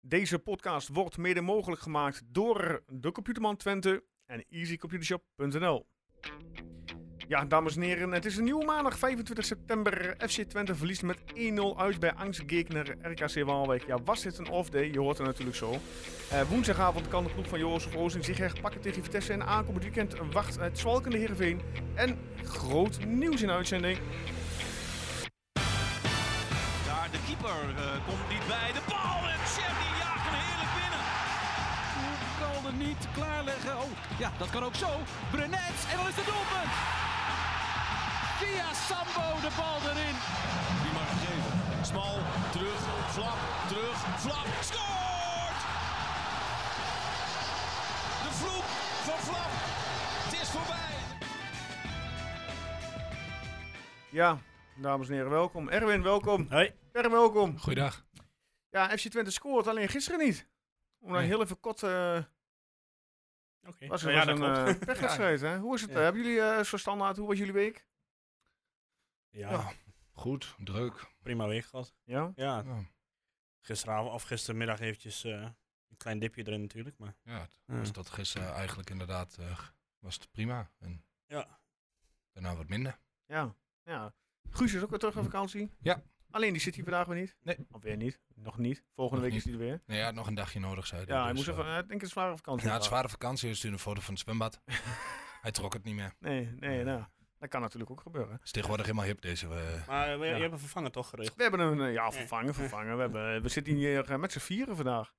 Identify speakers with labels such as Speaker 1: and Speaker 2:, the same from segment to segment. Speaker 1: Deze podcast wordt mede mogelijk gemaakt door de Computerman Twente en easycomputershop.nl. Ja, dames en heren, het is een nieuwe maandag 25 september. FC Twente verliest met 1-0 uit bij angstgegner RKC Waalwijk. Ja, was dit een off-day? Je hoort het natuurlijk zo. Eh, woensdagavond kan de ploeg van Jozef Oosting zich herpakken tegen Vitesse. En aankomend weekend wacht het zwalkende Heerenveen. En groot nieuws in de uitzending.
Speaker 2: Daar de keeper eh, komt niet bij. De bal en Chef die jaagt hem heerlijk binnen. Kan niet klaarleggen. Oh, ja, dat kan ook zo. Brenets en dan is het doelpunt. Via Sambo de bal erin. Die mag geven. Smal, terug, flap, terug, flap. Scoort! De vloek van flap. Het is voorbij.
Speaker 1: Ja, dames en heren, welkom. Erwin, welkom.
Speaker 3: Hoi.
Speaker 1: Per, welkom.
Speaker 4: Goeiedag.
Speaker 1: Ja, FC Twente scoort alleen gisteren niet. Om dan
Speaker 4: Nee.
Speaker 1: heel even kort... eh
Speaker 3: Oké.
Speaker 1: was
Speaker 3: Nou
Speaker 1: het
Speaker 3: ja,
Speaker 1: was
Speaker 3: dat
Speaker 1: een
Speaker 3: klopt.
Speaker 1: eh, pechwedstrijd, hè? Hoe is het?
Speaker 3: Ja.
Speaker 1: eh, hebben jullie eh, zo standaard, hoe was jullie week?
Speaker 3: ja,
Speaker 4: Ja. Goed, druk.
Speaker 3: prima week gehad.
Speaker 1: Ja.
Speaker 3: Ja,
Speaker 4: Ja,
Speaker 3: gisteravond of gistermiddag eventjes eh, een klein dipje erin natuurlijk, maar
Speaker 4: ja het
Speaker 3: Ja.
Speaker 4: was dat gisteren eigenlijk inderdaad eh, was het prima. En
Speaker 3: ja.
Speaker 4: daarna wat minder.
Speaker 1: Ja. ja. Guus is ook weer terug van vakantie.
Speaker 4: Ja.
Speaker 1: Alleen die zit hier vandaag weer niet.
Speaker 4: Nee.
Speaker 1: Of weer niet. Nog niet. Volgende
Speaker 4: Nog
Speaker 1: week is hij er weer.
Speaker 4: Nee, hij had nog een dagje nodig, zei hij.
Speaker 1: Ja, hij
Speaker 4: Dus,
Speaker 1: moest
Speaker 4: eh,
Speaker 1: even, eh, ik denk een zware vakantie.
Speaker 4: Na het
Speaker 1: gehad.
Speaker 4: zware vakantie stuurde een foto van het zwembad. hij trok het niet meer.
Speaker 1: Nee, nee, nou. Dat kan natuurlijk ook gebeuren.
Speaker 4: Is tegenwoordig helemaal hip deze. eh,
Speaker 3: Maar eh, we-
Speaker 1: Ja.
Speaker 3: je hebt een vervanger toch geregeld?
Speaker 1: We hebben een, eh, ja, vervangen, vervangen. We, hebben, we zitten hier eh, met z'n vieren vandaag.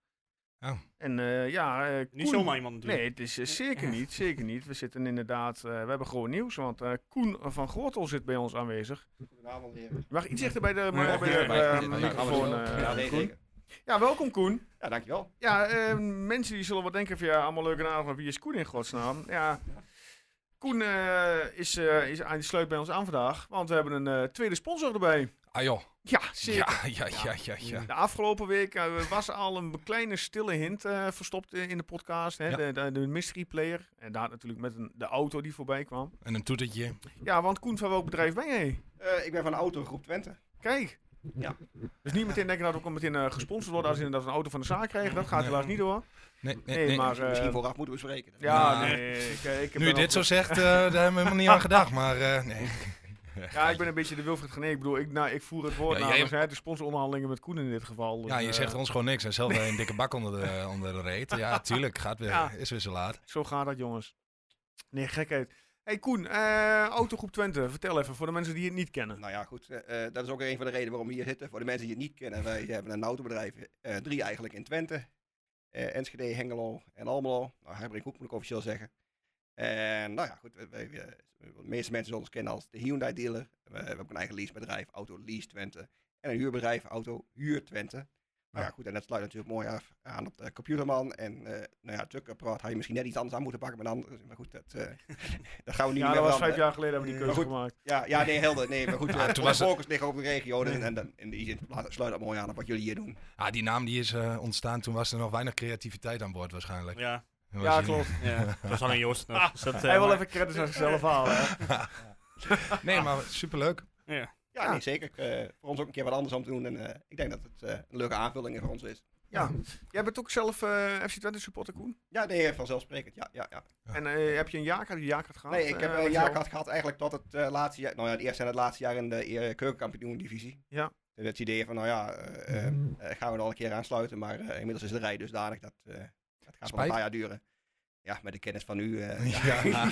Speaker 4: Oh.
Speaker 1: En eh, ja, eh,
Speaker 3: Niet
Speaker 1: Koen-
Speaker 3: zomaar iemand natuurlijk.
Speaker 1: Nee, het is eh, zeker niet, zeker niet. We zitten inderdaad, eh, we hebben gewoon nieuws, want eh, Koen van Gortel zit bij ons aanwezig.
Speaker 5: Goedenavond weer.
Speaker 1: Je mag iets dichter bij de, bij de,
Speaker 5: Ja, ja,
Speaker 1: eh,
Speaker 5: Ehm, ja, ja, ja,
Speaker 1: microfoon.
Speaker 5: ja,
Speaker 1: eh,
Speaker 5: ja, nee,
Speaker 1: Koen.
Speaker 5: zeker.
Speaker 1: Ja, welkom Koen.
Speaker 5: Ja, dankjewel.
Speaker 1: Ja, eh, mensen die zullen wel denken van ja, allemaal leuke naam, maar wie is Koen in godsnaam? Ja, Koen eh, is, eh is aan de sluit bij ons aan vandaag, want we hebben een eh, tweede sponsor erbij.
Speaker 4: ah joh.
Speaker 1: Ja, zeker.
Speaker 4: Ja, ja, ja, ja, ja.
Speaker 1: De afgelopen week eh, was al een kleine stille hint eh, verstopt in in de podcast. Hè?
Speaker 4: Ja.
Speaker 1: De, de, de mystery player. En daar natuurlijk met een, de auto die voorbij kwam.
Speaker 4: En een toetertje.
Speaker 1: Ja, want Koen, van welk bedrijf ben jij?
Speaker 5: Eh, ik ben van de autogroep Twente.
Speaker 1: Kijk.
Speaker 5: Ja.
Speaker 1: Dus niet meteen denken dat we ook meteen eh, gesponsord worden als in dat we een auto van de zaak krijgen. Dat gaat
Speaker 4: Nee.
Speaker 1: helaas niet hoor.
Speaker 4: Nee, nee,
Speaker 1: Nee,
Speaker 4: nee.
Speaker 1: maar... eh,
Speaker 5: Misschien vooraf moeten we spreken.
Speaker 1: ja,
Speaker 4: Nou,
Speaker 1: nee. Ik, eh, ik heb
Speaker 4: nu je
Speaker 1: dan
Speaker 4: dit zo
Speaker 1: ook-
Speaker 4: zegt, eh, daar hebben we helemaal niet aan gedacht. Maar eh, nee.
Speaker 1: Ja, ik ben een beetje de Wilfried Genee. Ik bedoel, ik, nou, ik voer het woord
Speaker 4: Ja, jij-
Speaker 1: namens hè, de sponsoronderhandelingen met Koen in dit geval. Dus,
Speaker 4: Ja, je
Speaker 1: eh,
Speaker 4: zegt ons gewoon niks. En zelf een dikke bak onder de, onder de reet. Ja, tuurlijk. Gaat weer.
Speaker 1: Ja.
Speaker 4: Is weer zo laat.
Speaker 1: Zo gaat dat, jongens. Nee, gekheid. hey Koen, eh, Autogroep Twente, vertel even voor de mensen die het niet kennen.
Speaker 5: Nou ja, goed. eh, eh, dat is ook een van de redenen waarom we hier zitten. Voor de mensen die het niet kennen, wij hebben een autobedrijf. eh, drie eigenlijk in Twente. Eh, Enschede, Hengelo en Almelo. Nou, Herbring ook moet ik officieel zeggen. En nou ja, goed. wij- wij, eh, de meeste mensen zullen ons kennen als de Hyundai dealer. We, we hebben ook een eigen leasebedrijf, Auto Lease Twente. En een huurbedrijf, Auto Huur Twente. Nou ja, goed. En dat sluit natuurlijk mooi af aan op de computerman. En eh nou ja, Tukkerpraat had je misschien net iets anders aan moeten pakken. Maar, dan, maar goed, dat, eh, dat gaan we niet
Speaker 1: Ja,
Speaker 5: meer
Speaker 1: dat was
Speaker 5: veranderen.
Speaker 1: vijf jaar geleden hebben we die keuze
Speaker 5: Maar goed,
Speaker 1: gemaakt.
Speaker 5: Ja, ja, nee, helder. Nee, maar goed,
Speaker 4: Ja,
Speaker 5: eh,
Speaker 4: toen
Speaker 5: onze
Speaker 4: was het-
Speaker 5: focus ligt op de regio. dus- En, en, en die laat- sluit dat mooi aan op wat jullie hier doen.
Speaker 4: Ja, die naam die is eh, ontstaan. Toen was er nog weinig creativiteit aan boord waarschijnlijk.
Speaker 3: Ja,
Speaker 4: Dan was
Speaker 1: Ja,
Speaker 4: Oh, je-
Speaker 1: klopt.
Speaker 3: ja. dat was alleen Joost. nog, dus dat, eh,
Speaker 1: Hij wil
Speaker 3: maar-
Speaker 1: even credits aan zichzelf halen. hè.
Speaker 4: Nee, maar superleuk.
Speaker 3: Ja.
Speaker 5: Ja,
Speaker 1: Ja.
Speaker 5: Nee, zeker. Eh, voor ons ook een keer wat anders om te doen. En eh, ik denk dat het eh, een leuke aanvulling voor ons is.
Speaker 1: Ja. Jij bent ook zelf eh, FC Twente supporter, Koen.
Speaker 5: Ja, nee, eh, vanzelfsprekend. Ja, ja, ja.
Speaker 4: Ja.
Speaker 1: En eh, heb je een jaarkaart, een jaarkaart gehad?
Speaker 5: Nee, ik
Speaker 1: eh,
Speaker 5: heb eh, een
Speaker 1: met
Speaker 5: jaar
Speaker 1: jou?
Speaker 5: gehad, gehad eigenlijk tot het eh, laatste jaar. Nou ja, het eerste en het laatste jaar in de eh, keukenkampioen-divisie.
Speaker 1: Ja.
Speaker 5: Dus het idee van, nou ja, eh, eh,
Speaker 4: Mm.
Speaker 5: eh, gaan we dan een keer aansluiten. Maar eh, inmiddels is de rij dusdanig dat eh het gaat
Speaker 4: Spijt.
Speaker 5: wel een paar jaar duren. Ja, met de kennis van nu. eh,
Speaker 4: Ja.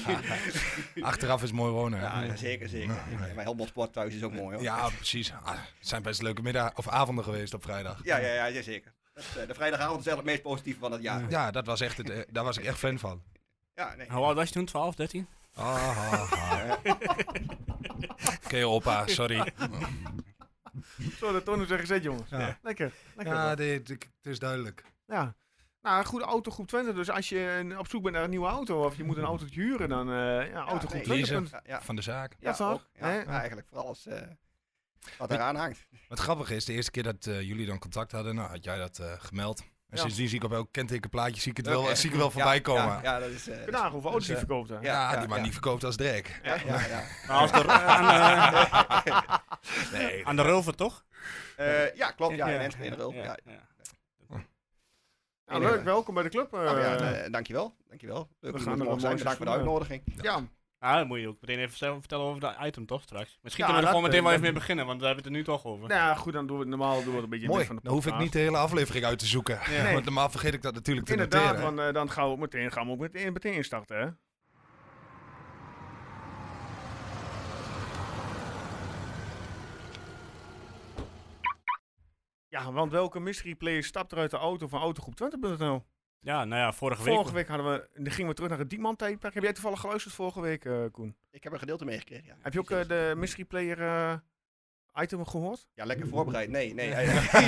Speaker 4: Achteraf is mooi wonen.
Speaker 5: ja, zeker, zeker.
Speaker 4: Ja.
Speaker 5: Mijn Helmond Sport thuis is ook mooi hoor.
Speaker 4: Ja, precies. Ah, het zijn best leuke middag of avonden geweest op vrijdag.
Speaker 5: Ja, ja, ja, ja, zeker. Dat, eh, de vrijdagavond is eigenlijk het meest positieve van het jaar. Ja,
Speaker 4: Ja, dat was echt het, eh, daar was ik echt fan van.
Speaker 5: nee.
Speaker 3: Hoe oud was je toen? 12, 13?
Speaker 4: Ah, ah, ah. Oké, opa, sorry.
Speaker 1: Zo, dat tonen zeggen gezet, jongens.
Speaker 4: Ja,
Speaker 1: Lekker. Lekker.
Speaker 4: ja
Speaker 1: Ja.
Speaker 4: dit, dit- het is duidelijk.
Speaker 1: Nou, een goede autogroep Twente. Dus als je een- op zoek bent naar een nieuwe auto of je moet een auto huren, dan eh ja, autogroep
Speaker 5: nee,
Speaker 1: Twente.
Speaker 4: leasen.
Speaker 1: punt.
Speaker 5: Ja, ja,
Speaker 4: Van de zaak.
Speaker 5: ja,
Speaker 1: toch?
Speaker 5: ook, ja,
Speaker 1: Hè?
Speaker 5: ja, eigenlijk vooral als eh, wat eraan hangt.
Speaker 4: Wat grappig is, de eerste keer dat eh, jullie dan contact hadden, nou, had jij dat eh, gemeld. En
Speaker 1: Ja.
Speaker 4: sindsdien zie ik op elk kentekenplaatje zie ik het
Speaker 5: Leuk,
Speaker 4: wel,
Speaker 5: hè?
Speaker 4: zie ik het wel
Speaker 5: Ja,
Speaker 4: voorbij komen.
Speaker 5: Ja,
Speaker 4: Ja,
Speaker 5: ja, dat is... eh,
Speaker 1: Vandaag hoeveel auto's die
Speaker 5: eh,
Speaker 1: verkoopt hè?
Speaker 5: ja, ja,
Speaker 4: die man
Speaker 5: ja.
Speaker 4: die verkoopt als drek.
Speaker 5: ja, ja, ja.
Speaker 3: Nou, als de, aan, eh,
Speaker 4: Nee.
Speaker 3: aan de Rulven toch?
Speaker 5: Eh, ja, klopt. Ja,
Speaker 3: Ja.
Speaker 5: in Enschede en Rulp, ja.
Speaker 3: ja.
Speaker 1: Nou, leuk, welkom bij de club. eh,
Speaker 5: Nou ja, eh, dankjewel. Dankjewel. Leuk dat
Speaker 1: gaan er
Speaker 5: jullie mogen
Speaker 1: een
Speaker 5: zijn.
Speaker 1: mooi
Speaker 5: Bedankt voor de
Speaker 1: seizoen,
Speaker 5: uitnodiging.
Speaker 1: ja,
Speaker 3: Ah, dan moet je ook meteen even zelf vertellen over dat item toch straks. Misschien
Speaker 1: Ja,
Speaker 3: kunnen we
Speaker 1: dat,
Speaker 3: er gewoon meteen
Speaker 1: eh,
Speaker 3: wel even
Speaker 1: dat-
Speaker 3: mee beginnen, want daar hebben we het er nu toch over.
Speaker 1: nou ja, goed, dan doen we het normaal doen we het een beetje in
Speaker 4: Mooi,
Speaker 1: het midden van de
Speaker 4: dan hoef ik niet
Speaker 1: podcast.
Speaker 4: de hele aflevering uit te zoeken.
Speaker 1: Nee.
Speaker 4: Want normaal vergeet ik dat natuurlijk te
Speaker 1: Inderdaad,
Speaker 4: noteren.
Speaker 1: want eh, dan gaan we, ook meteen, gaan we ook meteen, meteen instarten, hè. Ja, want welke mystery player stapt er uit de auto van autogroep20.nl?
Speaker 3: Ja, nou ja, vorige week.
Speaker 1: Vorige week hadden we, dan gingen we terug naar het Diekman tijdperk. Heb jij toevallig geluisterd vorige week, eh, Koen?
Speaker 5: Ik heb een gedeelte meegekregen. Ja.
Speaker 1: Heb je ook eh, de mystery player eh, item gehoord?
Speaker 5: Ja, lekker voorbereid. Nee, nee.
Speaker 4: ik,
Speaker 3: Je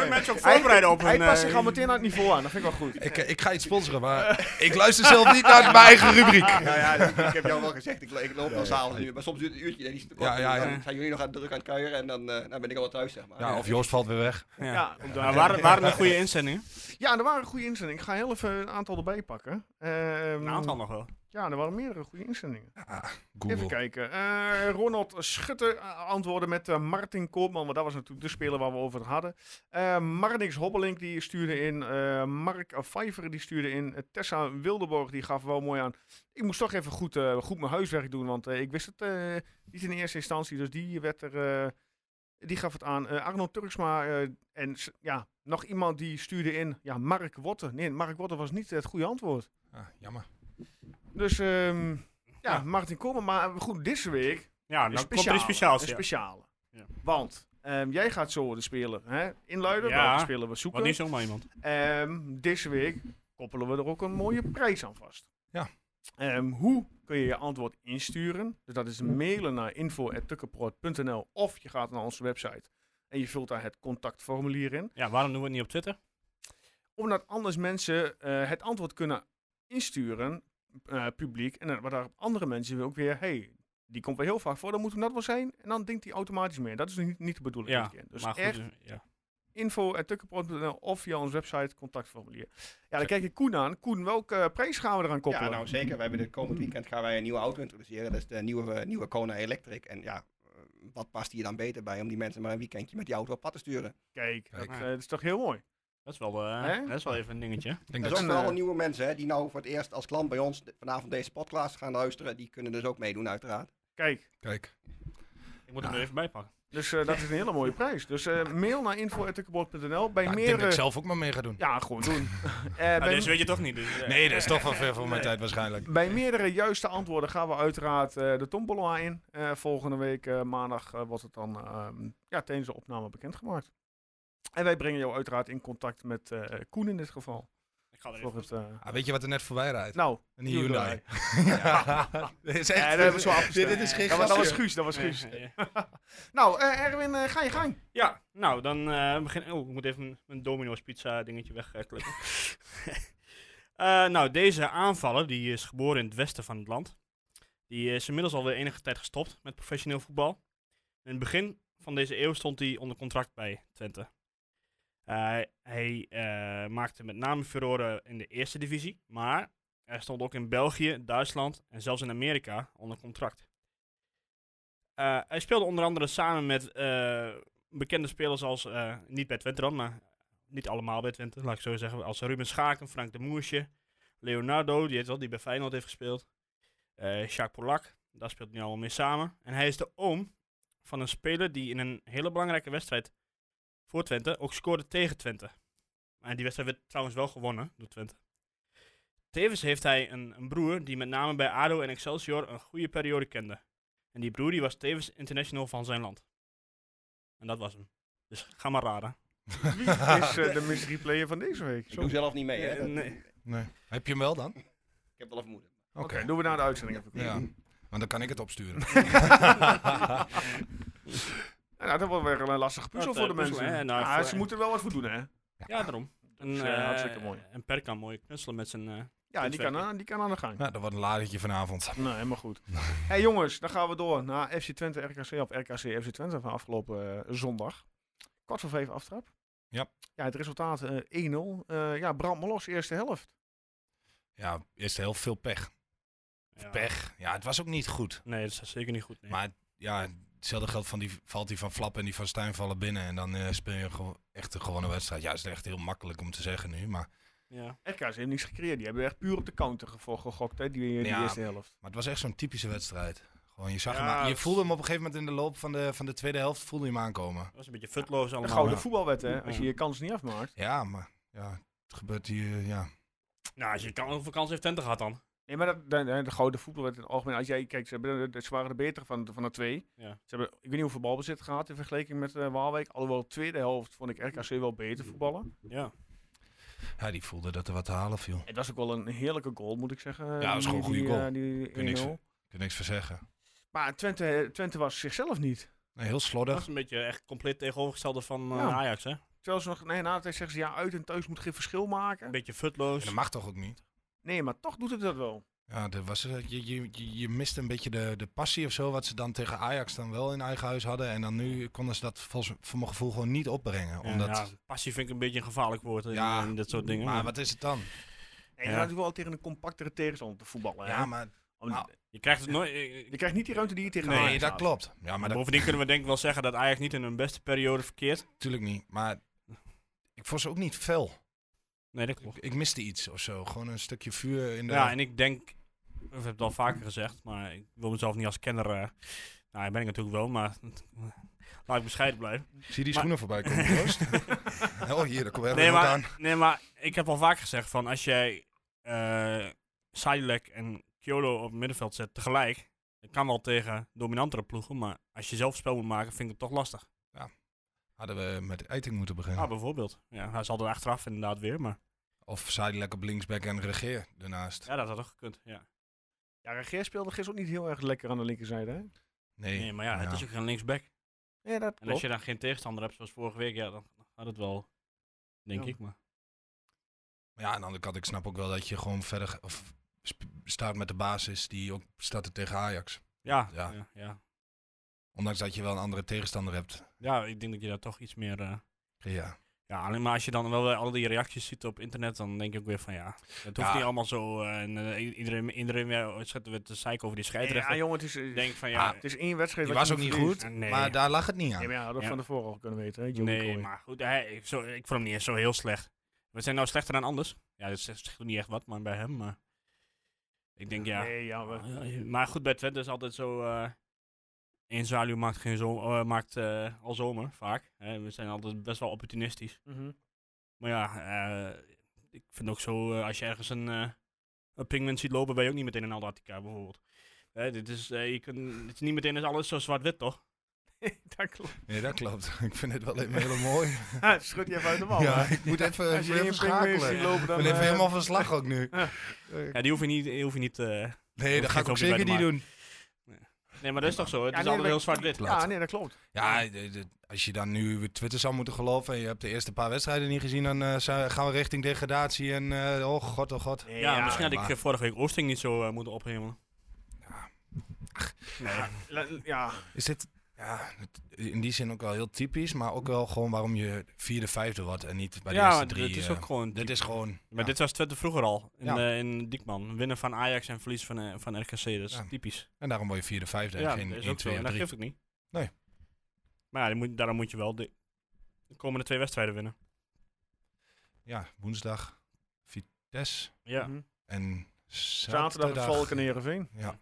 Speaker 3: moet mensen ook
Speaker 1: Hij-
Speaker 3: voorbereiden op
Speaker 1: Hij
Speaker 3: een... eh,
Speaker 1: past zich al meteen aan het niveau aan, dat vind ik wel goed.
Speaker 4: ik, eh, ik ga iets sponsoren, maar ik luister zelf niet naar mijn eigen rubriek.
Speaker 5: Nou ja, ja, ik, ik heb jou wel gezegd. Ik, ik loop
Speaker 4: Ja,
Speaker 5: wel
Speaker 4: ja.
Speaker 5: s'avonds nu. Maar soms duurt het een uurtje. En die is te kort.
Speaker 4: Ja, ja,
Speaker 5: En
Speaker 3: ja.
Speaker 5: Dan zijn jullie nog aan, druk aan het kuieren. En dan, eh, dan ben ik al wel thuis, zeg maar.
Speaker 4: Ja, of Joost valt weer weg.
Speaker 3: Ja.
Speaker 1: Ja, ook dan-
Speaker 3: Nou, waren, waren er goede inzendingen?
Speaker 1: ja, er waren goede inzendingen. Ik ga heel even een aantal erbij pakken. Ehm,
Speaker 3: Een aantal nog wel.
Speaker 1: Ja, er waren meerdere goede inzendingen. Even
Speaker 4: Google.
Speaker 1: kijken. Eh, Ronald Schutte eh, antwoordde met eh, Martin Koopman, want dat was natuurlijk de speler waar we over het hadden. Eh Marnix Hobbelink die stuurde in. eh, Mark Vijver die stuurde in. Eh, Tessa Wildeborg die gaf wel mooi aan. Ik moest toch even goed, eh, goed mijn huiswerk doen, want eh, ik wist het eh, niet in eerste instantie. Dus die werd er. eh, die gaf het aan. Eh, Arno Turksma eh, en s- ja, nog iemand die stuurde in. Ja, Mark Wotten. Nee, Mark Wotten was niet het goede antwoord.
Speaker 4: Ah, jammer.
Speaker 1: Dus ehm, ja,
Speaker 3: Ja.
Speaker 1: Martin Komen. Maar goed, deze week
Speaker 3: Ja,
Speaker 1: een
Speaker 3: dan komt er iets speciaals.
Speaker 1: Een
Speaker 3: ja.
Speaker 1: speciale.
Speaker 3: Ja.
Speaker 1: Want ehm, jij gaat zo de speler hè, inluiden,
Speaker 3: Ja.
Speaker 1: welke speler we zoeken.
Speaker 3: Wat niet zomaar iemand.
Speaker 1: Ehm, deze week koppelen we er ook een mooie prijs aan vast.
Speaker 4: Ja.
Speaker 1: Ehm, hoe kun je je antwoord insturen? Dus dat is mailen naar info.tukkenproot.nl of je gaat naar onze website en je vult daar het contactformulier in.
Speaker 3: Ja, waarom doen we het niet op Twitter?
Speaker 1: Omdat anders mensen eh, het antwoord kunnen insturen, eh, publiek. En dan wat daar andere mensen weer ook weer, hey, die komt wel heel vaak voor, dan moet hem dat wel zijn. En dan denkt hij automatisch meer. Dat is niet, niet de bedoeling.
Speaker 3: Ja,
Speaker 1: dit keer. Dus
Speaker 3: maar goed,
Speaker 1: echt
Speaker 3: eh, ja.
Speaker 1: info.tukkenpro.nl of via onze website contactformulier. Ja, dan kijk ik Koen aan. Koen, welke eh, prijs gaan we eraan koppelen?
Speaker 5: Ja, nou zeker. We hebben de komend weekend gaan wij een nieuwe auto introduceren. Dat is de nieuwe, eh, nieuwe Kona Electric. En ja, eh, wat past hier dan beter bij om die mensen maar een weekendje met die auto op pad te sturen?
Speaker 1: Kijk,
Speaker 4: Kijk.
Speaker 1: Dat, eh, dat is toch heel mooi.
Speaker 3: Dat is, wel, eh,
Speaker 1: Hè?
Speaker 3: dat is wel even een dingetje.
Speaker 4: Ik denk
Speaker 5: Dat
Speaker 4: dat,
Speaker 5: is ook
Speaker 1: een,
Speaker 5: vooral
Speaker 1: eh,
Speaker 5: nieuwe mensen hè, die nou voor het eerst als klant bij ons de- vanavond deze podcast gaan luisteren. Die kunnen dus ook meedoen uiteraard.
Speaker 1: Kijk,
Speaker 4: kijk,
Speaker 3: Ik moet hem er even bij pakken.
Speaker 1: dus eh, dat is een hele mooie prijs. Dus eh, mail naar info.tukkenpro.nl. Bij
Speaker 4: Ja, ik denk dat
Speaker 1: meerdere...
Speaker 4: ik zelf ook maar mee ga doen.
Speaker 1: Ja, gewoon doen. Eh, bij-
Speaker 3: Nou, deze weet je toch niet. Dus, eh,
Speaker 4: Nee, dat is toch wel ver voor mijn tijd waarschijnlijk.
Speaker 1: Bij meerdere juiste antwoorden gaan we uiteraard eh, de tombola in. Eh, volgende week eh, maandag eh, wordt het dan ehm, ja, tijdens de opname bekendgemaakt. En wij brengen jou uiteraard in contact met eh, Koen in dit geval.
Speaker 3: Ik ga er even.
Speaker 1: Voor het, eh,
Speaker 4: Ah, weet je wat er net voorbij rijdt?
Speaker 1: nou,
Speaker 4: Een Hyundai. Dit is
Speaker 1: Ja, dat hebben we zo afgestemd.
Speaker 4: Dit is geen
Speaker 1: dat, was, dat was
Speaker 4: grapje.
Speaker 1: Guus, dat was
Speaker 3: Nee,
Speaker 1: Guus.
Speaker 3: eh,
Speaker 1: Nou, eh, Erwin, eh, ga je gang.
Speaker 3: Ja, nou dan eh begin. Oh, ik moet even mijn- mijn Domino's pizza dingetje wegklikken. nou, deze aanvaller die is geboren in het westen van het land. Die is inmiddels alweer enige tijd gestopt met professioneel voetbal. In het begin van deze eeuw stond hij onder contract bij Twente. Eh, hij eh, maakte met name furoren in de eerste divisie, maar hij stond ook in België, Duitsland en zelfs in Amerika onder contract. Eh, hij speelde onder andere samen met eh, bekende spelers als, eh, niet bij Twente dan, maar niet allemaal bij Twente, laat ik zo zeggen. Als Ruben Schaken, Frank de Moersje, Leonardo, die, heeft wel, die bij Feyenoord heeft gespeeld. eh Jacques Polak, daar speelt hij nu allemaal mee samen. En hij is de oom van een speler die in een hele belangrijke wedstrijd voor Twente ook scoorde tegen Twente. En die wedstrijd werd trouwens wel gewonnen door Twente. Tevens heeft hij een, een broer die met name bij ADO en Excelsior een goede periode kende. En die broer die was tevens international van zijn land. En dat was hem. Dus ga maar raden.
Speaker 1: Wie is eh, de mystery player van deze week?
Speaker 5: Ik
Speaker 1: Zo.
Speaker 5: doe
Speaker 1: Oké,
Speaker 5: zelf niet mee. Hè?
Speaker 3: Eh,
Speaker 5: Dat-
Speaker 3: nee.
Speaker 4: Nee. Heb je hem wel dan? Oké.
Speaker 5: Ik heb wel een vermoeden.
Speaker 1: doen we na de uitzending even.
Speaker 4: Ja. Want dan kan ik het opsturen.
Speaker 1: Nou, dat wordt weer een lastige puzzel
Speaker 3: Dat,
Speaker 1: voor de
Speaker 3: eh, puzzel,
Speaker 1: mensen.
Speaker 3: hè, nou,
Speaker 1: Ja,
Speaker 3: voor-
Speaker 1: ze moeten er wel wat voor doen, hè?
Speaker 3: Ja, daarom. Een,
Speaker 1: is, eh,
Speaker 3: eh,
Speaker 1: hartstikke mooi.
Speaker 3: Een perk aan mooi knutselen met zijn... eh,
Speaker 1: Ja, die kan,
Speaker 3: Netwerken.
Speaker 1: aan, die kan aan de gang.
Speaker 4: nou, dat wordt een ladertje vanavond.
Speaker 1: Nou, helemaal goed. hey jongens, dan gaan we door naar FC Twente RKC of RKC FC Twente van afgelopen eh, zondag. Kwart voor vijf aftrap.
Speaker 4: Ja.
Speaker 1: Ja, het resultaat eh, 1-0. Eh, ja, brand maar los, eerste helft.
Speaker 4: Ja, eerst heel veel pech.
Speaker 3: ja.
Speaker 4: Pech. Ja, het was ook niet goed.
Speaker 3: Nee, dat is zeker niet goed. nee.
Speaker 4: Maar ja, hetzelfde geldt van die, valt die van Flap en die van Stijn vallen binnen. En dan eh, speel je gewoon echt een gewone wedstrijd. Ja, is echt heel makkelijk om te zeggen nu. Maar,
Speaker 3: Ja.
Speaker 1: RKC heeft niks gecreëerd. Die hebben echt puur op de counter gevo- gegokt, hè, die, die
Speaker 4: Ja.
Speaker 1: eerste helft.
Speaker 4: maar het was echt zo'n typische wedstrijd. Gewoon, je, zag
Speaker 3: Ja,
Speaker 4: hem, aan- je
Speaker 3: dat-
Speaker 4: voelde hem op een gegeven moment in de loop van de, van de tweede helft voelde je hem aankomen.
Speaker 3: Dat was een beetje futloos
Speaker 1: Een
Speaker 3: allemaal.
Speaker 1: gouden
Speaker 4: ja.
Speaker 1: voetbalwet, hè. Als je
Speaker 3: Ja.
Speaker 1: je kans niet afmaakt.
Speaker 4: Ja, maar ja, het gebeurt hier, eh, ja.
Speaker 3: Nou, als je kan, hoeveel kansen heeft Twente gehad dan?
Speaker 1: Nee, maar dat, de, de, de gouden voetbalwet in het algemeen. Als jij, kijk, ze, hebben, de- ze waren de betere van, de- van de twee.
Speaker 3: Ja.
Speaker 1: Ze hebben, ik weet niet hoeveel balbezit gehad in vergelijking met eh, Waalwijk. Alhoewel, de tweede helft vond ik RKC wel beter
Speaker 4: Mm.
Speaker 1: voetballen.
Speaker 3: Ja.
Speaker 4: ja, die voelde dat er wat te halen viel. Ik
Speaker 1: Het was ook wel een heerlijke goal, moet ik zeggen.
Speaker 4: dat was
Speaker 1: die-
Speaker 4: gewoon een goede
Speaker 1: die,
Speaker 4: goal.
Speaker 1: eh, die
Speaker 4: Kun je niks-
Speaker 1: 1-0.
Speaker 4: kan niks voor zeggen.
Speaker 1: Maar Twente, Twente was zichzelf niet.
Speaker 4: Nee, heel
Speaker 3: Dat
Speaker 4: slordig.
Speaker 3: is een beetje echt compleet tegenovergestelde van eh,
Speaker 1: Ja.
Speaker 3: Ajax, hè? Een
Speaker 1: Terwijl ze nog, nee, na de tijd zeggen ze, ja, uit en thuis moet geen verschil maken.
Speaker 3: beetje futloos.
Speaker 4: En dat mag toch ook niet?
Speaker 1: Nee, maar toch doet het dat wel.
Speaker 4: Ja, dat was, eh, je, je, je- je mist een beetje de, de passie of zo, wat ze dan tegen Ajax dan wel in eigen huis hadden. En dan nu konden ze dat volgens, voor mijn gevoel gewoon niet opbrengen.
Speaker 3: Ja,
Speaker 4: Omdat,
Speaker 3: ja, passie vind ik een beetje een gevaarlijk woord in,
Speaker 4: Ja,
Speaker 3: in dit soort dingen.
Speaker 4: Maar wat is het dan?
Speaker 1: En je
Speaker 3: Ja.
Speaker 1: gaat natuurlijk wel tegen een compactere tegenstander te voetballen. hè.
Speaker 4: Ja, maar
Speaker 1: Om-
Speaker 4: nou,
Speaker 3: Je krijgt het nooit... eh,
Speaker 1: je krijgt niet die ruimte die je tegen
Speaker 3: Nee,
Speaker 1: Ajax
Speaker 4: nee, dat
Speaker 1: had.
Speaker 4: klopt. Ja, maar dat
Speaker 3: Bovendien kunnen we denk ik wel zeggen dat Ajax niet in hun beste periode verkeert.
Speaker 4: natuurlijk niet. Maar ik vond ze ook niet fel.
Speaker 3: Nee, dat
Speaker 4: Ik,
Speaker 3: klopt.
Speaker 4: ik miste iets of zo. Gewoon een stukje vuur in de...
Speaker 3: Ja, en ik denk... We hebben het al vaker gezegd, maar ik wil mezelf niet als kenner... eh, nou, dat ben ik natuurlijk wel, maar... Laat ik bescheiden blijven.
Speaker 4: Zie die
Speaker 3: maar-
Speaker 4: schoenen voorbij komen, Joost? oh, hier, daar komt er
Speaker 3: Nee
Speaker 4: ook aan.
Speaker 3: maar, nee, maar ik heb al vaker gezegd van als jij eh Sidlek en Kyolo op het middenveld zet tegelijk, dat kan wel tegen dominantere ploegen, maar als je zelf spel moet maken, vind ik het toch lastig.
Speaker 4: Hadden we met Eiting moeten beginnen.
Speaker 3: Ah, bijvoorbeeld. Ja, hij zal er achteraf inderdaad weer, maar
Speaker 4: Of zijdelijk op linksback en regeer daarnaast.
Speaker 3: ja, dat had ook gekund. Ja.
Speaker 1: Ja, Regeer speelde gisteren ook niet heel erg lekker aan de linkerzijde. Hè?
Speaker 4: Nee,
Speaker 3: Nee, maar ja, het is ook geen linksback.
Speaker 1: Ja, dat
Speaker 3: En als
Speaker 1: klopt.
Speaker 3: je dan geen tegenstander hebt, zoals vorige week, ja, dan had het wel, denk
Speaker 1: Ja.
Speaker 3: ik. Maar
Speaker 4: Maar ja, aan de andere kant, ik snap ook wel dat je gewoon verder ge- of sp- staat met de basis die ook staat er tegen Ajax.
Speaker 3: ja,
Speaker 4: Ja.
Speaker 3: ja. Ja, ja.
Speaker 4: Ondanks dat je wel een andere tegenstander hebt.
Speaker 3: ik denk dat je daar toch iets meer... eh,
Speaker 4: Ja,
Speaker 3: Ja, alleen maar als je dan wel weer al die reacties ziet op internet, dan denk ik ook weer van ja, het hoeft
Speaker 4: Ja.
Speaker 3: niet allemaal zo. eh, en eh, i- iedereen, iedereen weer eh, zet weer te zeiken over die scheidsrechter.
Speaker 1: Ja, jongen, het is,
Speaker 3: Ik
Speaker 1: eh,
Speaker 3: denk van ja,
Speaker 1: het is één wedstrijd.
Speaker 4: die
Speaker 1: wat
Speaker 4: was
Speaker 1: je
Speaker 4: ook niet
Speaker 1: verliezen.
Speaker 4: goed,
Speaker 3: eh, nee,
Speaker 4: maar daar lag het niet
Speaker 1: Ja,
Speaker 4: aan.
Speaker 1: maar ja, dat hadden we
Speaker 3: Ja.
Speaker 1: van tevoren al kunnen weten. Hè? Joey
Speaker 3: nee,
Speaker 1: Coy.
Speaker 3: maar goed, hij, zo, ik vond hem niet eens zo heel slecht. We zijn nou slechter dan anders. Ja, dat zegt zegt niet echt wat, maar bij hem. Maar ik denk ja.
Speaker 1: Nee, ja, we-
Speaker 3: Ja, Maar goed, bij Twente is altijd zo. eh één zwaluw maakt, geen zo eh, maakt eh, al zomer, vaak. Hè, we zijn altijd best wel opportunistisch.
Speaker 1: Mhm.
Speaker 3: Maar ja, eh, ik vind ook zo, eh, als je ergens een, eh een pingman ziet lopen, ben je ook niet meteen een Aldatica bijvoorbeeld. Eh, dit is, eh, je kunt, het is niet meteen is alles zo zwart-wit, toch?
Speaker 1: dat klopt.
Speaker 4: Nee, dat klopt. Ik vind het wel even heel mooi.
Speaker 1: Ja, schud je even uit de bal.
Speaker 4: ja,
Speaker 1: hè?
Speaker 4: ik moet even,
Speaker 1: Als
Speaker 4: ik
Speaker 1: je
Speaker 4: moet
Speaker 1: één
Speaker 4: even schakelen.
Speaker 1: zien lopen,
Speaker 4: Ik
Speaker 1: dan...
Speaker 4: ben even
Speaker 1: eh,
Speaker 4: helemaal van slag ook nu.
Speaker 1: Ja.
Speaker 4: Eh,
Speaker 3: Ja, die hoef je niet... Die hoef je niet eh,
Speaker 4: Nee, dat ga ik
Speaker 3: geen filmpje
Speaker 4: ook
Speaker 3: bij
Speaker 4: zeker niet
Speaker 3: de
Speaker 4: doen.
Speaker 3: Nee, maar dat is toch zo? Het
Speaker 1: ja,
Speaker 3: is
Speaker 1: nee,
Speaker 3: altijd
Speaker 1: dat-
Speaker 3: heel zwart-wit.
Speaker 1: Ja, nee, dat klopt.
Speaker 4: Ja, de- de- als je dan nu weer Twitter zou moeten geloven en je hebt de eerste paar wedstrijden niet gezien, dan eh, zou- gaan we richting degradatie en eh, oh god, oh god.
Speaker 1: Nee,
Speaker 3: Ja, misschien had ik
Speaker 4: maar-
Speaker 3: eh, vorige week Oosting niet zo eh, moeten ophemelen. Ja. Nee.
Speaker 1: La- Ja,
Speaker 4: Is dit ja, het- in die zin ook wel heel typisch, maar ook wel gewoon waarom je vierde, vijfde wordt en niet bij de
Speaker 3: ja,
Speaker 4: eerste
Speaker 3: maar
Speaker 4: drie.
Speaker 3: dit is
Speaker 4: eh,
Speaker 3: ook gewoon...
Speaker 4: dit is gewoon.
Speaker 3: Maar dit was Twente vroeger al, in,
Speaker 4: Ja.
Speaker 3: eh, in Diekman. Winnen van Ajax en verlies van, eh, van RKC, dat is
Speaker 4: Ja.
Speaker 3: typisch.
Speaker 4: En daarom word je vierde, vijfde en
Speaker 3: Ja,
Speaker 4: geen
Speaker 3: dat is
Speaker 4: één,
Speaker 3: ook zo.
Speaker 4: twee
Speaker 3: En
Speaker 4: en
Speaker 3: dat
Speaker 4: drie.
Speaker 3: geef ik niet.
Speaker 4: Nee.
Speaker 3: Maar ja, dan moet, daarom moet je wel de, de komende twee wedstrijden winnen.
Speaker 4: Ja, woensdag Vitesse
Speaker 3: Ja.
Speaker 1: Mhm.
Speaker 4: en
Speaker 1: zaterdag het
Speaker 4: zaterdag.
Speaker 1: Valken en Heerenveen.
Speaker 4: Ja.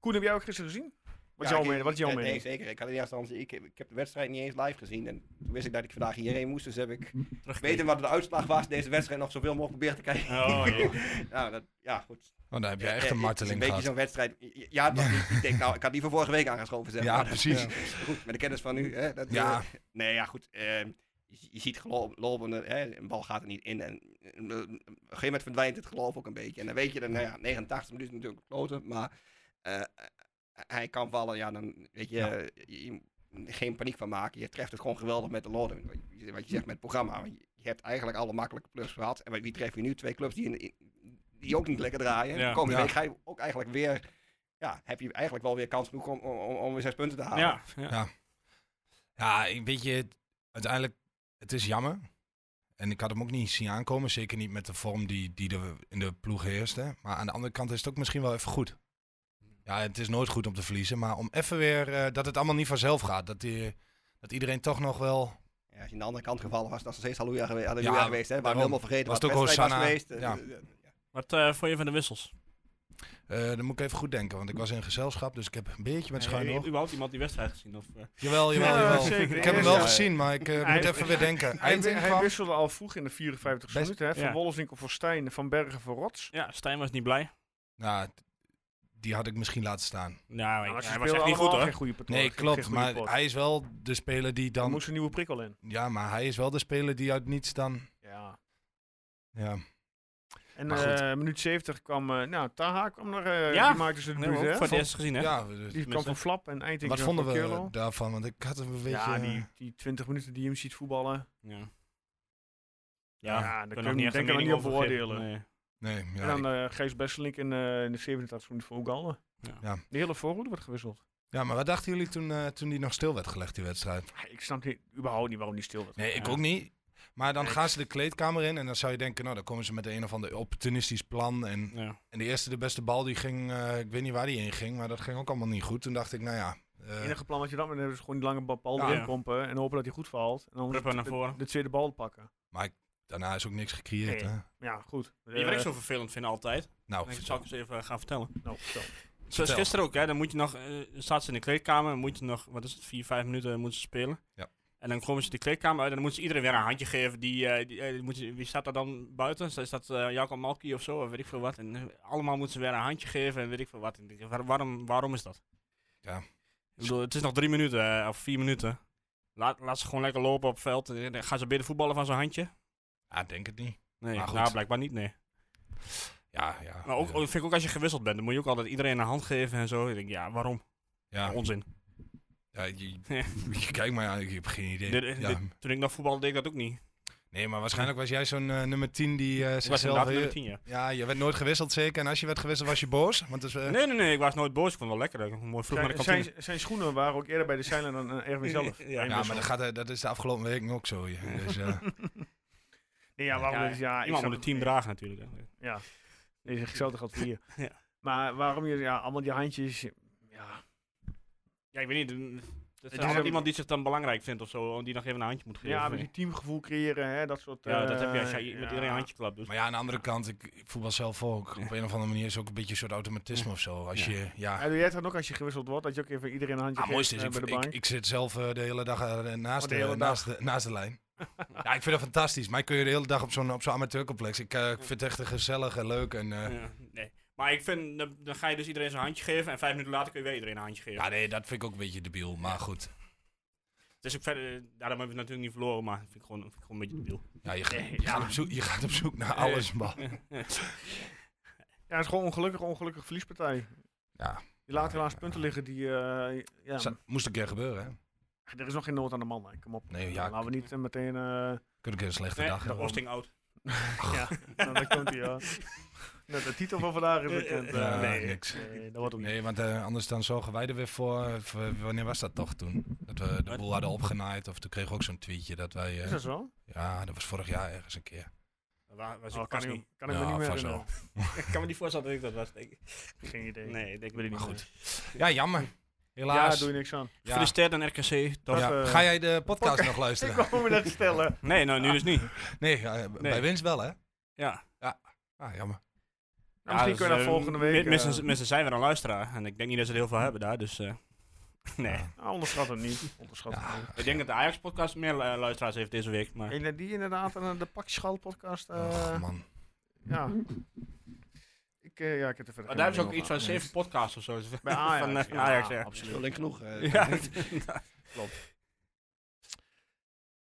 Speaker 1: Koen, heb jij ook gisteren gezien? Wat is
Speaker 5: Ja,
Speaker 1: jouw
Speaker 5: ik-
Speaker 1: mening? Wat is jouw
Speaker 5: eh,
Speaker 1: mening?
Speaker 5: Nee, zeker. Ik, had in eerste instantie, ik, heb- ik heb de wedstrijd niet eens live gezien. En toen wist ik dat ik vandaag hierheen moest. Dus heb ik
Speaker 3: Terugkijken.
Speaker 5: weten wat de uitslag was. Deze wedstrijd nog zoveel mogelijk proberen te kijken.
Speaker 3: Oh, ja.
Speaker 5: nou, dat, ja, goed.
Speaker 4: Oh, dan heb je
Speaker 5: Eh,
Speaker 4: echt een
Speaker 5: eh,
Speaker 4: marteling
Speaker 5: Het is een beetje
Speaker 4: gehad.
Speaker 5: zo'n wedstrijd. Ja, het was niet- ik denk nou, ik had die van vorige week aangeschoven. Zeg
Speaker 4: Ja,
Speaker 5: maar.
Speaker 4: precies.
Speaker 5: Ja. Goed, met de kennis van nu. Hè, dat,
Speaker 4: Ja.
Speaker 5: eh, nee, ja, goed. ehm, je, je ziet gelo- geloven, hè, een bal gaat er niet in. En, eh, op een gegeven moment verdwijnt het geloof ook een beetje. En dan weet je, dan, nou ja, 89 minuten is natuurlijk kloten. Maar eh, hij kan vallen, ja, dan weet je,
Speaker 4: Ja.
Speaker 5: je- je- geen paniek van maken. Je treft het gewoon geweldig met de loading. Wat je- Wat je zegt met het programma. Want Je je hebt eigenlijk alle makkelijke clubs gehad. En wie tref je nu? Twee clubs die, in, in- die ook niet lekker draaien.
Speaker 3: Ja.
Speaker 5: De komende
Speaker 4: Ja.
Speaker 5: week ga je ook eigenlijk weer... Ja, heb je eigenlijk wel weer kans genoeg om, om, om- om weer zes punten te halen.
Speaker 3: Ja, ja.
Speaker 4: Ja, ik- weet je, uiteindelijk, het is jammer. En ik had hem ook niet zien aankomen, zeker niet met de vorm die, die er in de ploeg heerste. Maar aan de andere kant is het ook misschien wel even goed. Ja, het is nooit goed om te verliezen. Maar om even weer eh, dat het allemaal niet vanzelf gaat. Dat, die, dat iedereen toch nog wel.
Speaker 5: Ja, als je aan de andere kant gevallen was, dat is nog steeds halleluja geweest. Halleluja
Speaker 4: Ja,
Speaker 5: geweest hè. We
Speaker 4: daarom.
Speaker 5: waren helemaal vergeten
Speaker 4: Was
Speaker 5: wat
Speaker 4: het ook
Speaker 5: wedstrijd was
Speaker 4: Hosanna?
Speaker 5: geweest. Ja.
Speaker 3: Wat eh vond je van de wissels?
Speaker 4: eh, dan moet ik even goed denken, want ik was in gezelschap, dus ik heb een beetje
Speaker 3: Heb
Speaker 4: met schuin
Speaker 3: je
Speaker 4: oog.
Speaker 3: überhaupt iemand die wedstrijd gezien? Of, eh?
Speaker 4: Jawel, jawel,
Speaker 1: Ja,
Speaker 4: jawel.
Speaker 1: zeker.
Speaker 4: Ik heb hem wel
Speaker 5: Ja, ja.
Speaker 4: gezien, maar ik eh,
Speaker 1: Hij-
Speaker 4: moet even weer denken.
Speaker 1: Hij, wi-
Speaker 4: Eind
Speaker 1: hij
Speaker 4: kwam.
Speaker 1: wisselde al vroeg in de 54 e
Speaker 4: Best-
Speaker 1: minuut. Hè, van
Speaker 3: ja.
Speaker 1: Wolleswinkel voor Stijn, Van Bergen voor Rots.
Speaker 3: Ja, Stijn was niet blij.
Speaker 4: Nou, t- die had ik misschien laten staan.
Speaker 3: Nou,
Speaker 1: Maar ze
Speaker 3: hij was
Speaker 1: speelden
Speaker 3: echt niet goed
Speaker 1: allemaal
Speaker 3: hoor.
Speaker 1: geen goede partij.
Speaker 4: Nee,
Speaker 1: geen- geen
Speaker 4: klopt.
Speaker 1: goede
Speaker 4: Maar
Speaker 1: pot.
Speaker 4: hij is wel de speler die
Speaker 1: Er
Speaker 4: dan.
Speaker 1: moest een nieuwe prikkel in.
Speaker 4: Ja, maar hij is wel de speler die uit niets dan.
Speaker 1: Ja.
Speaker 4: Ja.
Speaker 1: En
Speaker 4: Maar goed.
Speaker 1: eh, minuut 70 kwam, eh, nou, Taha kwam er, eh,
Speaker 3: Ja.
Speaker 1: die maakte zijn
Speaker 3: Nee,
Speaker 1: debuut,
Speaker 3: ook
Speaker 1: hè?
Speaker 3: voor het eerst gezien hè?
Speaker 4: ja we-
Speaker 1: Die kwam
Speaker 3: Tenminste.
Speaker 1: van Flap en Eindink
Speaker 4: wat
Speaker 1: eh,
Speaker 4: vonden
Speaker 1: van
Speaker 4: we
Speaker 1: Keurlo.
Speaker 4: daarvan? Want ik had hem een beetje.
Speaker 1: Ja,
Speaker 4: eh,
Speaker 1: die, die 20 minuten die je hem ziet voetballen.
Speaker 3: Ja,
Speaker 1: Ja, daar
Speaker 3: ik
Speaker 1: kun
Speaker 3: nog
Speaker 1: je-
Speaker 3: echt
Speaker 1: daar
Speaker 3: een
Speaker 1: kan
Speaker 3: mening
Speaker 1: je niet op
Speaker 3: over geven.
Speaker 1: beoordelen.
Speaker 3: Nee.
Speaker 4: Nee, ja,
Speaker 1: en dan eh Gijs Besselink in, eh, in de 87 minuut voor Oegalde.
Speaker 3: Ja.
Speaker 4: Ja.
Speaker 1: De hele voorhoede wordt gewisseld.
Speaker 4: Ja, maar wat dachten jullie toen, eh, toen die nog stil werd gelegd, die wedstrijd?
Speaker 1: Ah, Ik snap niet, überhaupt niet waarom die stil werd.
Speaker 4: Nee, ik
Speaker 3: Ja.
Speaker 4: ook niet. Maar dan
Speaker 1: Nee.
Speaker 4: gaan ze de kleedkamer in en dan zou je denken, nou, dan komen ze met een of ander opportunistisch plan. En,
Speaker 3: Ja.
Speaker 4: en de eerste, de beste bal, die ging, eh, ik weet niet waar die heen ging, maar dat ging ook allemaal niet goed. Toen dacht ik, nou ja, eh,
Speaker 1: Het enige plan wat je dan moet hebben is gewoon die lange ba- bal
Speaker 4: Ja.
Speaker 1: erin pompen en hopen dat hij goed valt. En dan
Speaker 3: Prepper
Speaker 1: de-
Speaker 3: naar voren.
Speaker 1: de tweede bal pakken.
Speaker 4: daarna is ook niks gecreëerd.
Speaker 1: Nee.
Speaker 4: Hè?
Speaker 1: Maar Ja, goed.
Speaker 3: Die
Speaker 1: Eh,
Speaker 3: werkt zo vervelend vinden altijd.
Speaker 1: Oh,
Speaker 4: Nou,
Speaker 3: Ik zal ik eens even eh, gaan vertellen.
Speaker 1: nou, vertel.
Speaker 3: Zoals
Speaker 4: Vertel.
Speaker 3: gisteren ook, hè, dan moet je nog, eh, staat ze in de kleedkamer, moet je nog, wat is het, vier, vijf minuten moeten ze spelen.
Speaker 4: Ja.
Speaker 3: En dan komen ze de kleedkamer uit en dan moeten ze iedereen weer een handje geven. Die, eh, die, eh, die moet, wie staat daar dan buiten? Is dat eh Jacob Malki of zo, of weet ik veel wat. En eh, allemaal moeten ze weer een handje geven en weet ik veel wat. En ik denk, waar- waarom, waarom is dat?
Speaker 4: Ja.
Speaker 3: Ik bedoel, het is nog drie minuten eh, of vier minuten. Laat, laat ze gewoon lekker lopen op het veld. En dan gaan ze binnen voetballen van zo'n handje?
Speaker 4: ja, ik ah, denk het niet.
Speaker 3: Nee,
Speaker 4: Maar goed.
Speaker 3: nou, blijkbaar niet, nee.
Speaker 4: Ja, ja.
Speaker 3: Maar ook,
Speaker 4: ja.
Speaker 3: vind ik ook als je gewisseld bent, dan moet je ook altijd iedereen een hand geven en zo. Ik denk, ja, waarom?
Speaker 4: ja,
Speaker 3: Onzin.
Speaker 4: ja, je, je kijkt maar aan, ik heb geen idee.
Speaker 3: Dit-
Speaker 4: ja.
Speaker 3: dit- toen ik nog voetbalde, deed ik dat ook niet.
Speaker 4: Nee, maar waarschijnlijk was jij zo'n eh, nummer 10 die eh
Speaker 3: Ik was
Speaker 4: zichzelf...
Speaker 3: inderdaad nummer 10, ja.
Speaker 4: Ja, je werd nooit gewisseld zeker. En als je werd gewisseld was je boos. Want dus, eh,
Speaker 3: Nee, nee, nee, ik was nooit boos. Ik vond het wel lekker. Ik mooi vroeg naar de
Speaker 1: Zijn,
Speaker 3: kantine.
Speaker 1: zijn, zijn schoenen waren ook eerder bij de zeilen dan eh, Erwin zelf.
Speaker 3: Ja,
Speaker 1: Erwin
Speaker 4: Ja, maar
Speaker 1: zelf.
Speaker 4: dat, gaat, eh, dat is de afgelopen weken ook zo. ja. Dus, eh,
Speaker 1: Nee, ja, waarom
Speaker 3: Ja,
Speaker 1: is, ja, ik
Speaker 3: Iemand
Speaker 1: snap het
Speaker 3: moet het team dragen natuurlijk. hè.
Speaker 1: Ja, deze gezellig gaat vier.
Speaker 3: Ja.
Speaker 1: Maar waarom je ja, allemaal die handjes... Ja,
Speaker 3: Ja, ik weet niet. een- Dat
Speaker 1: is
Speaker 3: is altijd
Speaker 1: een-
Speaker 3: iemand die zich dan belangrijk vindt of zo. Die nog even een handje moet geven.
Speaker 1: ja maar die teamgevoel creëren, hè, dat soort...
Speaker 3: Ja, dat
Speaker 1: eh,
Speaker 3: heb je als je met iedereen een
Speaker 1: ja.
Speaker 3: handje klapt. Dus.
Speaker 4: maar ja, aan de andere kant, ik, ik voetbal zelf ook. Op een of andere manier is ook een beetje een soort automatisme of zo. Als
Speaker 3: Ja.
Speaker 4: je, ja.
Speaker 1: En doe jij het dan ook als je gewisseld wordt, dat je ook even iedereen een handje
Speaker 4: Ah, mooiste
Speaker 1: geeft
Speaker 4: is,
Speaker 1: eh,
Speaker 4: ik,
Speaker 1: bij de
Speaker 4: ik,
Speaker 1: bank?
Speaker 4: ik zit zelf eh, de hele dag eh, naast,
Speaker 1: Oh, de
Speaker 4: de,
Speaker 1: hele
Speaker 4: naast, de, naast de lijn. ja, ik vind dat fantastisch. Mij kun je de hele dag op zo'n op zo'n amateurcomplex. Ik, eh, ik vind het echt gezellig en leuk. En, eh,
Speaker 3: Ja, nee. Maar ik vind, dan, dan ga je dus iedereen zijn handje geven. En vijf minuten later kun je weer iedereen een handje geven.
Speaker 4: ja, nee, dat vind ik ook een beetje debiel. Maar goed,
Speaker 3: Dus ik verder, daarom hebben we het natuurlijk niet verloren. Maar vind ik gewoon, vind ik gewoon een beetje debiel.
Speaker 4: ja, Nou, je, ga-
Speaker 1: Nee,
Speaker 4: je,
Speaker 1: ja.
Speaker 4: Gaat op zoek, je gaat op zoek naar alles. man.
Speaker 1: Ja, het is gewoon ongelukkig, ongelukkig verliespartij.
Speaker 4: Ja.
Speaker 1: Je laat helaas punten liggen die... eh, ja,
Speaker 4: Zo- Moest een keer gebeuren, hè?
Speaker 1: er is nog geen nood aan de man, hè, kom op.
Speaker 4: Nee, ja,
Speaker 1: Laten we niet eh, meteen... eh,
Speaker 4: Kun ik een slechte
Speaker 3: Nee,
Speaker 4: dag
Speaker 3: de
Speaker 4: hebben.
Speaker 3: Oosting oud.
Speaker 1: ja, nou, dat komt hij, ja. Net de titel van vandaag is bekend.
Speaker 4: Ja,
Speaker 1: eh,
Speaker 4: nee.
Speaker 1: nee, nee, dat wordt ook niet.
Speaker 4: Nee, want eh, anders dan zorgen wij er weer voor. eh, v- wanneer was dat toch toen? Dat we de
Speaker 3: Wat?
Speaker 4: boel hadden opgenaaid. Of toen kregen we ook zo'n tweetje dat wij... eh,
Speaker 1: Is dat zo?
Speaker 4: ja, dat was vorig jaar ergens een keer.
Speaker 3: Waar, waar zit
Speaker 1: Oh,
Speaker 3: ik pas
Speaker 1: kan ik,
Speaker 3: niet.
Speaker 1: me- kan ik
Speaker 4: Ja,
Speaker 1: me niet meer
Speaker 4: vast wel.
Speaker 1: herinneren.
Speaker 3: Ik kan me niet voorstellen dat ik dat was. denk ik.
Speaker 1: Geen idee.
Speaker 3: Nee, ik denk ik weet het niet.
Speaker 4: Maar
Speaker 3: meer.
Speaker 4: goed. Ja, jammer.
Speaker 1: Ja,
Speaker 4: Helaas.
Speaker 1: daar doe je niks aan.
Speaker 4: Ja.
Speaker 3: Gefeliciteerd aan RKC. Toch?
Speaker 4: Ja.
Speaker 1: eh,
Speaker 4: Ga jij de podcast nog
Speaker 1: Ik
Speaker 4: luisteren?
Speaker 1: wou me dat stellen.
Speaker 3: Nee, nou nu dus niet.
Speaker 4: Nee, eh, b- bij winst wel, hè?
Speaker 3: Ja.
Speaker 4: Ah, jammer.
Speaker 1: Nou, misschien kunnen we
Speaker 3: dus,
Speaker 1: dat
Speaker 3: eh,
Speaker 1: volgende week...
Speaker 3: mi- Mensen, mensen zijn weer een luisteraar. En ik denk niet dat ze er heel veel hebben daar. Dus eh, nee.
Speaker 4: Ja.
Speaker 1: eh, ah, onderschat hem niet. Onderschat
Speaker 4: Ja.
Speaker 1: hem niet.
Speaker 3: Ik denk dat de Ajax-podcast meer eh, luisteraars heeft deze week. Maar
Speaker 1: En eh, die inderdaad aan de Pakschaal podcast. eh,
Speaker 4: Och, man.
Speaker 1: ja. Ik, eh, ja, ik heb er verder
Speaker 3: Maar
Speaker 1: geen
Speaker 3: daar hebben ze ook
Speaker 1: mening
Speaker 3: iets van
Speaker 1: over.
Speaker 3: zeven podcasts of zo. Van,
Speaker 1: Bij Ajax.
Speaker 3: eh,
Speaker 1: ja,
Speaker 3: Ajax, ja.
Speaker 1: absoluut.
Speaker 5: Link genoeg. eh.
Speaker 3: Ja.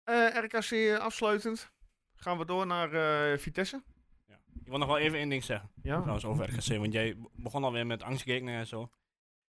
Speaker 1: Eh, RKC afsluitend. Gaan we door naar eh, Vitesse.
Speaker 3: Ik wil nog wel even één ding zeggen.
Speaker 1: Ja.
Speaker 3: Trouwens, over RKC. Want jij be- begon alweer met angstgekenen en zo.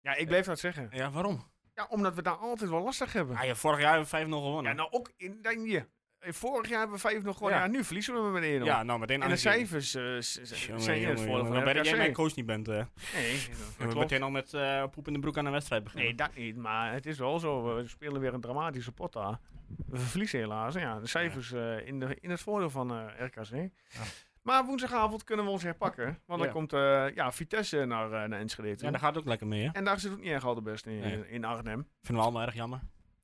Speaker 1: ja, ik bleef dat zeggen.
Speaker 3: Ja, waarom?
Speaker 1: Ja, omdat we daar altijd wel lastig hebben.
Speaker 3: Ah, ja, vorig jaar hebben we 5-0
Speaker 1: Ja,
Speaker 3: gewonnen.
Speaker 1: nou ook in Danje. Vorig jaar hebben we 5 nog gewonnen.
Speaker 3: Ja.
Speaker 1: Ja. nu verliezen we met 1
Speaker 3: Ja, nou meteen
Speaker 1: En de
Speaker 3: angstgekeken.
Speaker 1: cijfers eh, s- s-
Speaker 3: Jongen,
Speaker 1: zijn in het
Speaker 3: jongen,
Speaker 1: voordeel
Speaker 3: jongen.
Speaker 1: van
Speaker 3: Dan ben dat jij mijn
Speaker 1: RKC.
Speaker 3: coach niet bent. eh. We
Speaker 1: Nee, dat
Speaker 3: hebben
Speaker 1: klopt.
Speaker 3: meteen al met eh, poep in de broek aan de wedstrijd beginnen.
Speaker 1: Nee, dat niet. Maar het is wel zo. We spelen weer een dramatische pot daar. We verliezen helaas. Ja, de cijfers eh, in, de, in het voordeel van eh, RKC. Maar woensdagavond kunnen we ons herpakken. Want dan
Speaker 3: Ja.
Speaker 1: komt eh, ja, Vitesse naar, eh, naar Enschede toe.
Speaker 3: Ja, daar gaat het ook lekker mee, hè?
Speaker 1: En daar zit het niet erg al de best in,
Speaker 3: Nee.
Speaker 1: in Arnhem.
Speaker 3: Vinden we allemaal erg jammer.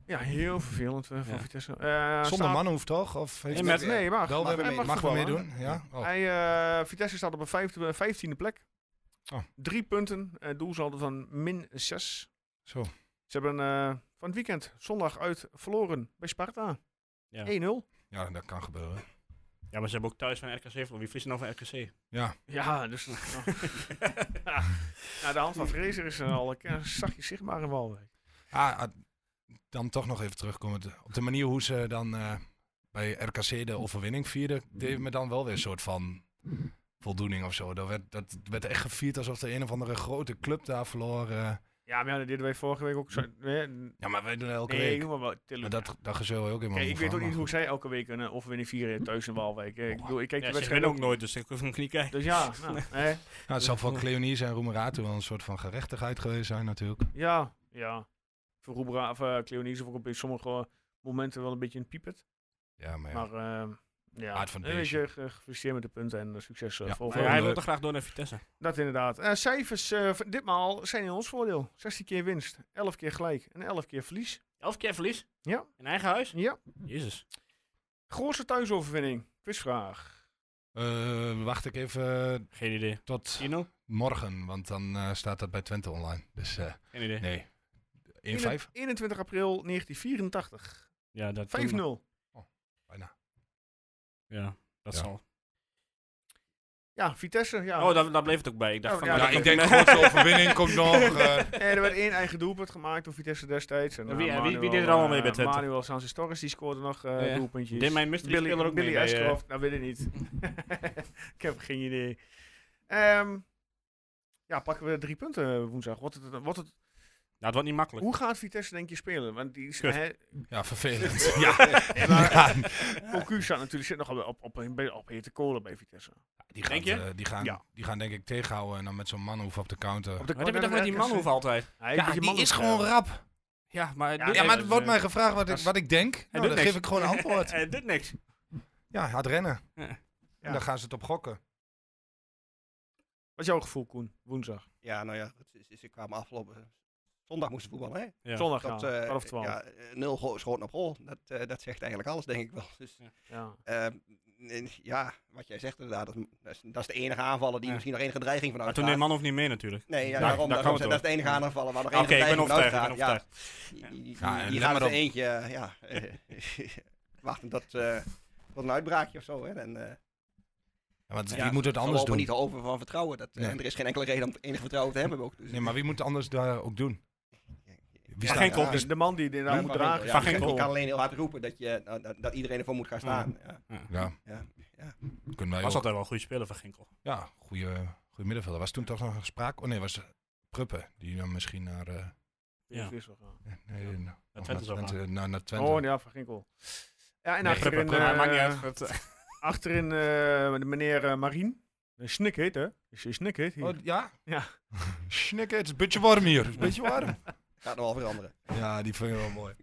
Speaker 1: Ja, heel vervelend eh, voor
Speaker 3: Ja.
Speaker 1: Vitesse. Eh,
Speaker 4: Zonder
Speaker 1: staat-
Speaker 4: mannen hoeft toch? Of heeft
Speaker 3: Nee,
Speaker 4: het-
Speaker 3: met-
Speaker 1: Nee, mag.
Speaker 4: wel
Speaker 5: mag
Speaker 4: weer
Speaker 5: weer
Speaker 4: mee.
Speaker 5: mee.
Speaker 4: Mag weer
Speaker 1: voetballen,
Speaker 4: meedoen? Ja. Oh.
Speaker 1: Hij, eh, Vitesse staat op een vijfde, eh, vijftiende plek.
Speaker 4: Oh.
Speaker 1: Drie punten. eh doelsaldo van min zes.
Speaker 4: Zo.
Speaker 1: Ze hebben eh, van het weekend zondag uit verloren bij Sparta.
Speaker 3: Ja.
Speaker 1: 1-0.
Speaker 4: Oh, ja, dat kan gebeuren.
Speaker 3: Ja, maar ze hebben ook thuis van RKC verloren. Wie verliezen nou van RKC?
Speaker 4: Ja,
Speaker 1: Ja, dus... nou, de hand van Fraser is er al een keer zachtjes zichtbaar in Walwijk.
Speaker 4: Ah, ah, dan toch nog even terugkomen te- op de manier hoe ze dan eh, bij RKC de overwinning vierden, deed me dan wel weer een soort van voldoening of zo. Dat werd, dat werd echt gevierd alsof de een of andere grote club daar verloor. eh.
Speaker 1: Ja, maar ja, dat deden wij vorige week ook. Zo, nee,
Speaker 4: Ja, maar wij doen dat Mm. elke
Speaker 1: nee,
Speaker 4: week.
Speaker 1: maar wel. Tilly.
Speaker 4: Maar dat, dat gezeur wil je ook helemaal
Speaker 1: Kijk, ik weet
Speaker 4: van, Oh.
Speaker 1: ook niet
Speaker 4: maar
Speaker 1: hoe zij elke week een eh, overwinning vieren thuis in Walwijk. Eh, Ik bedoel, ik kijk
Speaker 3: Ja,
Speaker 1: de
Speaker 3: ze
Speaker 1: wedstrijd
Speaker 3: winnen ook nooit, dus ik hoef hem niet kijken.
Speaker 1: Dus ja, nou, hè.
Speaker 4: goed. Nou, het zal voor Cleonice en Roemerato wel een soort van gerechtigheid geweest zijn natuurlijk.
Speaker 1: Ja, ja. Voor Roebra of eh Cleonise vond ik op sommige momenten wel een beetje een piepert.
Speaker 4: Ja, maar ja.
Speaker 1: Maar ehm ja,
Speaker 4: Aard van het
Speaker 1: een
Speaker 4: beestje.
Speaker 1: beetje ge- gefeliciteerd met de punten en eh, succes eh,
Speaker 4: Ja.
Speaker 1: voor
Speaker 3: Maar hij
Speaker 1: volgende
Speaker 3: wil
Speaker 1: week.
Speaker 3: toch graag door naar Vitesse.
Speaker 1: Dat inderdaad. Eh, cijfers eh, van ditmaal zijn in ons voordeel. 16 keer winst, 11 keer gelijk en 11 keer verlies.
Speaker 3: Elf keer verlies?
Speaker 1: Ja.
Speaker 3: In eigen huis?
Speaker 1: Ja.
Speaker 3: Jezus.
Speaker 1: Grootste thuisoverwinning. Quizvraag.
Speaker 4: Eh, wacht ik even eh,
Speaker 3: Geen idee.
Speaker 4: tot
Speaker 3: Tino?
Speaker 4: morgen, want dan eh, staat dat bij Twente online. Dus eh,
Speaker 3: Geen idee.
Speaker 4: nee, 1-5.
Speaker 1: 21 april 1984.
Speaker 3: Ja, dat
Speaker 1: 5-0.
Speaker 3: Ja, dat
Speaker 4: Ja.
Speaker 3: zal.
Speaker 1: Ja, Vitesse. Ja.
Speaker 3: Oh, daar, daar bleef het ook bij. Ik dacht
Speaker 1: Oh,
Speaker 3: van...
Speaker 1: ja,
Speaker 4: Ja,
Speaker 1: dat
Speaker 4: ik
Speaker 1: ook.
Speaker 4: denk grootste overwinning komt nog. eh,
Speaker 1: Eh, er werd één eigen doelpunt gemaakt door Vitesse destijds. En,
Speaker 3: Wie-
Speaker 1: eh,
Speaker 3: wie- wie
Speaker 1: Manuel,
Speaker 3: deed er allemaal mee
Speaker 1: eh,
Speaker 3: bij Twente?
Speaker 1: Manuel Sanchez Torres die scoorde nog eh
Speaker 3: Ja, ja.
Speaker 1: doelpuntjes.
Speaker 3: Deed mijn mystery
Speaker 1: Billy,
Speaker 3: speler ook
Speaker 1: Billy
Speaker 3: mee bij, eh,
Speaker 1: Ashcroft, nou weet ik niet. ik heb geen idee. Ehm, ja, pakken we drie punten eh, woensdag. Wat het, wat het,
Speaker 3: Nou, het wordt niet makkelijk.
Speaker 1: hoe gaat Vitesse denk je spelen? Want die is,
Speaker 3: Kut.
Speaker 1: hè,
Speaker 4: ja, vervelend. ja.
Speaker 1: Cocu staat natuurlijk zit nog op, op, op, een be- op hete kolen bij Vitesse.
Speaker 4: Die, gaan,
Speaker 3: Denk je?
Speaker 4: eh, die, gaan,
Speaker 1: Ja.
Speaker 4: die gaan denk ik tegenhouden en dan met zo'n manhoef op de counter.
Speaker 1: Op de
Speaker 3: Wat heb je toch met die manhoef altijd?
Speaker 1: Hij heeft een beetje manhoef, eh,
Speaker 4: rap.
Speaker 3: Ja, maar...
Speaker 1: Ja,
Speaker 3: dit-
Speaker 4: Ja, maar
Speaker 3: eh,
Speaker 4: het wordt mij gevraagd wat ik,
Speaker 3: dat is-
Speaker 4: wat ik denk. Nou,
Speaker 3: doet
Speaker 4: dan
Speaker 3: niks.
Speaker 4: geef ik gewoon een antwoord.
Speaker 3: Hij doet Eh, niks.
Speaker 4: Ja, hard rennen.
Speaker 3: Ja.
Speaker 4: En dan gaan ze het op gokken.
Speaker 1: Wat is jouw gevoel, Koen? Woensdag.
Speaker 5: Ja, nou ja, het is, ze kwamen afgelopen eh, zondag moesten voetballen, hè?
Speaker 3: Ja.
Speaker 1: Zondag gaan.
Speaker 5: eh,
Speaker 1: 12 12.
Speaker 5: Ja, eh, nul go- schoten op goal. Dat, eh, dat zegt eigenlijk alles, denk ik wel. Dus,
Speaker 3: Ja.
Speaker 1: Ja.
Speaker 5: ehm, nee, ja, wat jij zegt inderdaad, dat, dat is, dat is de enige aanvallen die
Speaker 3: Ja.
Speaker 5: misschien nog enige dreiging vanuit
Speaker 3: Maar toen deed Manhoef niet mee natuurlijk.
Speaker 5: Nee, ja,
Speaker 3: Daar-
Speaker 5: daarom,
Speaker 3: daar kan
Speaker 5: daarom zijn-
Speaker 3: het
Speaker 5: dat is de enige aanvallen waar nog
Speaker 3: Oké,
Speaker 5: enige
Speaker 3: ik ben overtuigd.
Speaker 5: dreiging
Speaker 3: Ik
Speaker 5: vanuit
Speaker 3: ben
Speaker 5: gaat.
Speaker 3: overtuigd.
Speaker 5: Ja, die, die,
Speaker 4: Ja, en
Speaker 5: die
Speaker 4: let
Speaker 5: gaat
Speaker 4: maar
Speaker 5: er
Speaker 4: op.
Speaker 5: eentje, eh, ja, eh, wachten tot, eh, tot een uitbraakje of zo, hè? En, eh,
Speaker 4: Ja, want
Speaker 5: Ja,
Speaker 4: wie moet het
Speaker 5: we
Speaker 4: anders
Speaker 5: lopen
Speaker 4: doen?
Speaker 5: niet over van vertrouwen. Dat, eh,
Speaker 4: Nee.
Speaker 5: En er is geen enkele reden om enig vertrouwen te hebben ook. Dus,
Speaker 4: Nee, maar wie moet het anders daar ook doen? Wie staat-
Speaker 3: Geen kop.
Speaker 1: Dus de man die dit nou moet dragen.
Speaker 5: Ja,
Speaker 3: Van
Speaker 5: je
Speaker 3: Ginkel.
Speaker 5: kan alleen heel hard roepen dat, je, nou, dat, dat iedereen ervoor moet gaan staan. Ja.
Speaker 4: Ja,
Speaker 5: Ja. Ja.
Speaker 4: kunnen wij
Speaker 3: Was
Speaker 4: ook.
Speaker 3: altijd wel een goede speler van Ginkel.
Speaker 4: Ja, goede middenvelder. Was toen toch nog sprake? Oh nee, was Pruppen. Die dan misschien naar... eh,
Speaker 1: Ja.
Speaker 3: Ja.
Speaker 4: nee, nog naar
Speaker 3: Twente zou
Speaker 4: Twente- naar- naar Twente.
Speaker 1: Oh, ja, van Ginkel. Ja, en
Speaker 3: Nee,
Speaker 1: achterin,
Speaker 3: Prupper, Prupper,
Speaker 1: eh,
Speaker 3: maakt niet uit. Het, eh,
Speaker 1: achterin eh, de meneer eh, Marien. Eh, Snik heet, hè? Is hij Snik heet hier?
Speaker 4: Oh, ja?
Speaker 1: Ja.
Speaker 4: Snikken, het is een beetje warm hier. Het is een beetje warm.
Speaker 5: Gaat nog wel veranderen.
Speaker 4: Ja, die vind ik wel mooi.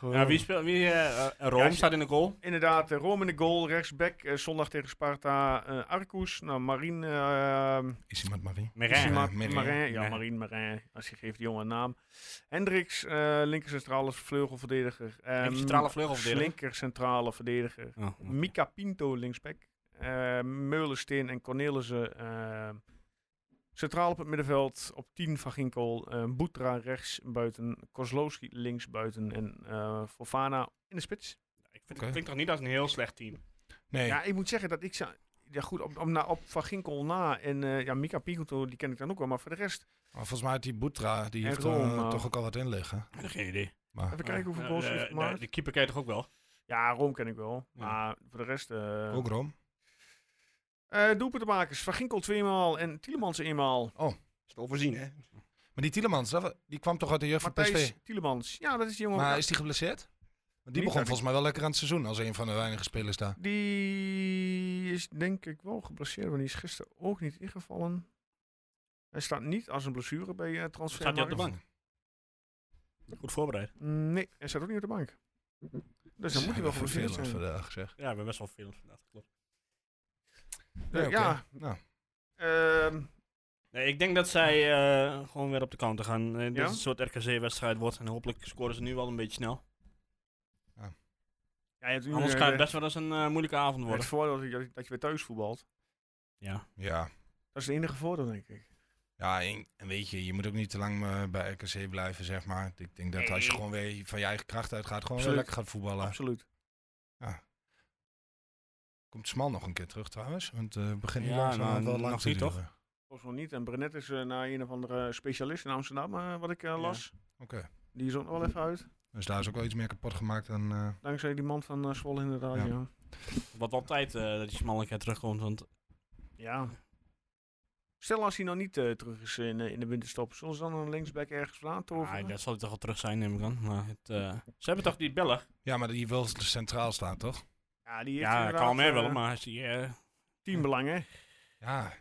Speaker 3: nou, wie speelt... Wie, eh, eh, Rome
Speaker 1: Ja,
Speaker 3: staat in de goal.
Speaker 1: Inderdaad, eh, Rome in de goal, rechtsback, eh, zondag tegen Sparta, eh Arcus. Nou, Marien, eh,
Speaker 4: Is iemand Marie?
Speaker 3: Merijn.
Speaker 1: Sima-
Speaker 4: Eh, Marien.
Speaker 1: Marijn, ja,
Speaker 3: Nee.
Speaker 1: Marien, Marijn, als je geeft die jongen een naam. Hendricks, eh, linker centrale vleugelverdediger. Eh,
Speaker 3: Linker centrale vleugelverdediger.
Speaker 1: Linker centrale verdediger.
Speaker 3: Oh, oké.
Speaker 1: Mika Pinto linksback. Eh, Meulensteen en Cornelissen eh, centraal op het middenveld. Op 10 van Ginkel. eh, Boetra rechts buiten. Kozlowski links buiten. En eh Fofana in de spits.
Speaker 3: Ik vind
Speaker 4: Oké.
Speaker 3: het klinkt toch niet als een heel slecht team.
Speaker 4: Nee.
Speaker 1: Ja, ik moet zeggen dat ik... zou- Ja goed, op, op, na, op Van Ginkel na en eh, ja, Mika Pinto, die ken ik dan ook wel. Maar voor de rest,
Speaker 4: Maar volgens mij had die Boetra, die
Speaker 1: En
Speaker 4: heeft
Speaker 1: Rome,
Speaker 4: eh,
Speaker 1: maar-
Speaker 4: toch ook al wat in liggen.
Speaker 3: Geen idee.
Speaker 4: Maar,
Speaker 1: even kijken hoeveel goals hij heeft gemaakt.
Speaker 3: Eh, De keeper ken je toch ook wel?
Speaker 1: Ja, Rome ken ik wel.
Speaker 3: Ja.
Speaker 1: Maar voor de rest... eh
Speaker 4: ook Rom.
Speaker 1: eh doelpuntenmakers, Van Ginkel tweemaal en Tielemans eenmaal.
Speaker 5: Is het overzien, hè?
Speaker 4: Maar die Tielemans, dat, wa- die kwam toch uit de jeugd van PSV?
Speaker 1: Matthijs Tielemans. Ja, dat is die jongen.
Speaker 4: Maar is die geblesseerd? Want die
Speaker 1: Niet,
Speaker 4: begon
Speaker 1: heb
Speaker 4: volgens mij wel lekker aan het seizoen als een van de weinige spelers daar.
Speaker 1: Die is denk ik wel geblesseerd, want die is gisteren ook niet ingevallen. Hij staat niet als een blessure bij eh transfer.
Speaker 3: Staat hij op de bank? Goed voorbereid.
Speaker 1: Nee, hij staat ook niet op de bank. Dus dan moet hij wel geblesseerd
Speaker 4: vervelend
Speaker 1: zijn.
Speaker 4: vandaag, zeg.
Speaker 3: Ja, we hebben best wel veel vandaag. Klopt.
Speaker 1: Eh,
Speaker 4: oké.
Speaker 1: Ja,
Speaker 4: Nou,
Speaker 1: ehm,
Speaker 3: Nee, ik denk dat zij eh, gewoon weer op de counter gaan. Eh, dat
Speaker 1: Ja?
Speaker 3: het een soort RKC-wedstrijd wordt. En hopelijk scoren ze nu wel een beetje snel.
Speaker 1: ja, je hebt nu,
Speaker 3: Anders
Speaker 1: eh,
Speaker 3: kan het best wel eens een eh, moeilijke avond
Speaker 1: het
Speaker 3: worden.
Speaker 1: voordeel dat je, dat je weer thuis voetbalt.
Speaker 3: Ja.
Speaker 4: ja.
Speaker 1: Dat is het enige voordeel, denk ik.
Speaker 4: Ja, en en weet je, je moet ook niet te lang eh, bij RKC blijven, zeg maar. Ik denk dat als je
Speaker 1: Nee.
Speaker 4: gewoon weer van je eigen kracht uitgaat, gewoon weer
Speaker 1: Absoluut.
Speaker 4: lekker gaat voetballen.
Speaker 1: Absoluut.
Speaker 4: Komt Smal nog een keer terug trouwens? Want eh, het begint nu
Speaker 3: Ja,
Speaker 4: langzaam
Speaker 3: nou,
Speaker 4: wel lang
Speaker 3: nog
Speaker 4: te
Speaker 3: niet, toch?
Speaker 4: duren.
Speaker 1: Volgens mij niet. En Brenet is eh, naar een of andere specialist in Amsterdam, eh, wat ik eh,
Speaker 3: Ja.
Speaker 1: las.
Speaker 4: Oké.
Speaker 1: Die is ook nog wel even uit.
Speaker 4: Dus daar is ook wel iets meer kapot gemaakt dan... eh,
Speaker 1: Dankzij die man van eh, Zwolle inderdaad,
Speaker 4: Ja.
Speaker 1: ja. Ja,
Speaker 3: Wat wel tijd eh, dat die smalle keer terugkomt. Want
Speaker 1: Stel als hij nou niet eh, terug is in, eh, in de winterstop, zullen ze dan een linksback ergens eh? vandaan toveren?
Speaker 3: ah, dat zal hij toch wel terug zijn, neem ik aan. Maar het, eh, ze hebben toch die Belg?
Speaker 4: Ja, maar die wil centraal staan, toch?
Speaker 1: Ja, die heeft
Speaker 3: Ja,
Speaker 1: inderdaad,
Speaker 3: kan meer
Speaker 1: eh,
Speaker 3: wel, maar hij is die, eh,
Speaker 1: Teambelang, hè?
Speaker 4: Ja.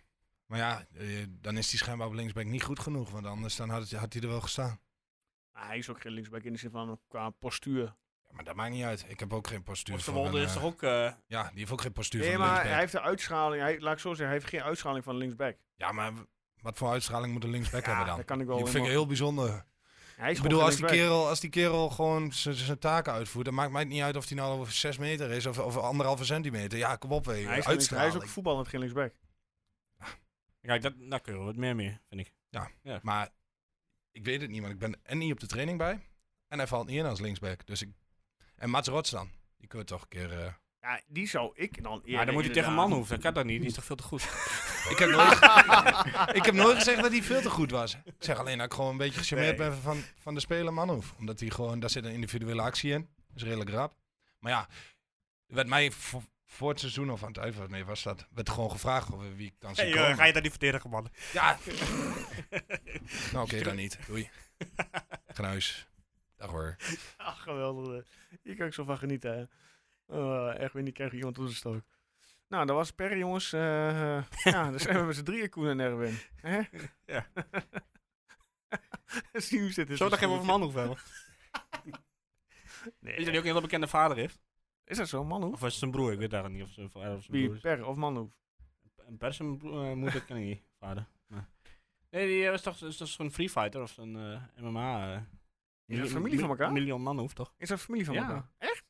Speaker 4: Maar ja, eh, dan is die schijnbaar op linksback niet goed genoeg. Want anders dan had, het- had hij er wel gestaan.
Speaker 1: Maar hij is ook geen linksback in de zin van eh, qua postuur.
Speaker 4: Ja, maar dat maakt niet uit. Ik heb ook geen postuur voor
Speaker 3: Oosterwolde
Speaker 4: een,
Speaker 3: is
Speaker 4: eh,
Speaker 3: toch ook... eh,
Speaker 4: Ja, die heeft ook geen postuur
Speaker 1: Nee,
Speaker 4: voor een
Speaker 1: maar hij
Speaker 4: linksback.
Speaker 1: heeft de uitstraling, hij, laat ik zo zeggen, hij heeft geen uitstraling van een linksback.
Speaker 4: Ja, maar w- wat voor uitstraling moet een linksback
Speaker 1: ja,
Speaker 4: hebben dan?
Speaker 1: dat kan ik wel.
Speaker 4: Die vind ik
Speaker 1: helemaal-
Speaker 4: heel bijzonder.
Speaker 1: hij is
Speaker 4: Ik
Speaker 1: gewoon
Speaker 4: bedoel,
Speaker 1: geen
Speaker 4: als die,
Speaker 1: linksback.
Speaker 4: kerel, als die kerel gewoon z- z- zijn taken uitvoert, dan maakt mij het niet uit of hij nou over 6 meter is of, of anderhalve centimeter. Ja, kom op, hé.
Speaker 1: Hij is, geen links- hij is
Speaker 4: Uitstraling.
Speaker 1: ook voetballend geen linksback.
Speaker 3: kijk, dat, daar kun je wel wat meer mee, vind ik.
Speaker 4: Maar ik weet het niet, want ik ben en niet op de training bij. En hij valt niet in als linksback. Dus ik... En Mats Rots dan. Die kunnen we toch een keer... eh,
Speaker 1: Ja, die zou ik dan eerder...
Speaker 3: Maar dan moet hij tegen een man
Speaker 1: inderdaad-
Speaker 3: hoeven. Dat kan dat niet. Die is toch veel te goed.
Speaker 4: Ik, heb nooit, ik heb nooit gezegd dat hij veel te goed was. Ik zeg alleen dat ik gewoon een beetje gecharmeerd
Speaker 1: Nee.
Speaker 4: ben van, van de speler Manhoef. Omdat hij gewoon... Daar zit een individuele actie in. Dat is redelijk rap. Maar ja, er werd mij vo- voor het seizoen of aan het eind... van- Nee, was dat? werd gewoon gevraagd of- wie ik dan zou
Speaker 1: eh,
Speaker 4: komen.
Speaker 3: ga je daar niet verdedigen, man?
Speaker 4: Ja. nou, oké, dan niet. Doei. Ga naar huis. Dag hoor.
Speaker 1: Ach, Ah, geweldig. hè. Hier kan ik zo van genieten. Hè. Oh, echt weer niet krijg ik iemand op de stook. Nou, dat was per jongens. Eh, eh, ja, dan zijn we met z'n drieën Koen en Erwin. Hè?
Speaker 3: Ja.
Speaker 1: Zien hoe zit het
Speaker 3: Zo, dan gaan
Speaker 1: verschilletje.
Speaker 3: we over man hoeven hebben. Weet je dat hij ook een heel bekende vader heeft?
Speaker 1: Is dat zo, Manhoef?
Speaker 3: Of was het zijn broer? Ik weet eigenlijk niet of, ze- of hij of zijn broer
Speaker 1: Wie,
Speaker 3: is.
Speaker 1: Per of Manhoef?
Speaker 3: Een persen moet dat ken ik niet, vader. Maar- Nee, die eh, was toch, is toch zo'n Free Fighter of zo'n eh, MMA. eh,
Speaker 1: Is dat
Speaker 3: mil-
Speaker 1: familie van
Speaker 3: mil-
Speaker 1: elkaar?
Speaker 3: Miljoen man hoeft toch?
Speaker 1: Is dat familie van
Speaker 3: Ja.
Speaker 1: elkaar? Echt?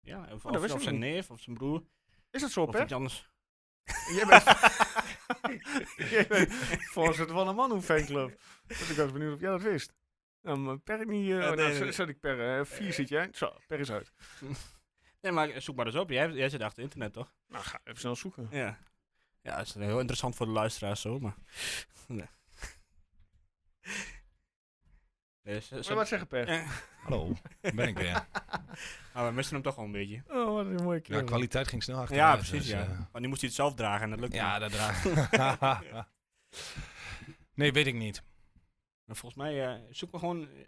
Speaker 3: Ja, of,
Speaker 1: Oh, dat
Speaker 3: of-
Speaker 1: wist
Speaker 3: of
Speaker 1: ik
Speaker 3: zijn
Speaker 1: niet.
Speaker 3: neef of zijn broer.
Speaker 1: Is dat zo,
Speaker 3: Of
Speaker 1: Per?
Speaker 3: iets anders.
Speaker 1: Jij bent... Jij bent voorzitter van een Manhoef fanclub. Dus ik was benieuwd of jij dat wist. Nou, maar per niet... eh,
Speaker 3: Ja,
Speaker 1: oh, nou,
Speaker 3: nee,
Speaker 1: zo-
Speaker 3: nee.
Speaker 1: zat ik per. eh, vier zit jij. Zo, per is uit.
Speaker 3: Nee, maar eh, zoek maar eens op. Jij, jij zit achter internet, toch?
Speaker 1: Nou, ga even snel zoeken.
Speaker 3: Ja. Ja, dat is heel interessant voor de luisteraars zo, maar... Nee. Nee, ze-
Speaker 1: Wil je
Speaker 3: ze-
Speaker 1: wat zeggen, Per?
Speaker 3: Eh,
Speaker 4: Hallo, daar ben ik weer.
Speaker 3: maar Nou, we misten hem toch wel een beetje.
Speaker 1: Oh, wat een mooie
Speaker 4: Ja,
Speaker 1: kerel.
Speaker 4: kwaliteit ging snel achteruit.
Speaker 3: Ja, precies,
Speaker 4: dus,
Speaker 3: ja.
Speaker 4: eh,
Speaker 3: Maar nu moest hij het zelf dragen en dat lukt
Speaker 4: ja,
Speaker 3: niet.
Speaker 4: dat draait. nee, weet ik niet.
Speaker 3: Maar volgens mij eh, zoek maar gewoon... eh,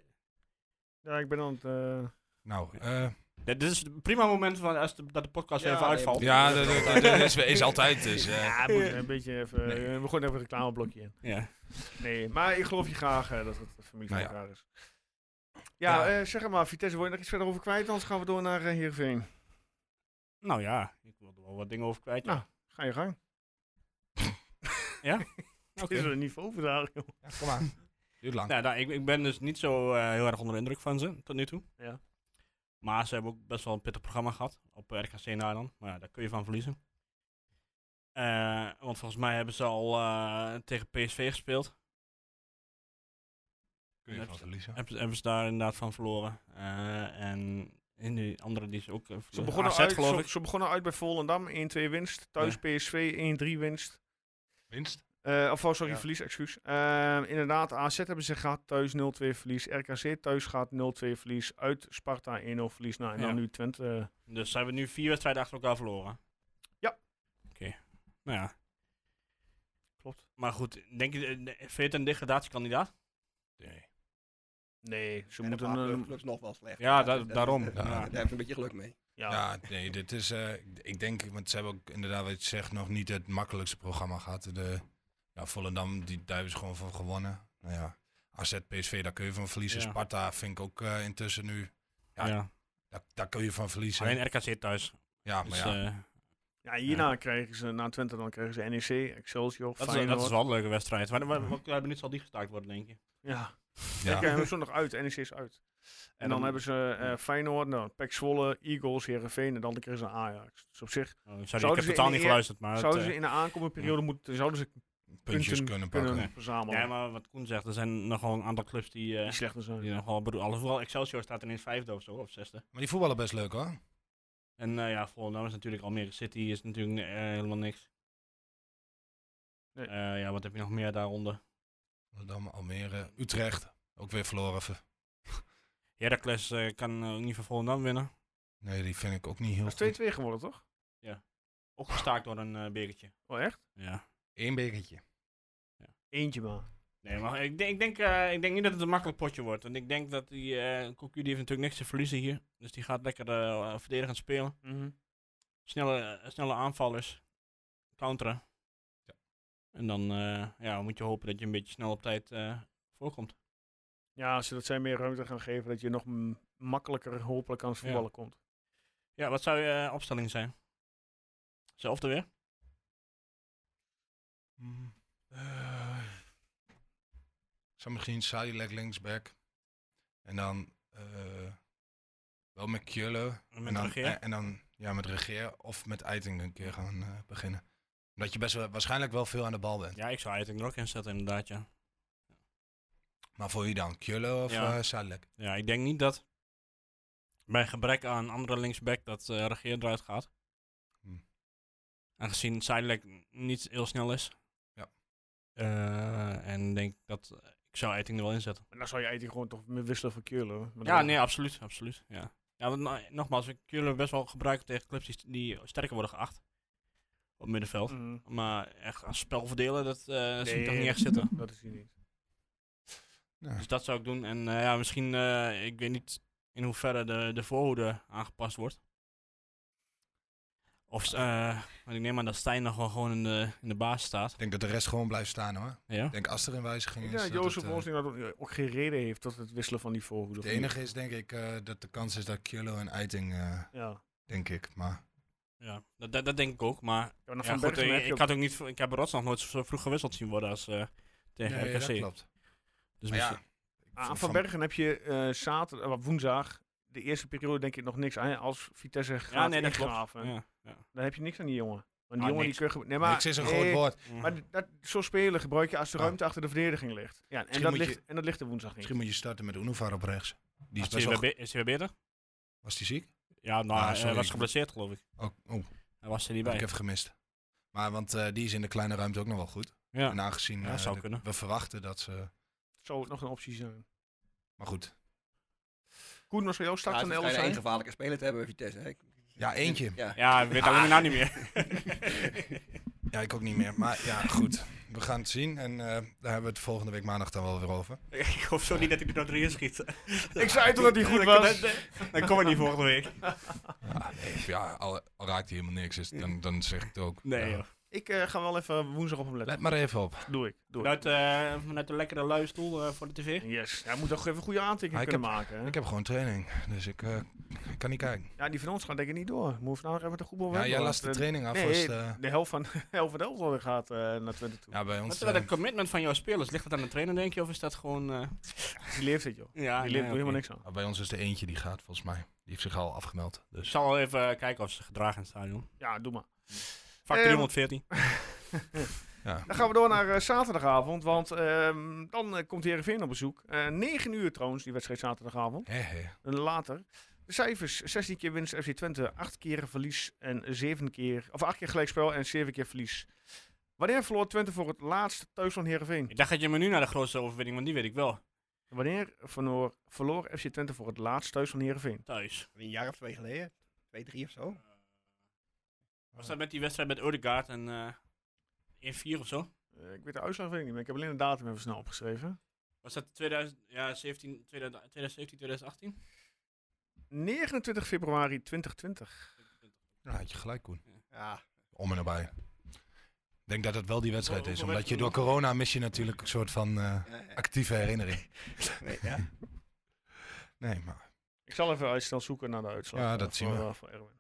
Speaker 1: Ja, ik ben aan het... eh,
Speaker 4: Nou, eh,
Speaker 3: dit is een prima moment van, als de, dat de podcast
Speaker 5: Ja,
Speaker 3: even
Speaker 5: nee,
Speaker 3: uitvalt.
Speaker 4: ja, dat dat- dat- dat is, is altijd. Dus, eh.
Speaker 1: ja, Ah, moet een beetje even...
Speaker 4: Nee.
Speaker 1: eh, we gooien even een reclameblokje in.
Speaker 3: Ja.
Speaker 1: Nee, maar ik geloof je graag eh, dat het de familie
Speaker 4: Nou
Speaker 1: van
Speaker 4: ja.
Speaker 1: elkaar is. Ja,
Speaker 4: Ja.
Speaker 1: eh, zeg het maar, Vitesse, wil je nog iets verder over kwijt? Anders gaan we door naar eh Heerenveen.
Speaker 3: Nou ja, ik wil er wel wat dingen over kwijt.
Speaker 1: Nou, Ga je gang.
Speaker 3: Oké.
Speaker 1: Is er een niveau vandaag, joh.
Speaker 4: Ja, kom aan. Duurt lang.
Speaker 3: Nou, nou, ik, ik ben dus niet zo eh, heel erg onder de indruk van ze, tot nu toe.
Speaker 1: Ja.
Speaker 3: Maar ze hebben ook best wel een pittig programma gehad op eh, RKC Nederland. Maar ja, daar kun je van verliezen. Eh, want volgens mij hebben ze al eh, tegen PSV gespeeld.
Speaker 4: Kun je van verliezen.
Speaker 3: Hebben, ze- hebben ze daar inderdaad van verloren. Eh, en in die andere die ze ook eh,
Speaker 1: Ze
Speaker 3: verloren.
Speaker 1: begonnen,
Speaker 3: AZ,
Speaker 1: uit,
Speaker 3: geloof
Speaker 1: ze,
Speaker 3: ik.
Speaker 1: ze begonnen uit bij Volendam, 1-2 winst. Thuis
Speaker 3: Ja.
Speaker 1: PSV, 1-3 winst.
Speaker 4: Winst?
Speaker 1: Eh, of oh, sorry,
Speaker 5: Ja.
Speaker 1: verlies, excuus. Eh, inderdaad, AZ hebben ze gehad, thuis 0-2 verlies. RKC thuis gaat 0-2 verlies. Uit Sparta 1-0 verlies. Nou, en dan
Speaker 3: Ja.
Speaker 1: nu Twente. eh,
Speaker 3: Dus ze hebben nu vier wedstrijden achter elkaar verloren.
Speaker 1: Ja.
Speaker 3: Oké, nou ja.
Speaker 1: Klopt.
Speaker 3: Maar goed, denk je, eh, vind je het een degradatiekandidaat?
Speaker 4: Nee.
Speaker 1: nee, ze
Speaker 5: En een
Speaker 1: moeten...
Speaker 5: paar
Speaker 1: eh,
Speaker 5: club- clubs nog wel slecht.
Speaker 3: Ja,
Speaker 5: Dus
Speaker 3: da-
Speaker 5: dat-
Speaker 3: daarom.
Speaker 5: dat-
Speaker 3: Ja.
Speaker 5: Daar heb ik een beetje geluk mee.
Speaker 1: ja.
Speaker 4: Ja, nee, dit is, eh, ik denk, want ze hebben ook inderdaad, wat je zegt, nog niet het makkelijkste programma gehad. De, nou, Volendam, die, daar hebben ze gewoon van gewonnen. Nou ja, AZ, PSV, daar kun je van verliezen.
Speaker 3: Ja.
Speaker 4: Sparta vind ik ook eh, intussen nu, Ja.
Speaker 3: ja.
Speaker 4: daar, daar kun je van verliezen.
Speaker 3: Alleen RKC thuis.
Speaker 4: ja, Ah, maar
Speaker 3: Dus,
Speaker 4: ja,
Speaker 3: eh,
Speaker 1: Ja, hierna kregen ze, na Twente, dan kregen ze NEC, Excelsior,
Speaker 3: Dat is,
Speaker 1: Feyenoord.
Speaker 3: dat is wel een leuke wedstrijd. Waar, waar, welke minuut zal die gestaakt worden, denk je? Oh,
Speaker 1: Ja,
Speaker 4: Ja.
Speaker 1: ik heb hem zondag uit, NEC is uit. En, dan,
Speaker 3: dan-
Speaker 1: hebben ze eh, Feyenoord, nou, PEC Zwolle, Eagles, Heerenveen en dan kregen ze Ajax. Dus op zich,
Speaker 3: Oh, sorry,
Speaker 1: Zouden
Speaker 3: ik
Speaker 1: ze
Speaker 3: heb
Speaker 1: in
Speaker 3: totaal
Speaker 1: de
Speaker 3: niet
Speaker 1: eer-
Speaker 3: geluisterd. Maar het,
Speaker 1: zouden
Speaker 3: eh,
Speaker 1: ze in de aankomende periode moeten, zouden ze
Speaker 4: Puntjes
Speaker 1: punten
Speaker 4: kunnen pakken.
Speaker 1: kunnen verzamelen.
Speaker 3: ja, maar wat Koen zegt, er zijn nogal een aantal clubs die, eh,
Speaker 1: Die slechter zijn.
Speaker 3: die nogal bedoelen. Vooral Excelsior staat ineens vijfde of zo, of zesde.
Speaker 4: Maar die voetballen best leuk hoor.
Speaker 3: En eh, ja, Volendam is natuurlijk Almere City, is natuurlijk eh, helemaal niks.
Speaker 1: Nee.
Speaker 3: Eh, ja, wat heb je nog meer daaronder?
Speaker 4: Rotterdam, Almere, Utrecht. Ook weer verloren. even.
Speaker 3: Heracles eh, kan eh, ook niet van Volendam winnen.
Speaker 4: Nee, die vind ik ook niet heel
Speaker 1: Dat
Speaker 4: goed.
Speaker 1: is 2-2 geworden, toch?
Speaker 3: Ook gestaakt door een eh bekertje.
Speaker 1: Oh, echt?
Speaker 3: Ja.
Speaker 4: Eén bekertje.
Speaker 1: Eentje maar.
Speaker 3: Nee, maar ik, denk- ik, denk, eh, ik denk niet dat het een makkelijk potje wordt. Want ik denk dat die eh Cocu, die heeft natuurlijk niks te verliezen hier. Dus die gaat lekker eh, verdedigend spelen.
Speaker 1: Mhm.
Speaker 3: snelle, eh, snelle aanvallers counteren.
Speaker 4: Ja.
Speaker 3: En dan eh, ja, moet je hopen dat je een beetje snel op tijd eh, voorkomt.
Speaker 1: Ja, zodat zij meer ruimte gaan geven, dat je nog m- makkelijker hopelijk aan het voetballen komt.
Speaker 3: Ja, wat zou je eh, opstelling zijn? Zelfde weer? Mhm.
Speaker 4: Eh, Zou misschien Sadilek linksback. En dan eh, wel met Kjölle.
Speaker 3: Met
Speaker 4: En dan,
Speaker 3: Regeer?
Speaker 4: En, en dan ja, met Regeer of met Eiting een keer gaan eh, beginnen. Omdat je best wel, waarschijnlijk wel veel aan de bal bent.
Speaker 3: Ja, ik zou Eiting er ook in zetten inderdaad, ja.
Speaker 4: Maar voor wie dan? Kjölle of
Speaker 3: Ja.
Speaker 4: eh Sadilek?
Speaker 3: Ja, ik denk niet dat bij gebrek aan andere linksback dat eh Regeer eruit gaat.
Speaker 4: Hm.
Speaker 3: Aangezien Seidelijk niet heel snel is.
Speaker 4: Ja.
Speaker 3: Eh, en denk dat ik zou Eiting er wel inzetten.
Speaker 1: En dan zou je eigenlijk gewoon toch meer wisselen voor Keulen. hoor. Maar
Speaker 3: Ja,
Speaker 1: dan-
Speaker 3: nee, absoluut. absoluut ja. Ja, want, nou, nogmaals, ik jullie best wel gebruiken tegen clubs die, die sterker worden geacht. Op middenveld.
Speaker 1: Mhm.
Speaker 3: Maar echt als spel verdelen, dat eh zie ik toch
Speaker 1: Nee.
Speaker 3: niet echt zitten.
Speaker 1: Dat is hier niet.
Speaker 4: Ja.
Speaker 3: Dus dat zou ik doen. En eh, ja, misschien, eh, ik weet niet in hoeverre de, de voorhoede aangepast wordt. Of, eh, want ik neem aan dat Stijn nog wel gewoon in de, in de baas staat.
Speaker 4: Ik denk dat de rest gewoon blijft staan hoor.
Speaker 3: Ja?
Speaker 4: Ik denk als er een wijziging
Speaker 1: Ik
Speaker 4: is.
Speaker 1: denk dat
Speaker 4: dat
Speaker 1: Jozef
Speaker 4: het, eh,
Speaker 1: Rosling dat ook geen reden heeft tot het wisselen van die voorhoede.
Speaker 4: het
Speaker 1: Of niet?
Speaker 4: enige is denk ik eh, dat de kans is dat Kjölle en Eiting, eh,
Speaker 1: Ja.
Speaker 4: denk ik. Maar
Speaker 3: Ja, dat, dat, dat denk ik ook. Maar
Speaker 1: Ja, maar
Speaker 3: ja,
Speaker 1: van
Speaker 3: goed, eh,
Speaker 1: Bergen heb
Speaker 3: ik,
Speaker 1: je
Speaker 3: ik, had ook niet, v- ik heb Rots nog nooit zo vroeg gewisseld zien worden als eh, tegen
Speaker 4: Nee,
Speaker 3: RKC.
Speaker 4: dat klopt.
Speaker 3: Dus
Speaker 4: Maar
Speaker 3: misschien-
Speaker 4: ja,
Speaker 1: Ah, aan Van
Speaker 4: Van- Van-
Speaker 1: Bergen heb je eh zaterdag, eh, woensdag, de eerste periode denk ik nog niks aan. Als Vitesse gaat
Speaker 3: nee, dat klopt.
Speaker 1: ingraven,
Speaker 3: Ja, ja.
Speaker 1: dan heb je niks aan die jongen. Want die
Speaker 3: Ah,
Speaker 1: jongen
Speaker 3: niks.
Speaker 1: die kun je... Nee, maar, eh,
Speaker 4: niks is een
Speaker 1: nee,
Speaker 4: groot woord.
Speaker 1: Maar d- dat, zo'n spelen gebruik je als de
Speaker 4: Ja.
Speaker 1: ruimte achter de verdediging ligt. Ja, en,
Speaker 4: Misschien
Speaker 1: dat
Speaker 4: moet je-
Speaker 1: ligt en dat ligt er woensdag niet.
Speaker 4: Misschien moet je starten met Unuvar op rechts. Die is
Speaker 3: is,
Speaker 4: best wel...
Speaker 3: hij weer be- is hij weer beter?
Speaker 4: Was die ziek?
Speaker 3: Ja, nou,
Speaker 4: Ah,
Speaker 3: hij
Speaker 4: sorry,
Speaker 3: was
Speaker 4: ik-
Speaker 3: geblesseerd geloof ik.
Speaker 4: Oh, oh
Speaker 3: Hij was er niet
Speaker 4: heb ik
Speaker 3: bij.
Speaker 4: even gemist. Maar want eh, die is in de kleine ruimte ook nog wel goed.
Speaker 3: Ja.
Speaker 4: En aangezien
Speaker 3: Ja,
Speaker 4: eh,
Speaker 3: zou
Speaker 4: de-
Speaker 3: kunnen.
Speaker 4: we verwachten dat ze...
Speaker 1: Zou het nog een optie zijn?
Speaker 4: Maar goed.
Speaker 1: Koen, was voor jou start van
Speaker 5: het
Speaker 1: 11
Speaker 5: schijnen één
Speaker 1: zijn?
Speaker 5: gevaarlijke speler te hebben bij Vitesse. Hè? Ik-
Speaker 4: Ja, eentje.
Speaker 5: Ja.
Speaker 3: ja, ik weet alleen mijn naam niet meer.
Speaker 4: Ja, ik ook niet meer. Maar ja, goed. We gaan het zien. En eh, daar hebben we het volgende week maandag dan wel weer over.
Speaker 3: ik hoop zo niet dat hij er nog drie schiet.
Speaker 1: Ik zei toch dat hij goed was?
Speaker 3: Dan kom ik niet volgende week.
Speaker 4: Ja, nee, ja al, al raakt hij helemaal niks, is, dan, dan zeg ik het ook.
Speaker 3: Nee
Speaker 4: Ja.
Speaker 3: joh.
Speaker 1: Ik eh, ga wel even woensdag op hem letten.
Speaker 4: Let maar even op.
Speaker 1: Doe ik. Doe ik.
Speaker 3: Vanuit, eh, vanuit de lekkere luie stoel eh, voor de tv.
Speaker 1: Yes, hij moet toch even een goede aantekening
Speaker 4: Ah, ik
Speaker 1: kunnen maken. Hè?
Speaker 4: Ik heb gewoon training, dus ik eh, ik kan niet kijken.
Speaker 3: Oh,
Speaker 1: Ja, die van ons gaat denk ik niet door. Moet vandaag even de goed wel
Speaker 4: Ja,
Speaker 1: hebben,
Speaker 4: jij
Speaker 1: want,
Speaker 4: las de
Speaker 1: eh,
Speaker 4: training af.
Speaker 1: Nee,
Speaker 4: was, eh,
Speaker 1: de helft van de helft van de helft alweer gaat eh, naar Twente toe.
Speaker 4: ja, bij
Speaker 3: Wat is
Speaker 4: ons.
Speaker 3: dat
Speaker 4: eh,
Speaker 3: een commitment van jouw spelers? Ligt dat aan de trainer denk je? Of is dat gewoon... eh,
Speaker 1: Die leeftijd, joh.
Speaker 3: ja,
Speaker 1: Die
Speaker 3: nee,
Speaker 1: leeft doet
Speaker 3: oké.
Speaker 1: helemaal niks aan.
Speaker 4: bij ons is de eentje die gaat, volgens mij. Die heeft zich al afgemeld.
Speaker 3: Ik
Speaker 4: Dus.
Speaker 3: zal wel even eh, kijken of ze gedragen in het stadion.
Speaker 1: Ja, doe maar.
Speaker 3: Vak
Speaker 1: Ehm,
Speaker 3: 314.
Speaker 4: Ja.
Speaker 1: Dan gaan we door naar eh, zaterdagavond, want ehm, dan eh, komt Heerenveen op bezoek. Eh 9 uur trouwens, die wedstrijd zaterdagavond.
Speaker 4: Hé, hé.
Speaker 1: Eh, Later. De cijfers, 16 keer winst FC Twente, 8 keer verlies en 7 keer, of 8 keer gelijkspel en 7 keer verlies. Wanneer verloor Twente voor het laatst thuis van Heerenveen?
Speaker 3: Ik dacht dat je me nu naar de grootste overwinning, want die weet ik wel.
Speaker 1: Wanneer verloor, verloor FC Twente voor het laatst thuis van Heerenveen?
Speaker 3: Thuis.
Speaker 5: Een jaar of twee geleden. Twee, drie of zo.
Speaker 3: Was dat met die wedstrijd met Odegaard en eh 1-4 of zo?
Speaker 1: Eh, ik weet de uitslag weet ik niet meer, ik heb alleen de datum even snel opgeschreven.
Speaker 3: Was dat 2000, ja, 17, 2000 2017, 2018?
Speaker 1: 29 februari 2020.
Speaker 4: Nou, had je gelijk, Koen.
Speaker 5: Ja.
Speaker 4: Om en nabij. Ik denk dat het wel die wedstrijd
Speaker 3: Hoe-
Speaker 4: is.
Speaker 3: hoeveel
Speaker 4: Omdat je door
Speaker 3: wedstrijden
Speaker 4: corona mis je natuurlijk een soort van eh,
Speaker 5: ja, ja.
Speaker 4: actieve herinnering.
Speaker 5: Nee, ja.
Speaker 4: Nee, maar
Speaker 1: Ik zal even uitstel zoeken naar de uitslag.
Speaker 4: Ja,
Speaker 1: eh,
Speaker 4: dat zien
Speaker 1: voor,
Speaker 4: we.
Speaker 1: eh, voor Erwin.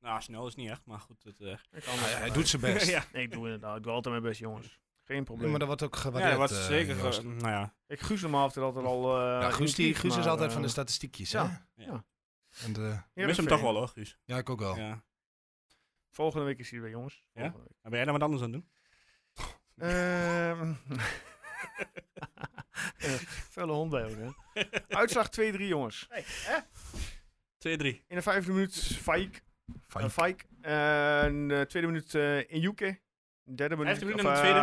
Speaker 3: Nou, snel is niet echt, maar goed. Het, eh,
Speaker 1: Ik kan
Speaker 4: Hij,
Speaker 1: het
Speaker 4: hij
Speaker 1: wel.
Speaker 4: doet zijn best.
Speaker 3: ja,
Speaker 1: Nee, ik doe inderdaad. Ik doe altijd mijn best, jongens. Geen
Speaker 4: Ja,
Speaker 1: probleem.
Speaker 4: maar dat wordt ook
Speaker 3: ja,
Speaker 4: gewaardeerd.
Speaker 3: dat was
Speaker 4: eh,
Speaker 3: zeker.
Speaker 4: Joost.
Speaker 3: ge- nou ja.
Speaker 1: Ik Guus normaal heeft er altijd al... eh
Speaker 4: Ja, Guus, die,
Speaker 1: initiatief,
Speaker 4: Guus is
Speaker 1: maar,
Speaker 4: altijd
Speaker 1: eh,
Speaker 4: van de statistiekjes.
Speaker 1: ja.
Speaker 4: hè?
Speaker 1: Ja.
Speaker 4: En de,
Speaker 3: Ik mis hem
Speaker 1: Heerenveen.
Speaker 3: toch wel hoor, Guus.
Speaker 4: ja, ik ook
Speaker 3: Ja.
Speaker 4: wel.
Speaker 1: Volgende week is hij weer, jongens.
Speaker 3: Ja?
Speaker 1: Volgende week.
Speaker 3: Maar ben jij nou wat anders aan het doen?
Speaker 1: Ehm. Eh, Felle hond bij ook, hè. Uitslag 2-3, jongens.
Speaker 3: 2-3.
Speaker 1: In de vijfde minuut Fike.
Speaker 4: Fijn.
Speaker 1: Eh, Fike. Eh, en de tweede minuut eh Injuke. Derde minuut.
Speaker 3: Vijfde minuut
Speaker 1: of,
Speaker 3: en de tweede.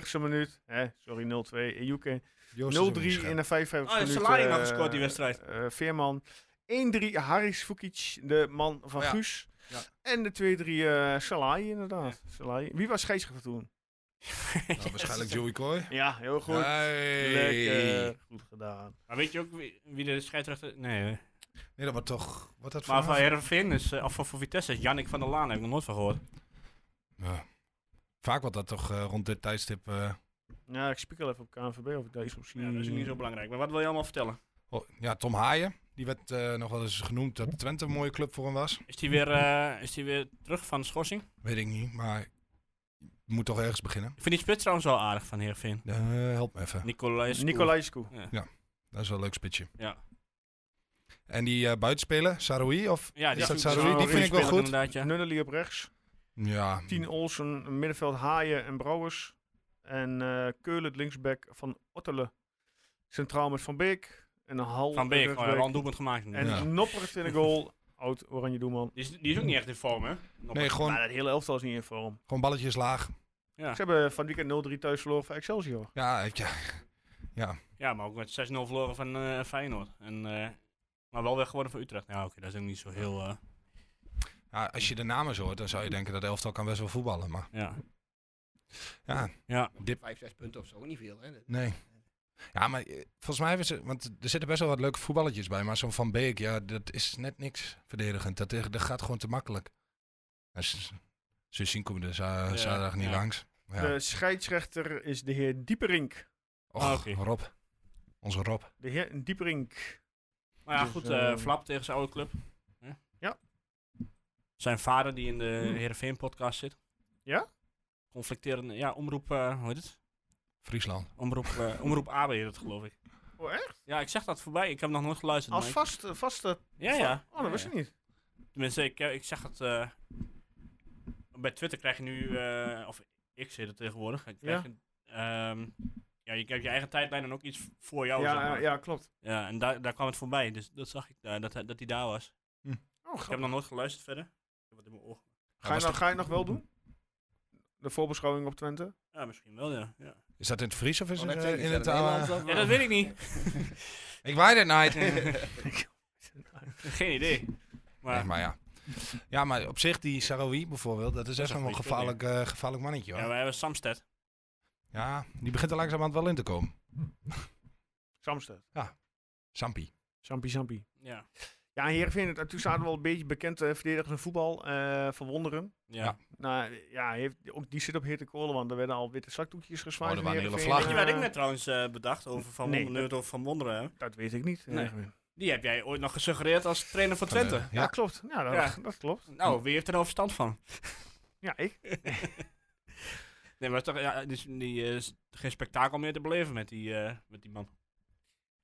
Speaker 1: eh, 48e minuut. Eh, sorry, 0-2 Injuke. 0-3
Speaker 4: Joost is ook niet scherp.
Speaker 1: in de 55e
Speaker 3: Oh,
Speaker 1: minuut.
Speaker 3: Salai nog
Speaker 1: eh,
Speaker 3: gescoord die wedstrijd.
Speaker 1: eh, Veerman. 1-3 Haris Fukic, de man van
Speaker 3: Oh,
Speaker 4: Ja.
Speaker 1: Guus.
Speaker 4: Ja.
Speaker 1: En de 2-3 eh Salai, inderdaad. Salai. Wie was scheidsrechter toen?
Speaker 4: Nou, waarschijnlijk Joey Coy.
Speaker 1: Ja, heel goed.
Speaker 4: Hey.
Speaker 1: Lekker. Goed gedaan.
Speaker 3: Maar weet je ook wie, wie de scheidsrechter... Nee, hè.
Speaker 4: Nee, dat was toch... Wat dat
Speaker 3: maar van
Speaker 4: vanavond?
Speaker 3: Heerenveen is... eh, of van, van Vitesse is Jannik van der Laan. Heb ik nog nooit van gehoord.
Speaker 4: Ja. Vaak wordt dat toch eh, rond dit tijdstip... eh,
Speaker 1: Ja, ik spiek al even op KNVB of ik deze op zie.
Speaker 3: Ja, dat is niet zo belangrijk. Maar wat wil je allemaal vertellen?
Speaker 4: oh, ja, Tom Haaien. Die werd eh, nog wel eens genoemd dat Twente een mooie club voor hem was.
Speaker 3: Is die weer, eh, is die weer terug van de schorsing?
Speaker 4: Weet ik niet, maar... Je moet toch ergens beginnen.
Speaker 3: Ik vind die spits trouwens wel aardig van Heerenveen.
Speaker 4: Eh, help me even.
Speaker 3: Nicolai Schoen.
Speaker 1: Nicolaescu.
Speaker 3: Ja.
Speaker 4: Dat is wel een leuk spitje.
Speaker 3: Ja.
Speaker 4: En die eh, buitenspeler, Saroui, of...
Speaker 3: Ja,
Speaker 4: Is dat
Speaker 3: is-
Speaker 4: Saroui?
Speaker 3: is
Speaker 1: Die
Speaker 3: een
Speaker 1: vind ik
Speaker 4: wel
Speaker 3: speler
Speaker 4: goed.
Speaker 3: Inderdaad, ja.
Speaker 1: Nunnely op rechts.
Speaker 4: Ja,
Speaker 1: Tien Olsen, middenveld Haaien en Brouwers. En eh Keulen, linksback van Ottele. Centraal met Van Beek. En een half.
Speaker 3: Van Beek, oh, ja, wel een doelpunt gemaakt.
Speaker 1: En
Speaker 4: Ja.
Speaker 1: Noppert in de goal. Oud Oranje Doelman.
Speaker 3: Die is, die is ook niet echt in vorm, hè? Nog
Speaker 4: nee,
Speaker 3: een-
Speaker 4: gewoon,
Speaker 1: Maar dat hele elftal is niet in vorm.
Speaker 4: gewoon balletjes laag.
Speaker 3: ja.
Speaker 1: Ze hebben van het weekend 0-3 thuis verloren van Excelsior.
Speaker 4: Ja, ik- ja.
Speaker 3: ja, maar ook met 6-0 verloren van eh, Feyenoord. En, eh, maar wel weg geworden van Utrecht. Ja, oké, dat is ook niet zo heel... eh,
Speaker 4: Ja, als je de namen zo hoort, dan zou je denken dat elftal kan best wel voetballen. Maar
Speaker 3: ja.
Speaker 4: ja,
Speaker 3: ja.
Speaker 4: Dip.
Speaker 5: Vijf, zes punten of zo, niet veel. Hè?
Speaker 4: nee. Ja, maar eh, volgens mij hebben ze... Want er zitten best wel wat leuke voetballetjes bij. Maar zo'n Van Beek, ja, dat is net niks verdedigend. Dat, eh, dat gaat gewoon te makkelijk. Ja, ze- Ze zien komen er za-
Speaker 3: Ja,
Speaker 4: zaterdag niet
Speaker 3: ja.
Speaker 4: langs. Maar ja.
Speaker 1: De scheidsrechter is de heer Dieperink.
Speaker 4: Och,
Speaker 3: oké.
Speaker 4: Rob. Onze Rob.
Speaker 1: De heer Dieperink.
Speaker 3: Maar ja,
Speaker 1: Dus,
Speaker 3: goed,
Speaker 1: eh,
Speaker 3: eh, Flap tegen zijn oude club. Hè?
Speaker 1: Ja.
Speaker 3: Zijn vader die in de Heerenveen-podcast zit.
Speaker 1: Ja?
Speaker 3: Conflicterende, ja, omroep, eh, hoe heet het?
Speaker 4: Friesland.
Speaker 3: Omroep, eh, omroep AB heet het, geloof ik.
Speaker 1: Oh, echt?
Speaker 3: Ja, ik zeg dat voorbij, ik heb nog nooit geluisterd.
Speaker 1: Als
Speaker 3: maar ik-
Speaker 1: vast, vaste.
Speaker 3: Ja, ja.
Speaker 1: Oh, dat wist
Speaker 3: Ja,
Speaker 1: ik niet.
Speaker 3: Tenminste, ik, ik zeg het. eh, bij Twitter krijg je nu. eh, of ik zit het tegenwoordig. Ik krijg een, ehm, ja, je hebt je eigen tijdlijn en ook iets voor jou. zeg
Speaker 1: Ja,
Speaker 3: maar.
Speaker 1: ja, klopt.
Speaker 3: Ja, en daar, daar kwam het voorbij. Dus dat zag ik daar, dat, hij- dat hij daar was.
Speaker 1: Oh,
Speaker 3: Ik heb
Speaker 1: grappig.
Speaker 3: nog nooit geluisterd verder. Ik heb wat in mijn ogen.
Speaker 1: Ga je,
Speaker 4: was
Speaker 1: nou,
Speaker 4: toch-
Speaker 1: ga je het nog wel doen? De voorbeschouwing op Twente?
Speaker 3: Ja, misschien wel, ja. Ja,
Speaker 4: Is dat in het Fries of is
Speaker 5: Oh,
Speaker 4: het
Speaker 5: net
Speaker 4: eh,
Speaker 5: zei ik,
Speaker 4: in
Speaker 5: is
Speaker 4: het...
Speaker 5: dat
Speaker 4: eh,
Speaker 5: Nederlands of
Speaker 3: ja
Speaker 5: wel?
Speaker 3: dat weet ik niet.
Speaker 4: ik nou weet het niet.
Speaker 3: Geen idee. Maar,
Speaker 4: Nee, maar ja. Ja, maar op zich die Saroui bijvoorbeeld, dat is echt
Speaker 3: een
Speaker 4: wel een
Speaker 3: goeie
Speaker 4: gevaarlijk, eh, gevaarlijk mannetje hoor.
Speaker 3: ja,
Speaker 4: Ja,
Speaker 3: we hebben Samsted.
Speaker 4: die begint er langzamerhand wel in te komen.
Speaker 1: Samsted.
Speaker 4: Sampi.
Speaker 1: Sampi Sampi.
Speaker 3: Ja.
Speaker 1: Ja, Heerenveen, het- toen zaten we al een beetje bekend eh verdedigende voetbal eh van Wonderen.
Speaker 3: Ja.
Speaker 4: Ja.
Speaker 1: Nou ja, heeft, ook die zit op Heerte Kolen, want er werden al witte zakdoekjes gezwaaid.
Speaker 4: Oh, er waren
Speaker 1: in
Speaker 4: hele
Speaker 1: Heerenveen.
Speaker 3: Weet je
Speaker 1: Eh,
Speaker 3: wat ik net trouwens eh, bedacht over Van
Speaker 1: Nee,
Speaker 3: Wonderen, nu we het over Van Wonderen hebben?
Speaker 1: Dat weet ik niet.
Speaker 3: Nee.
Speaker 1: eh.
Speaker 3: Die heb jij ooit nog gesuggereerd als trainer voor Twente.
Speaker 4: Eh,
Speaker 1: Ja,
Speaker 4: ja.
Speaker 1: klopt. Ja, dat,
Speaker 3: Ja.
Speaker 1: dat klopt.
Speaker 3: Nou, wie heeft er nou verstand van?
Speaker 1: Ja, ik.
Speaker 3: Nee, maar het is toch, ja, dus die, eh, is geen spektakel meer te beleven met die, eh, met die man.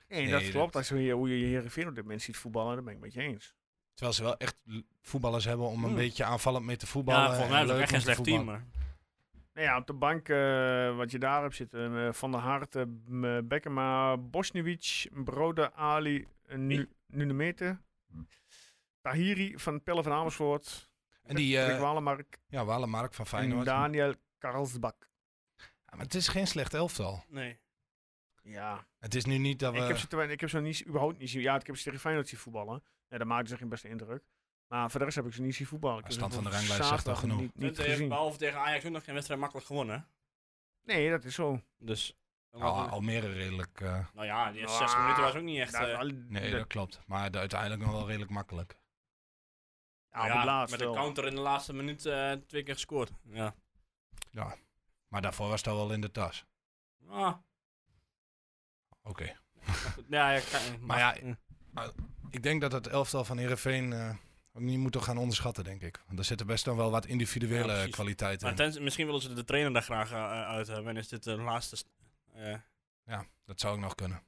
Speaker 1: Nee,
Speaker 4: Nee,
Speaker 1: dat
Speaker 4: dat-
Speaker 1: klopt. Als je hier- hoe je Heerenveen op dit moment ziet voetballen, daar ben ik met je eens.
Speaker 4: Terwijl ze wel echt l- voetballers hebben om een
Speaker 3: Hmm.
Speaker 4: beetje aanvallend mee te voetballen.
Speaker 3: Ja, volgens mij
Speaker 4: en
Speaker 3: is het ook
Speaker 4: leuk
Speaker 3: echt
Speaker 4: om
Speaker 3: geen
Speaker 4: te
Speaker 3: slecht team.
Speaker 4: voetballen.
Speaker 3: Maar.
Speaker 1: Nou ja, op de bank eh, wat je daar hebt zitten. eh, van der Hart, eh, m, eh, Bekkema, Bosniewicz, Broda, Ali, uh, nu, Nunemete,
Speaker 4: Hmm.
Speaker 1: Tahiri van Pelle van Amersfoort,
Speaker 4: En die,
Speaker 1: Rick
Speaker 4: eh
Speaker 1: Walemark
Speaker 4: ja, Walemark van
Speaker 1: en
Speaker 4: Feyenoord.
Speaker 1: Daniel Karlsbak.
Speaker 4: Ja, maar het is geen slecht elftal.
Speaker 3: Nee.
Speaker 1: Ja,
Speaker 4: Het is nu niet dat we...
Speaker 1: ik heb ze, te weinig- ik heb ze niet, überhaupt niet zien. Ja, ik heb ze tegen Feyenoord zien voetballen. Ja, dat maakte ze geen beste indruk. Maar voor de rest heb ik ze niet zien voetballen. Ik
Speaker 4: Maar
Speaker 1: heb
Speaker 4: stand
Speaker 1: ze
Speaker 4: van de
Speaker 1: op
Speaker 4: ranglijst zegt al
Speaker 1: zaterdag
Speaker 4: genoeg.
Speaker 1: Niet, niet
Speaker 3: Twente heeft eh,
Speaker 1: gezien.
Speaker 3: behalve tegen Ajax ook nog geen wedstrijd makkelijk gewonnen. hè?
Speaker 1: Nee, dat is zo.
Speaker 3: Dus.
Speaker 4: Nou, Al- Almere redelijk... eh,
Speaker 3: nou ja, die eerste
Speaker 1: Nou,
Speaker 3: 60 minuten was ook niet echt.
Speaker 1: Daar-
Speaker 3: eh,
Speaker 1: al-
Speaker 4: nee,
Speaker 1: de-
Speaker 4: dat klopt. Maar de- uiteindelijk nog wel redelijk makkelijk.
Speaker 1: ja, op
Speaker 3: nou ja,
Speaker 1: het laatst
Speaker 3: met een
Speaker 1: wel.
Speaker 3: counter in de laatste minuut eh, twee keer gescoord. Ja.
Speaker 4: Maar daarvoor was dat wel in de tas.
Speaker 3: Ah,
Speaker 4: Oké.
Speaker 3: goed. ja, ja, kan-
Speaker 4: Maar ja,
Speaker 3: eh,
Speaker 4: Ik denk dat het elftal van Heerenveen eh, Want Je moet toch gaan onderschatten, denk ik. Want er zitten best dan wel wat
Speaker 3: Ja,
Speaker 4: individuele
Speaker 3: precies.
Speaker 4: kwaliteiten
Speaker 3: Maar
Speaker 4: in.
Speaker 3: tenzij- misschien willen ze de trainer daar graag eh, uit hebben. En is dit de laatste. st- eh,
Speaker 4: Ja, dat zou ook nog kunnen.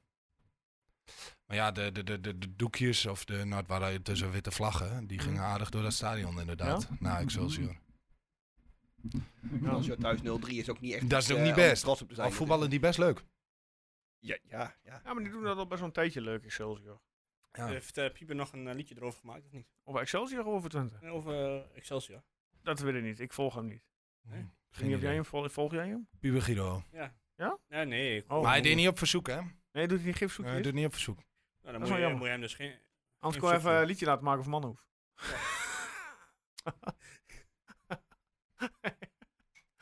Speaker 4: Maar ja, de, de, de, de, de doekjes of de, nou, het waren tussen witte vlaggen, die gingen aardig door dat stadion inderdaad. Nou, Na Excelsior.
Speaker 5: Als je thuis 0-3 is ook niet echt...
Speaker 4: Dat is
Speaker 5: iets,
Speaker 4: ook
Speaker 5: eh,
Speaker 4: niet
Speaker 5: om
Speaker 4: best.
Speaker 5: Trots op te zijn.
Speaker 4: Al voetballen die best leuk.
Speaker 5: Ja, ja, ja.
Speaker 1: Ja, maar die doen dat al best wel een tijdje leuk, Excelsior.
Speaker 4: Ja.
Speaker 3: Heeft eh, Pieper nog een eh, liedje erover gemaakt of niet?
Speaker 1: Of Excelsior of over Twente?
Speaker 3: Nee, Over eh, Excelsior.
Speaker 1: Dat weet ik niet. Ik volg hem niet.
Speaker 3: Nee.
Speaker 4: Geen
Speaker 1: Ik weet niet of jij
Speaker 4: idee.
Speaker 1: hem volgt. Volg jij hem?
Speaker 4: Hm. Puber
Speaker 5: Oh,
Speaker 4: Guido.
Speaker 3: Ja.
Speaker 1: Ja?
Speaker 3: Nee, nee. ik-
Speaker 1: Oh.
Speaker 4: Maar hij deed niet op verzoek, hè? Nee,
Speaker 1: Nee, doet hij niet gifzoekjes?
Speaker 4: Hij doet niet op verzoek.
Speaker 3: Nou, dan
Speaker 1: Dat is
Speaker 3: moet
Speaker 1: wel
Speaker 3: je,
Speaker 1: jammer.
Speaker 3: moet je hem dus geen...
Speaker 1: Anders
Speaker 3: Ik
Speaker 1: kon je
Speaker 3: zoek
Speaker 1: even
Speaker 3: hem.
Speaker 1: een liedje laten maken van Mannenhoef.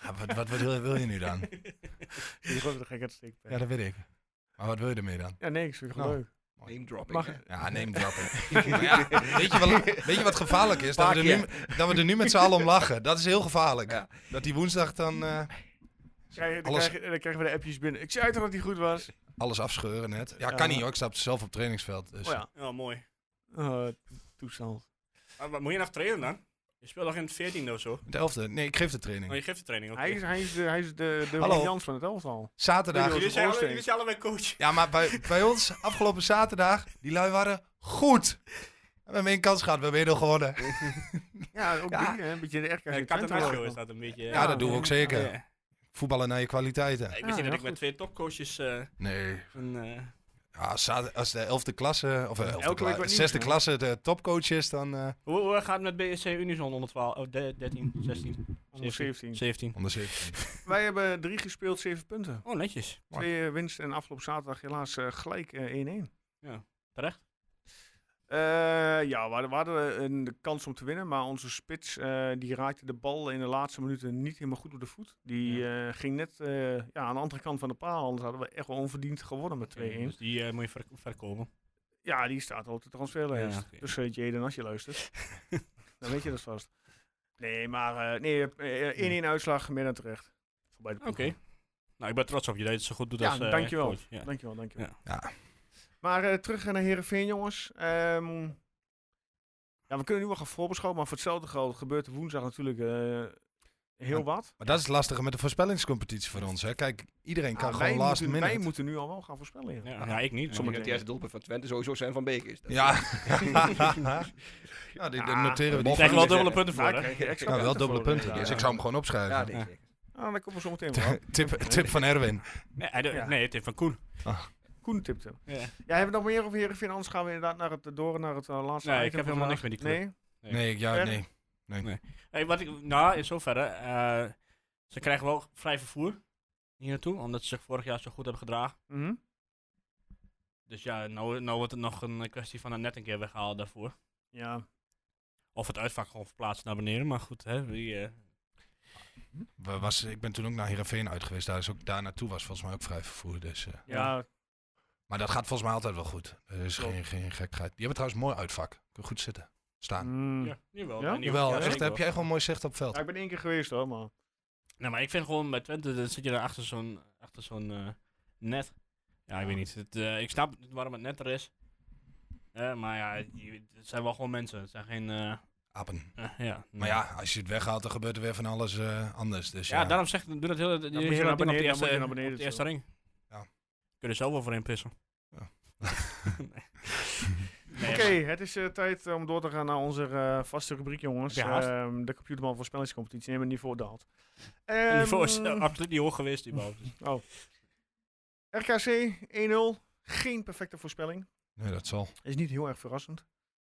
Speaker 4: Ja, wat wat, wat wil, wil je nu dan?
Speaker 1: Die gooit er gek uit steek.
Speaker 4: Ja, dat weet ik. Maar wat wil je ermee dan?
Speaker 1: Ja, niks. Vind ik
Speaker 4: Nou,
Speaker 1: leuk.
Speaker 5: Name dropping.
Speaker 1: Mag-
Speaker 5: hè.
Speaker 4: Ja, neem het ja, weet, je wat, weet je wat gevaarlijk is? Dat we, er nu, dat we er nu met z'n allen om lachen. Dat is heel gevaarlijk.
Speaker 5: Ja.
Speaker 4: Dat die woensdag dan eh,
Speaker 1: Krijg, dan,
Speaker 4: Alles-
Speaker 1: krijg, dan krijgen we de appjes binnen. Ik zei toch dat hij goed was?
Speaker 4: alles afscheuren net. Ja,
Speaker 1: Ja.
Speaker 4: kan niet hoor. Ik sta zelf op trainingsveld. Dus.
Speaker 1: Oh ja.
Speaker 3: Ja, mooi.
Speaker 1: Eh, toestand.
Speaker 3: Maar wat moet je nog trainen dan? Je speelt nog in het 14 of zo.
Speaker 4: Het elfde. Nee, ik geef de training.
Speaker 3: Oh, je geeft de training ook.
Speaker 1: Hij is, hij is de, hij is de, de
Speaker 4: Hallo.
Speaker 1: Ron Jans van het elftal.
Speaker 4: Zaterdag.
Speaker 1: Jullie
Speaker 3: Jullie zijn, alle-
Speaker 1: Oosting.
Speaker 3: jullie zijn allebei coach.
Speaker 4: Ja, maar bij, bij ons afgelopen zaterdag, die lui waren goed. We hebben één kans gehad. We hebben 1-0 gewonnen.
Speaker 1: Ja, ook
Speaker 4: Ja.
Speaker 1: die, hè? Een beetje de RKC
Speaker 3: Ja,
Speaker 1: Twente
Speaker 3: Katamacho
Speaker 1: logo.
Speaker 3: is dat een beetje... eh,
Speaker 4: Ja, dat doen we ook zeker.
Speaker 3: ja.
Speaker 4: Voetballen naar je kwaliteiten.
Speaker 3: Ik
Speaker 1: Ja,
Speaker 3: wist niet
Speaker 1: ja,
Speaker 3: dat ik met
Speaker 1: goed.
Speaker 3: twee topcoaches eh,
Speaker 4: Nee.
Speaker 3: een... eh,
Speaker 4: Ja, als zater- als de elfde klasse, of de elfde
Speaker 1: Elke week
Speaker 4: kla-
Speaker 1: wat
Speaker 4: zesde
Speaker 1: nieuws,
Speaker 4: klasse de topcoach is, dan eh
Speaker 3: hoe, hoe gaat het met BSC Unison onder 12? Oh, de- 13, 16,
Speaker 1: Onder 17.
Speaker 3: 17.
Speaker 4: onder 17.
Speaker 1: Wij hebben drie gespeeld, zeven punten.
Speaker 3: Oh, netjes.
Speaker 4: Mooi.
Speaker 1: Twee eh, winst en afgelopen zaterdag helaas eh, gelijk eh, 1-1.
Speaker 3: Terecht.
Speaker 1: Eh, ja, we hadden, we hadden een de kans om te winnen, maar onze spits eh, die raakte de bal in de laatste minuten niet helemaal goed op de voet. Die eh, ging net eh, ja, aan de andere kant van de paal, anders hadden we echt wel onverdiend gewonnen met 2-1.
Speaker 3: Dus die eh, moet je ver- verkopen.
Speaker 1: Ja, die staat al op de transferlijst.
Speaker 3: Ja, oké.
Speaker 1: Dus eh, Jaden, als je luistert, dan weet je dat vast. Nee, maar eh nee, eh, eh, 1-1 uitslag, meer dan terecht. Voor beide
Speaker 3: Oké.
Speaker 1: ploegen.
Speaker 3: Nou, ik ben trots op je dat je het zo goed doet
Speaker 1: Ja,
Speaker 3: als eh,
Speaker 1: dankjewel.
Speaker 3: coach. Ja.
Speaker 1: Dankjewel, dankjewel.
Speaker 4: Ja. Ja.
Speaker 1: Maar eh, terug naar Heerenveen, jongens. Ehm, ja, we kunnen nu wel gaan voorbeschouwen, maar voor hetzelfde geld gebeurt er woensdag natuurlijk eh, heel
Speaker 4: Ja,
Speaker 1: wat.
Speaker 4: Maar dat is lastig met de voorspellingscompetitie voor ons. Hè. Kijk, iedereen kan
Speaker 1: Ah,
Speaker 4: gewoon
Speaker 1: wij,
Speaker 4: last
Speaker 1: moeten,
Speaker 4: minute.
Speaker 1: wij moeten nu al wel gaan voorspellen. ja.
Speaker 3: Ja, ja, ik niet.
Speaker 5: Sommige
Speaker 1: Ja.
Speaker 5: dat de eerste doelpunt van Twente sowieso zijn van Beek is. Dat-
Speaker 4: Ja. ja, die, die
Speaker 1: Ah,
Speaker 4: noteren we
Speaker 5: die
Speaker 4: die.
Speaker 3: Ik krijg
Speaker 4: van-
Speaker 3: je wel dubbele punten voor,
Speaker 1: Daar
Speaker 3: hè?
Speaker 1: Nou, krijg je extra
Speaker 4: Ja, Nou, wel dubbele
Speaker 1: voor, eh,
Speaker 4: punten.
Speaker 1: ja.
Speaker 4: Dus ik zou hem gewoon
Speaker 5: Ja,
Speaker 4: opschrijven.
Speaker 5: nee, zeker.
Speaker 1: Ah, daar komen we zo meteen wel. aan.
Speaker 4: Tip, tip van Erwin.
Speaker 3: Nee, hij doet-
Speaker 1: Ja.
Speaker 3: nee, het heeft van Koen.
Speaker 1: Koen tipte.
Speaker 3: Ja.
Speaker 1: Ja, hebben we nog meer over Heerenveen? Anders gaan we inderdaad naar het, door naar het eh, laatste
Speaker 3: Nee,
Speaker 1: item
Speaker 3: ik heb
Speaker 1: van
Speaker 3: helemaal niks
Speaker 1: vandaag.
Speaker 3: met die club.
Speaker 1: Nee?
Speaker 3: Nee.
Speaker 4: Nee, ik- ja,
Speaker 1: Erwin?
Speaker 4: nee.
Speaker 3: Hey, wat ik, nou, in zoverre. eh, ze krijgen wel vrij vervoer hier naartoe, omdat ze zich vorig jaar zo goed hebben gedragen.
Speaker 1: Mhm.
Speaker 3: Dus ja, nou, nou wordt het nog een eh, kwestie van het net een keer weggehaald daarvoor.
Speaker 1: Ja,
Speaker 3: Of het uitvak gewoon verplaatst naar beneden, maar goed, hè, wie, eh,
Speaker 4: We was, ik ben toen ook naar Heerenveen uit geweest. Daar, is ook, daar naartoe was volgens mij ook vrij vervoer. Dus, eh.
Speaker 1: ja,
Speaker 4: Maar dat gaat volgens mij altijd wel goed. Er is
Speaker 1: Klopt.
Speaker 4: geen, geen gekheid. Die hebben trouwens mooi uitvak. Kun goed zitten. Staan.
Speaker 1: mm.
Speaker 3: ja, jawel.
Speaker 1: Ja?
Speaker 3: en die-
Speaker 4: Jawel,
Speaker 3: ja,
Speaker 4: echt,
Speaker 3: zeker
Speaker 4: heb
Speaker 3: wel.
Speaker 4: jij gewoon mooi zicht op het veld.
Speaker 1: Ja, ik ben één keer geweest hoor, maar...
Speaker 3: Nee, maar ik vind gewoon bij Twente, dan zit je daar achter zo'n achter zo'n eh, net. Ja, ik weet niet. Het, eh, ik snap niet waarom het net er is. Eh, maar ja, je- het zijn wel gewoon mensen. Het zijn geen... eh,
Speaker 4: Appen.
Speaker 3: eh, ja,
Speaker 4: Maar ja, als je het weghaalt, dan gebeurt er weer van alles eh, anders. Dus,
Speaker 3: Ja, daarom zeg ik, doe dat hele, die
Speaker 1: moet je
Speaker 3: hele
Speaker 1: naar
Speaker 3: ding
Speaker 1: beneden,
Speaker 3: op de
Speaker 1: dan moet je
Speaker 3: eerste,
Speaker 1: naar beneden
Speaker 3: op de eerste
Speaker 1: toe.
Speaker 3: ring.
Speaker 4: Ja.
Speaker 3: Kun je er zelf wel voor in pissen.
Speaker 4: Ja.
Speaker 3: Nee,
Speaker 1: Oké, het is eh, tijd om door te gaan naar onze eh, vaste rubriek, jongens.
Speaker 3: Heb je haast?
Speaker 1: Ehm, de Computerman voorspellingscompetitie. Neem het niveau daalt.
Speaker 3: Het niveau is eh,
Speaker 1: Ehm,
Speaker 3: absoluut niet hoog geweest, die bal. Dus-
Speaker 1: RKC 1-0. Geen perfecte voorspelling.
Speaker 4: Nee, dat zal.
Speaker 1: Is niet heel erg verrassend.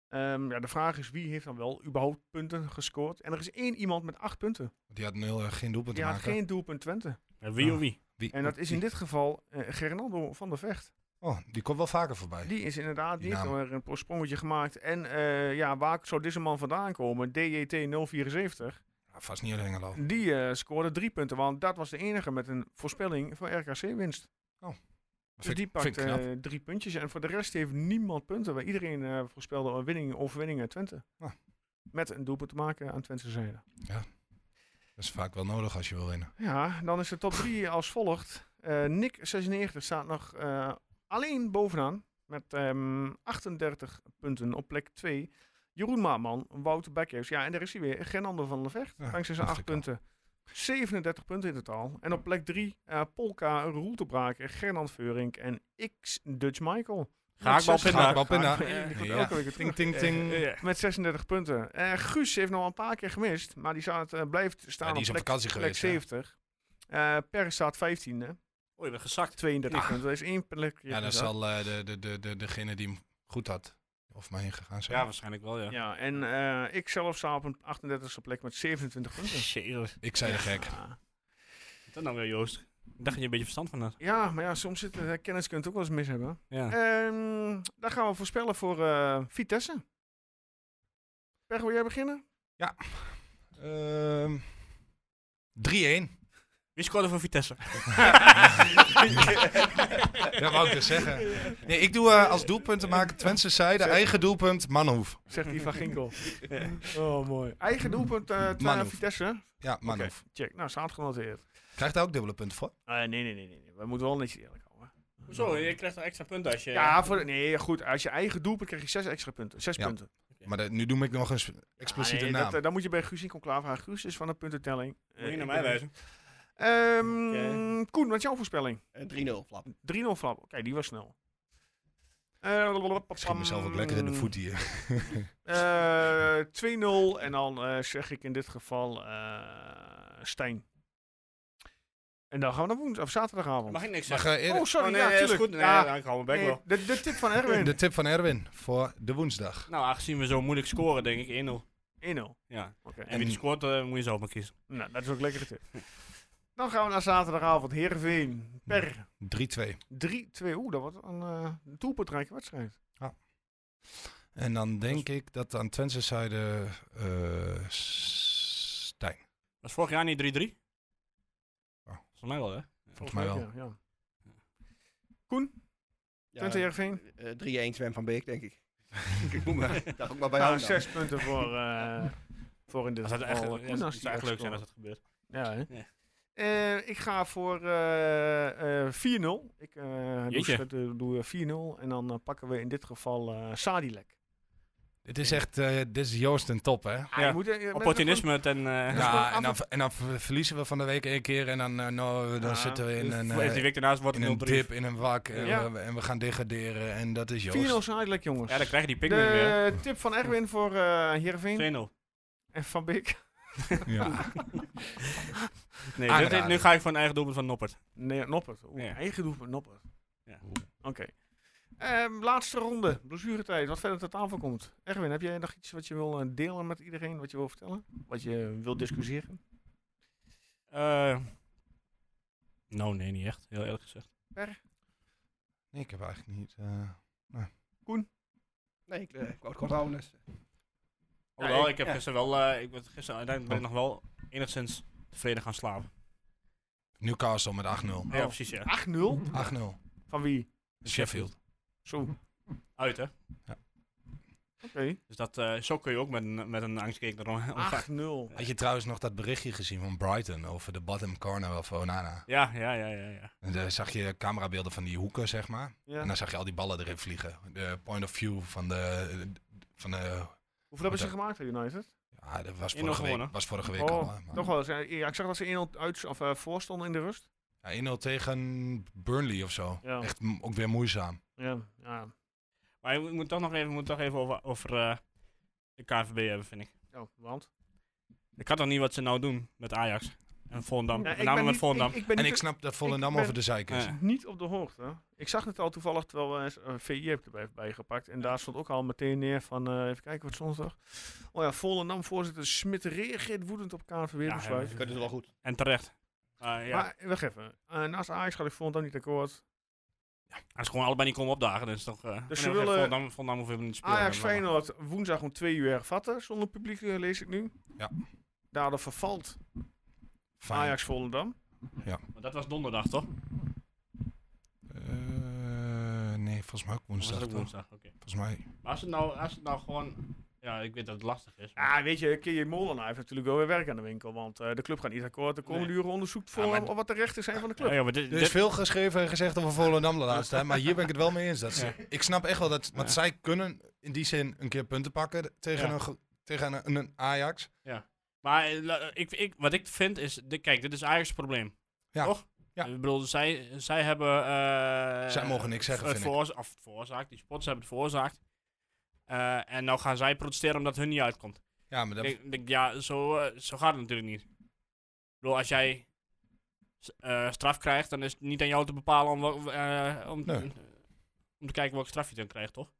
Speaker 1: Ehm, ja, de vraag is wie heeft dan wel überhaupt punten gescoord? En er is één iemand met acht punten.
Speaker 4: Die had nul, eh, geen doelpunt
Speaker 1: Die
Speaker 4: te
Speaker 1: had
Speaker 4: maken.
Speaker 1: geen doelpunt Twente.
Speaker 3: En wie of wie?
Speaker 4: Die-
Speaker 1: En dat is in
Speaker 4: die-
Speaker 1: dit geval eh Gernaldo van der Vecht.
Speaker 4: Oh, die komt wel vaker voorbij.
Speaker 1: Die is inderdaad
Speaker 4: Die
Speaker 1: die heeft
Speaker 4: naam.
Speaker 1: al weer een sprongetje gemaakt. En eh, ja, waar zou deze man vandaan komen? DJT 074.
Speaker 4: Ja, vast niet uit Hengelo.
Speaker 1: Die eh, scoorde drie punten, want dat was de enige met een voorspelling voor RKC-winst. Dus
Speaker 4: Vind
Speaker 1: die
Speaker 4: ik- vind
Speaker 1: pakte
Speaker 4: ik knap.
Speaker 1: eh, drie puntjes. En voor de rest heeft niemand punten. Waar iedereen eh, voorspelde een winning, overwinning uit Twente.
Speaker 4: Ah.
Speaker 1: Met een doelpunt te maken aan Twente zijde.
Speaker 4: Dat is vaak wel nodig als je wil winnen.
Speaker 1: Ja, dan is de top drie als volgt. Eh, Nick 96 staat nog eh, alleen bovenaan met ehm, 38 punten op plek 2. Jeroen Maatman, Wouter Bekkeus. Ja, en daar is hij weer. Genander van der Vecht.
Speaker 4: Ja,
Speaker 1: dankzij zijn
Speaker 4: dacht
Speaker 1: 8
Speaker 4: ik al.
Speaker 1: punten. 37 punten in totaal. En op plek 3 eh Polka, Roeltebraker, Gernand Veurink en X Dutch Michael.
Speaker 3: Gaakbal
Speaker 1: Met
Speaker 3: Pinda.
Speaker 4: Gaakbal Pinda.
Speaker 1: Ja, die komt
Speaker 4: Ja.
Speaker 1: elke week weer terug.
Speaker 4: Ting, ting, ting.
Speaker 3: Eh,
Speaker 4: Ja,
Speaker 3: ja.
Speaker 1: Met 36 punten. Eh, Guus heeft nog een paar keer gemist, maar die staat, eh, blijft staan
Speaker 4: die is op
Speaker 1: op plek,
Speaker 4: vakantie
Speaker 1: plek
Speaker 4: geweest. hè.
Speaker 1: 70. Eh per staat 15e,
Speaker 3: Oh, je bent gezakt.
Speaker 1: 32 punten. Dat is één plek.
Speaker 4: Ja, dat zal eh, de, de, de, de, degene die hem goed had, of maar heen gegaan zijn.
Speaker 3: Ja, waarschijnlijk wel, ja.
Speaker 1: Ja, en eh ik zelf sta op een 38e plek met 27 punten.
Speaker 3: Shit, wat
Speaker 4: Ik zei de gek.
Speaker 1: Ja.
Speaker 3: is dat nou weer, Joost? Ik dacht dat je een beetje verstand van had.
Speaker 1: Ja, maar ja, soms zit eh, kennis kunt ook wel eens mis hebben.
Speaker 3: Ja.
Speaker 1: Ehm dan gaan we voorspellen voor eh, Vitesse. Per, wil jij beginnen?
Speaker 4: Ehm 3-1.
Speaker 3: Wie scoorde voor Vitesse?
Speaker 4: Dat wou ik dus zeggen. Nee, ik doe eh, als doelpunten maken Twentse zijde, eigen doelpunt, Manhoef.
Speaker 1: Zegt die van Ginkel. oh, mooi. Eigen doelpunt eh, te-
Speaker 4: Manhoef.
Speaker 1: Vitesse.
Speaker 4: Ja, Manhoef.
Speaker 1: Check. Nou, staat genoteerd.
Speaker 4: Krijgt daar ook dubbele punten voor?
Speaker 1: Eh, nee, nee, nee, nee, nee. We moeten wel netjes eerlijk houden.
Speaker 3: Zo, je krijgt een extra punt als je...
Speaker 1: Ja, voor, nee, goed. Als je eigen doelpunt krijg je zes extra punten. Zes
Speaker 4: Ja.
Speaker 1: punten.
Speaker 4: Maar dat- nu doe ik nog eens expliciete
Speaker 1: Ah, nee,
Speaker 4: naam.
Speaker 1: dat, eh, dan moet je bij Guus in conclave vragen. Guus is van de puntentelling. Eh,
Speaker 3: Moet je
Speaker 1: ik
Speaker 3: naar
Speaker 1: ben
Speaker 3: mij
Speaker 1: niet.
Speaker 3: wijzen.
Speaker 1: Ehm,
Speaker 3: Oké.
Speaker 1: Koen, wat is jouw voorspelling?
Speaker 5: Eh, 3-0 flap.
Speaker 1: 3-0 flap. Kijk, die was snel.
Speaker 4: ik schiet mezelf ook lekker in de voet hier.
Speaker 1: Eh, 2-0 en dan eh, zeg ik in dit geval eh Stijn. En dan gaan we naar woensdag of zaterdagavond.
Speaker 3: Mag ik niks
Speaker 4: Mag,
Speaker 3: zeggen?
Speaker 4: eh,
Speaker 1: oh,
Speaker 4: eerder-
Speaker 1: sorry,
Speaker 3: oh, nee,
Speaker 1: ja,
Speaker 3: nee, is
Speaker 1: tuurlijk.
Speaker 3: goed. Nee,
Speaker 1: Ja,
Speaker 3: dan gaan we back
Speaker 1: nee,
Speaker 3: wel.
Speaker 1: de, de tip van Erwin. 1-0.
Speaker 4: de tip van Erwin voor de woensdag.
Speaker 3: Nou, aangezien we zo moeilijk scoren, denk ik 1-0. Ja.
Speaker 1: Oké.
Speaker 3: En wie die scoort, eh, moet je zelf maar kiezen.
Speaker 1: Nou, dat is ook lekker de tip. Dan gaan we naar zaterdagavond. Heerenveen. Per
Speaker 4: 3-2.
Speaker 1: 3-2. Oeh, dat wordt een eh doelpuntrijke wedstrijd.
Speaker 4: En dan denk ik dat aan Twentse zijde eh, Stijn.
Speaker 3: Was vorig jaar niet 3-3?
Speaker 4: Oh.
Speaker 3: Volgens mij wel, hè?
Speaker 4: Volgens mij wel.
Speaker 1: Ja, ja.
Speaker 5: Ja,
Speaker 1: Twente Heerenveen.
Speaker 5: eh, 3-1 Sven van Beek, denk ik. ik moet maar, dacht ook maar bij
Speaker 1: Ja,
Speaker 5: jou. dan.
Speaker 1: Nou, zes punten voor, eh, voor in dit
Speaker 3: Dat zou echt,
Speaker 1: geval.
Speaker 3: ja,
Speaker 1: Koen
Speaker 3: zou
Speaker 1: als die
Speaker 3: echt leuk zijn als
Speaker 1: uitscoort.
Speaker 3: dat gebeurt.
Speaker 1: Ja, hè?
Speaker 3: Ja.
Speaker 1: Eh, ik ga voor eh, eh, 4-0. Ik eh, doe,
Speaker 3: Jeetje.
Speaker 1: schut- eh, doe eh, 4-0 en dan eh, pakken we in dit geval eh Sadilek.
Speaker 4: Dit is echt, eh, dit is Joost en top, hè?
Speaker 1: Ah, je moet, eh, je bent
Speaker 3: Opportunisme ten... eh,
Speaker 1: is gewoon
Speaker 4: Ja, en dan, en dan ver- verliezen we van de week één keer en dan, eh, nou, dan
Speaker 1: Ja,
Speaker 4: zitten we in een,
Speaker 3: Voor-
Speaker 4: eh,
Speaker 3: die week daarnaast wordt
Speaker 4: in een
Speaker 3: het 0-3.
Speaker 4: dip, in een wak en,
Speaker 1: Ja.
Speaker 4: we, en we gaan degraderen en dat is
Speaker 1: er
Speaker 4: Joost.
Speaker 1: gewoon 4-0 Sadilek, jongens.
Speaker 3: Ja, dan krijg je die pickman weer.
Speaker 1: de tip van Erwin voor eh Heerenveen
Speaker 3: 2-0.
Speaker 1: en Van Beek.
Speaker 4: Ja.
Speaker 3: Nee, dit-
Speaker 4: Aangeraden.
Speaker 3: dit- nu ga ik voor een eigen doelpunt van Noppert.
Speaker 1: Nee, Noppert. Oeh,
Speaker 3: Ja.
Speaker 1: Eigen doelpunt Noppert.
Speaker 3: Ja.
Speaker 1: Oeh. Oké. Ehm, laatste ronde, blessuretijd, wat verder ter tafel komt. Erwin, heb jij nog iets wat je wil eh, delen met iedereen, wat je wil vertellen? Wat je wil discussiëren?
Speaker 3: Eh, nou, nee, niet echt. Heel eerlijk gezegd.
Speaker 4: Nee, ik heb eigenlijk niet... eh,
Speaker 5: Nee, ik, eh, ik wou het kort houden. Dus.
Speaker 3: Hoewel,
Speaker 1: ik-
Speaker 3: ik, Oh. heb
Speaker 5: ja.
Speaker 3: gisteren wel... eh, ik ben gisteren uiteindelijk ben ik nog wel enigszins tevreden gaan slapen.
Speaker 4: Newcastle met 8-0.
Speaker 3: Ja, precies, ja.
Speaker 1: 8-0?
Speaker 4: 8-0.
Speaker 1: Van wie?
Speaker 4: Sheffield.
Speaker 1: Zo. Oké.
Speaker 3: Uit, hè? Dus dat, eh, zo kun je ook met een, met een angstkeek naar om- omgaan.
Speaker 1: 8-0.
Speaker 4: Had je trouwens nog dat berichtje gezien van Brighton over de bottom corner van Onana?
Speaker 3: Ja, ja, ja, ja. ja.
Speaker 4: En daar zag je camerabeelden van die hoeken, zeg maar. En
Speaker 1: Ja.
Speaker 4: dan zag je al die ballen erin vliegen. De point of view van de... Van de
Speaker 1: Hoeveel hebben ze gemaakt, hè, United?
Speaker 4: ja, dat was
Speaker 3: 1-0
Speaker 4: vorige week,
Speaker 3: gewonnen.
Speaker 4: was vorige week
Speaker 1: Oh,
Speaker 4: al. hè, maar-
Speaker 1: Toch wel. ze- Ja, ik zag dat ze 1-0 uit, of, eh voor stonden in de rust.
Speaker 4: Ja, 1-0 tegen Burnley of zo.
Speaker 1: Ja.
Speaker 4: Echt m- ook weer moeizaam.
Speaker 1: Ja. ja.
Speaker 3: Maar ik moet toch nog even, moet toch even over, over eh, de KVB hebben, vind ik.
Speaker 1: Oh, want?
Speaker 3: Ik had toch niet wat ze nou doen met Ajax en Volendam.
Speaker 1: Ja,
Speaker 3: met name met Volendam.
Speaker 1: ik, ik ben
Speaker 4: En
Speaker 1: niet,
Speaker 4: ik snap dat Volendam
Speaker 1: ben-
Speaker 4: over de zeik is.
Speaker 3: Ja.
Speaker 1: niet op de hoogte. Ik zag het al toevallig terwijl we eens, eh, VI heb ik erbij bijgepakt. En daar stond ook al meteen neer van, eh, even kijken wat stond er. Oh ja, Volendam voorzitter Smit reageert woedend op
Speaker 3: Ja,
Speaker 1: KNVB-besluit.
Speaker 5: Dat kunnen ze wel goed.
Speaker 3: En terecht. Eh, ja,
Speaker 1: Maar, wacht even. Eh, naast Ajax had ik Volendam niet akkoord.
Speaker 3: als ze gewoon allebei niet komen opdagen, dan is het toch... eh,
Speaker 1: Dus
Speaker 3: nee,
Speaker 1: ze
Speaker 3: we zeggen
Speaker 1: willen-
Speaker 3: Volendam, Volendam hoeven we niet te spelen.
Speaker 1: Ajax
Speaker 3: Maar-
Speaker 1: Feyenoord woensdag om twee uur hervatten, zonder publiek eh, lees ik nu.
Speaker 4: Ja.
Speaker 1: Daardoor vervalt
Speaker 4: Fijn.
Speaker 1: Ajax Volendam.
Speaker 3: Maar dat was donderdag, toch? Of
Speaker 4: Eh, nee, volgens mij ook
Speaker 3: was
Speaker 4: woensdag.
Speaker 3: dat ook
Speaker 4: toch?
Speaker 3: woensdag? Oké.
Speaker 4: Volgens mij.
Speaker 3: Maar als het, nou, als het nou gewoon Ja, ik weet dat het lastig is. maar-
Speaker 1: Ja, weet je, Keer Molenaar heeft natuurlijk wel weer werk aan de winkel. Want eh, de club gaat niet akkoord. De komende uren onderzoekt voor
Speaker 3: maar-
Speaker 1: hem of wat de rechten zijn van de club.
Speaker 3: Ja, ja, maar dit,
Speaker 4: Er is
Speaker 3: dit-
Speaker 4: veel geschreven en gezegd over Volendam de laatste tijd, maar hier ben ik het wel mee eens. Dat ze- Ik snap echt wel dat, want
Speaker 3: Ja.
Speaker 4: zij kunnen in die zin een keer punten pakken tegen,
Speaker 3: Ja.
Speaker 4: een, ge- tegen een, een Ajax.
Speaker 3: maar eh, la- ik, ik, wat ik vind is, dit- kijk, dit is Ajax' probleem.
Speaker 4: Ja.
Speaker 3: Toch?
Speaker 4: Ja.
Speaker 3: Ik bedoel, zij, zij hebben... eh,
Speaker 4: Zij mogen niks zeggen,
Speaker 3: het
Speaker 4: vind ik.
Speaker 3: veroorza- Of het veroorzaakt, die spots hebben het veroorzaakt. Eh, en nou gaan zij protesteren omdat hun niet uitkomt.
Speaker 4: Ja, maar dat,
Speaker 3: Ik denk, ja, zo, eh, zo gaat het natuurlijk niet. Ik bedoel, als jij s- eh, straf krijgt, dan is het niet aan jou te bepalen om, wel- eh, om,
Speaker 4: Nee.
Speaker 3: om te kijken welke straf je dan krijgt, toch?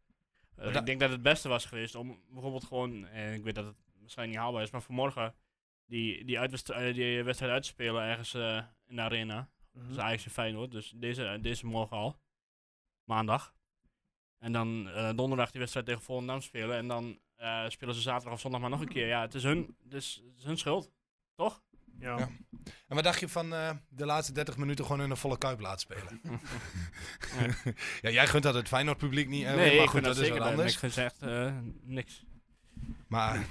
Speaker 3: Eh,
Speaker 4: Maar da-
Speaker 3: ik denk dat het beste was geweest om bijvoorbeeld gewoon, en ik weet dat het misschien niet haalbaar is, maar vanmorgen die, die, uitwedst- eh, die wedstrijd uit te spelen ergens eh, in de arena.
Speaker 1: Mhm.
Speaker 3: Dat is Ajax en Feyenoord, dus deze, deze morgen al. Maandag. En dan eh, donderdag die wedstrijd tegen Volendam spelen. En dan eh, spelen ze zaterdag of zondag maar nog een keer. Ja, het is hun, het is, het is hun schuld. Toch?
Speaker 1: Ja.
Speaker 4: Ja. En wat dacht je van eh, de laatste 30 minuten gewoon in een volle kuip laten spelen? ja, jij gunt dat het Feyenoord publiek niet, eh, maar
Speaker 3: ik
Speaker 4: goed,
Speaker 3: vind
Speaker 4: dat is wat
Speaker 3: zeker
Speaker 4: anders.
Speaker 3: niks gezegd. eh, niks.
Speaker 4: Maar eh,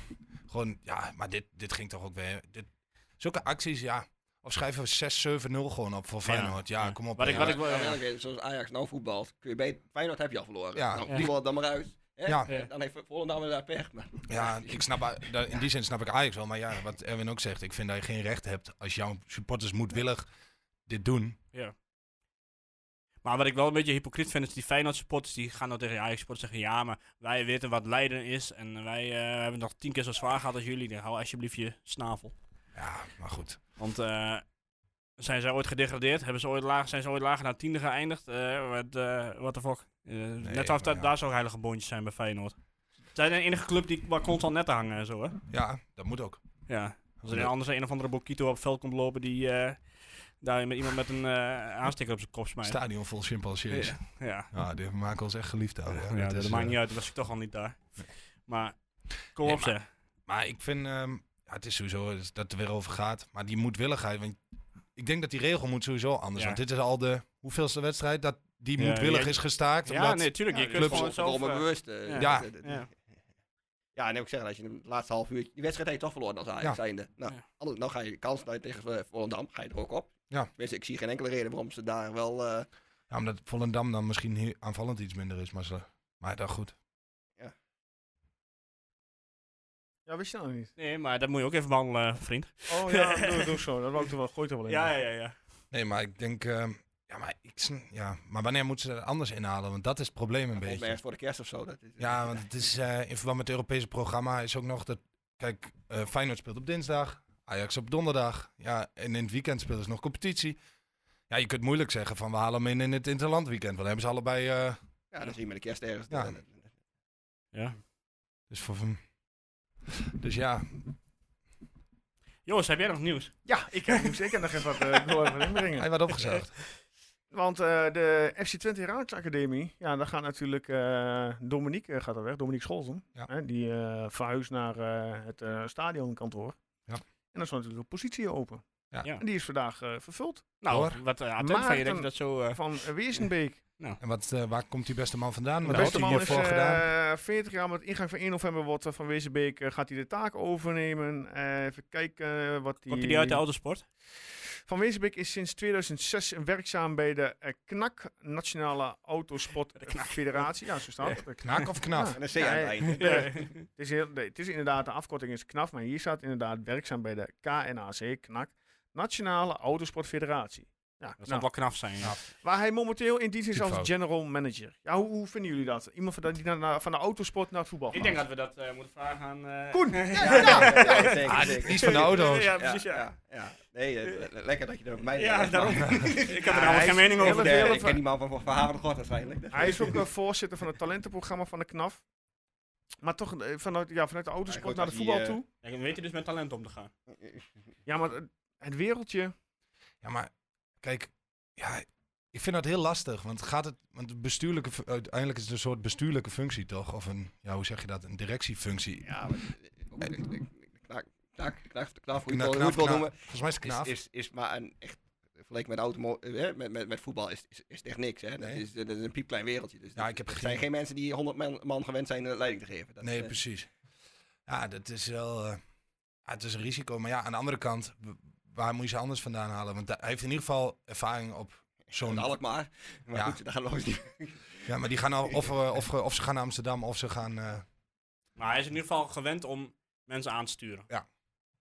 Speaker 4: gewoon, ja, maar dit, dit ging toch ook weer. Dit, zulke acties, ja. Of schrijven we 6-7-0 gewoon op voor
Speaker 3: Ja.
Speaker 4: Feyenoord. Ja,
Speaker 3: Ja.
Speaker 4: kom op.
Speaker 3: Wat ik-
Speaker 4: ja.
Speaker 3: wat ik- wel, ja.
Speaker 5: Eigenlijk, zoals Ajax nou voetbalt, kun je bij Feyenoord heb je al verloren.
Speaker 4: Ja.
Speaker 5: Nou,
Speaker 3: Ja.
Speaker 5: die wil het dan maar uit. Hè?
Speaker 4: Ja.
Speaker 5: En Dan heeft Volendam inderdaad pech. Maar
Speaker 4: ja, ik snap, a- da- in die zin snap ik Ajax wel. Maar ja, wat Erwin ook zegt, ik vind dat je geen recht hebt als jouw supporters moedwillig dit doen.
Speaker 3: Maar wat ik wel een beetje hypocriet vind, is die Feyenoord supporters, die gaan dan tegen Ajax supporters zeggen, ja, maar wij weten wat Leiden is en wij eh, hebben het nog tien keer zo zwaar gehad als jullie. Dan hou alsjeblieft je snavel.
Speaker 4: Ja, maar goed.
Speaker 3: Want eh, zijn zij ooit gedegradeerd? Hebben ze ooit laag, zijn ze ooit lager naar tiende geëindigd? Eh wat eh what the fuck? Eh, net als
Speaker 4: maar
Speaker 3: dat
Speaker 4: ja.
Speaker 3: daar zo heilige boontjes zijn bij Feyenoord. Zij zijn de enige club die waar constant netten hangen en zo, hè?
Speaker 4: Ja, dat moet ook.
Speaker 3: Ja. Als er
Speaker 4: Ja.
Speaker 3: anders een of andere Bokito op het veld komt lopen die eh, daar met iemand met een eh, aansteker op zijn kop smijt.
Speaker 4: Stadion vol chimpansees. Ja,
Speaker 3: ja.
Speaker 4: die maken ons echt geliefd
Speaker 3: Ja,
Speaker 4: houden. hè.
Speaker 3: dat,
Speaker 4: is,
Speaker 3: maakt
Speaker 4: eh,
Speaker 3: niet uit, dat was ik toch al niet daar. Maar, kom
Speaker 4: Nee,
Speaker 3: op zeg.
Speaker 4: Maar ik vind, ehm, ja, het is sowieso dat het er weer over gaat. Maar die moedwilligheid, want ik denk dat die regel moet sowieso anders.
Speaker 3: Ja.
Speaker 4: Want dit is al de hoeveelste wedstrijd dat die
Speaker 3: Ja,
Speaker 4: moedwillig
Speaker 3: ja.
Speaker 4: is gestaakt.
Speaker 3: Ja,
Speaker 4: omdat,
Speaker 3: nee, tuurlijk.
Speaker 5: Ja,
Speaker 3: je
Speaker 5: dus
Speaker 3: kunt
Speaker 4: clubs-
Speaker 3: gewoon zelf...
Speaker 5: Volkomen
Speaker 3: eh,
Speaker 5: bewust.
Speaker 3: ja.
Speaker 5: eh,
Speaker 4: Ja.
Speaker 5: dat- dat-
Speaker 3: Ja.
Speaker 5: Ja, en ook zeggen, als je in het laatste half uur, die wedstrijd heb je toch verloren als Ajax
Speaker 4: Ja.
Speaker 5: zijnde. Nou,
Speaker 3: Ja.
Speaker 5: anders, nou ga je kans naar tegen eh, Volendam, ga je er ook op.
Speaker 4: Ja.
Speaker 5: Tenminste, ik zie geen enkele reden waarom ze daar wel... eh,
Speaker 4: ja, omdat Volendam dan misschien hier aanvallend iets minder is. Maar, ze, maar dan goed.
Speaker 1: Ja, wist je nou niet?
Speaker 3: nee, maar dat moet je ook even behandelen, vriend.
Speaker 1: Oh ja, doe, doe zo. Dat wou ik er wel, gooi er wel in.
Speaker 4: eh,
Speaker 3: Ja, ja, ja.
Speaker 4: Nee, maar ik denk, ehm, ja, maar ik, sn- ja, maar wanneer moeten ze dat anders inhalen? Want dat is het probleem een
Speaker 5: Volgens mij
Speaker 4: beetje.
Speaker 5: ergens voor de kerst of zo. Dat is,
Speaker 4: Ja, want het is eh, in verband met het Europese programma is ook nog dat, kijk, eh, Feyenoord speelt op dinsdag, Ajax op donderdag. Ja, en in het weekend spelen ze nog competitie. Ja, je kunt moeilijk zeggen van we halen hem in in het interlandweekend. Want dan hebben ze allebei, eh,
Speaker 5: Ja, dan zie je met de kerst ergens.
Speaker 4: Ja.
Speaker 5: eh,
Speaker 3: ja.
Speaker 4: dus voor hem. Dus ja,
Speaker 3: Joost, heb jij nog nieuws?
Speaker 1: Ja, ik heb, nieuws. ik heb nog even wat eh, ik wil even inbrengen.
Speaker 4: hij werd opgezuigd.
Speaker 1: Want eh, de FC Twente Heracles Academie, ja, daar gaat natuurlijk eh, Dominique eh, gaat er weg, Dominique Scholten.
Speaker 4: Ja.
Speaker 1: Hè, die eh, verhuist naar eh, het eh, stadionkantoor.
Speaker 4: Ja.
Speaker 1: En dan staat natuurlijk een positie open.
Speaker 4: Ja.
Speaker 3: Ja.
Speaker 1: En die is vandaag eh, vervuld
Speaker 3: Nou,
Speaker 4: Hoor.
Speaker 3: wat eh attent van je dat je
Speaker 1: Maarten.
Speaker 3: dat zo... eh,
Speaker 1: van eh, Weersenbeek.
Speaker 4: En wat, eh, waar komt die beste man vandaan? Wat
Speaker 1: Nou, de beste
Speaker 4: heeft hij
Speaker 1: man is
Speaker 4: hiervoor gedaan?
Speaker 1: eh, 40 jaar, met ingang van 1 november wordt eh, van Weersenbeek eh, gaat hij de taak overnemen. Eh, even kijken eh, wat die...
Speaker 3: komt hij die uit de autosport?
Speaker 1: Van Wezenbeek is sinds 2006 werkzaam bij de eh, KNAK, Nationale Autosport eh, Federatie. Ja, zo staat het.
Speaker 4: Knak of knaf?
Speaker 1: Ja.
Speaker 5: En een C aan het eind.
Speaker 1: Ja, het, is heel, nee, het is inderdaad, de afkorting is KNAF, maar hier staat inderdaad werkzaam bij de KNAC, KNAK, Nationale Autosport Federatie. Ja,
Speaker 3: Dat zou
Speaker 1: nou,
Speaker 3: wel knap zijn, ja.
Speaker 1: waar hij momenteel in dienst is als
Speaker 4: Typfout.
Speaker 1: general manager. Ja, hoe, hoe vinden jullie dat? Iemand van de, die naar- van de autosport naar het voetbal
Speaker 3: Ik
Speaker 1: gaat?
Speaker 3: denk dat we dat eh, moeten vragen aan... eh,
Speaker 1: Koen!
Speaker 5: Ja, ja, ja, zeker,
Speaker 4: Ah, die
Speaker 5: zeker.
Speaker 4: is van de auto's.
Speaker 3: Ja,
Speaker 5: Ja,
Speaker 3: precies, ja.
Speaker 5: ja, ja. Nee, eh, le- le- lekker dat je er op mij
Speaker 3: Ja, daarom. ik heb
Speaker 1: hij
Speaker 3: er namelijk
Speaker 1: is
Speaker 3: geen mening
Speaker 1: heel
Speaker 3: over.
Speaker 1: erg-
Speaker 5: Ja, ik ken die man van Verhaven God waarschijnlijk. Dat-
Speaker 1: Hij is ook eh, voorzitter van het talentenprogramma van de KNAF. Maar toch, eh, vanuit, ja, vanuit de autosport
Speaker 5: goed,
Speaker 1: naar de
Speaker 5: als hij,
Speaker 1: voetbal
Speaker 5: eh,
Speaker 1: toe.
Speaker 3: Ja, dan weet je dus met talent om te gaan.
Speaker 1: Ja, maar het- het wereldje...
Speaker 4: Ja, maar kijk, ja, ik vind dat heel lastig. Want gaat het, want bestuurlijke, fu- uiteindelijk is het een soort bestuurlijke functie toch? Of een, ja, hoe zeg je dat? Een directiefunctie.
Speaker 5: Ja, maar ook de- de- de knak, knak, de knaf, de knaf, hoe je
Speaker 4: Kna-
Speaker 5: het wil- hoe
Speaker 4: knaaf,
Speaker 5: je het wil
Speaker 4: kna-
Speaker 5: noemen,
Speaker 4: Volgens mij is het knaaf.
Speaker 5: is, is, is maar een echt, vergeleken met, automo- eh, hè, met, met, met voetbal, is, is, is het echt niks. Hè? Dat,
Speaker 4: Nee.
Speaker 5: is, dat is een piepklein wereldje. Dus
Speaker 4: Ja, ik heb
Speaker 5: er
Speaker 4: geen-
Speaker 5: zijn geen mensen die 100 man, man gewend zijn eh, leiding te geven. Dat,
Speaker 4: nee,
Speaker 5: eh,
Speaker 4: precies. Ja, dat is wel. eh, ja, het is een risico. Maar ja, aan de andere kant, w- waar moet je ze anders vandaan halen? Want da- hij heeft in ieder geval ervaring op zo'n.
Speaker 5: Van Alkmaar. Maar
Speaker 4: Ja.
Speaker 5: goed, daar gaan we ook niet.
Speaker 4: Ja, maar die gaan al. Of, eh, of, of ze gaan naar Amsterdam of ze gaan. eh,
Speaker 3: Maar hij is in ieder geval gewend om mensen aan te sturen.
Speaker 4: Ja.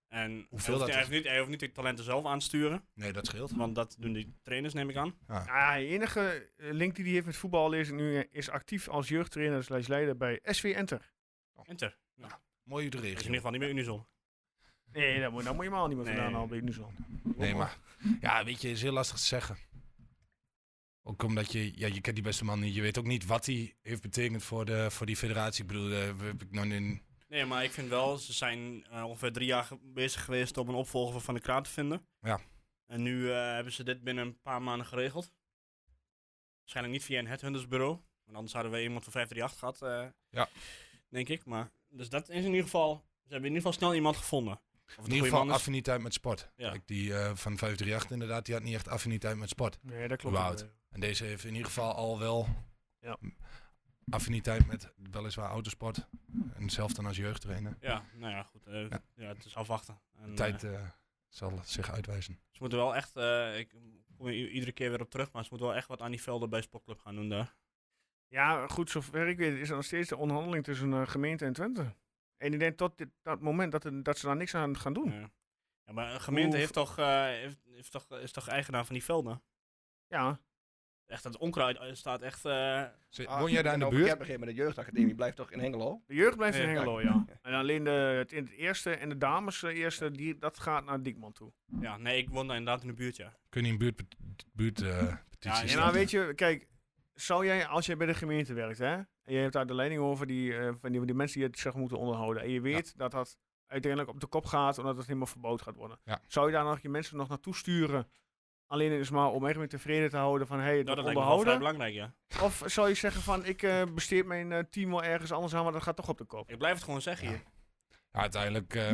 Speaker 3: En
Speaker 4: dat
Speaker 3: hij hoeft, hij
Speaker 4: is.
Speaker 3: hoeft niet, hij hoeft niet de talenten zelf aan te sturen,
Speaker 4: nee, dat scheelt.
Speaker 3: want dat doen die trainers, neem ik aan.
Speaker 1: Ja, de enige eh, link die hij heeft met voetbal lees ik nu eh, is actief als jeugdtrainer slash leider bij SV Enter.
Speaker 3: Enter.
Speaker 4: Mooi
Speaker 3: Dat is
Speaker 4: Utrecht.
Speaker 3: in ieder geval niet meer Unison.
Speaker 1: Nee, daar moet, daar moet je helemaal niet meer
Speaker 3: Nee.
Speaker 1: vandaan halen bij Nuzon.
Speaker 4: Nee, maar. Ja, weet je, is heel lastig te zeggen. Ook omdat je, ja, je kent die beste man niet. Je weet ook niet wat hij heeft betekend voor, de, voor die federatie. Ik bedoel, eh, we- heb ik nog in,
Speaker 3: Nee, maar ik vind wel, ze zijn eh, ongeveer drie jaar ge- bezig geweest om een opvolger van de Kraat te vinden.
Speaker 4: Ja.
Speaker 3: En nu eh, hebben ze dit binnen een paar maanden geregeld. Waarschijnlijk niet via een headhuntersbureau, want anders hadden we iemand van 538 gehad, eh,
Speaker 4: Ja.
Speaker 3: denk ik. Maar, dus dat is in ieder geval, ze hebben in ieder geval snel iemand gevonden. Of het
Speaker 4: in ieder
Speaker 3: goede
Speaker 4: geval
Speaker 3: man is.
Speaker 4: affiniteit met sport.
Speaker 3: Ja.
Speaker 4: Kijk, die eh, van 538 inderdaad, die had niet echt affiniteit met sport.
Speaker 1: Nee, dat klopt.
Speaker 4: Überhaupt.
Speaker 1: ook, eh.
Speaker 4: En deze heeft in ieder geval al wel
Speaker 1: Ja.
Speaker 4: affiniteit met weliswaar autosport. En zelf dan als jeugdtrainer.
Speaker 3: Ja, nou ja, goed. eh, ja.
Speaker 4: Ja.
Speaker 3: het is afwachten. En, eh,
Speaker 4: Tijd eh, zal zich uitwijzen.
Speaker 3: ze moeten wel echt, eh, ik kom er i- iedere keer weer op terug, maar ze moeten wel echt wat aan die velden bij Sportclub gaan doen daar.
Speaker 1: Ja, goed, zover ik weet is er nog steeds de onderhandeling tussen eh, gemeente en Twente. En ik denk tot dit, dat moment dat, er- dat ze daar niks aan gaan doen.
Speaker 3: Ja. Ja, maar een gemeente
Speaker 1: Hoe-
Speaker 3: heeft toch, eh, heeft, heeft toch, is toch eigenaar van die velden?
Speaker 1: Ja,
Speaker 3: Echt, dat onkruid eh, staat echt... eh,
Speaker 4: Zit-
Speaker 5: Ah,
Speaker 4: woon jij daar in de
Speaker 5: en ook,
Speaker 4: buurt?
Speaker 5: Ik heb begrepen met de jeugdacademie, blijft toch in Hengelo?
Speaker 1: de jeugd blijft in
Speaker 3: Ja,
Speaker 1: Hengelo, ja. En alleen de, het, in het eerste en de dames eh, eerste, die, dat gaat naar Diekman toe.
Speaker 3: ja, nee, ik woon daar inderdaad in de buurt, ja.
Speaker 4: Kun je een buurt, buurt eh,
Speaker 3: Ja,
Speaker 4: petitie
Speaker 1: En
Speaker 3: dat-
Speaker 1: dan
Speaker 4: starten?
Speaker 1: weet je, kijk, zou jij, als jij bij de gemeente werkt, hè, en je hebt daar de leiding over, die, eh, van die, die mensen die het zich moeten onderhouden, en je weet dat dat uiteindelijk op de kop gaat, omdat het helemaal verboden gaat worden.
Speaker 4: Ja.
Speaker 1: Zou je daar nog je mensen nog naartoe sturen, alleen is maar om echt weer tevreden te houden van, hé, hey,
Speaker 3: Nou,
Speaker 1: dat
Speaker 3: dat lijkt me wel vrij
Speaker 1: onderhouden?
Speaker 3: belangrijk, ja.
Speaker 1: Of zou je zeggen van, ik eh, besteed mijn eh, team wel ergens anders aan, maar dat gaat toch op de kop?
Speaker 3: Ik blijf het gewoon zeggen
Speaker 4: Ja.
Speaker 3: hier.
Speaker 4: Ja, uiteindelijk eh,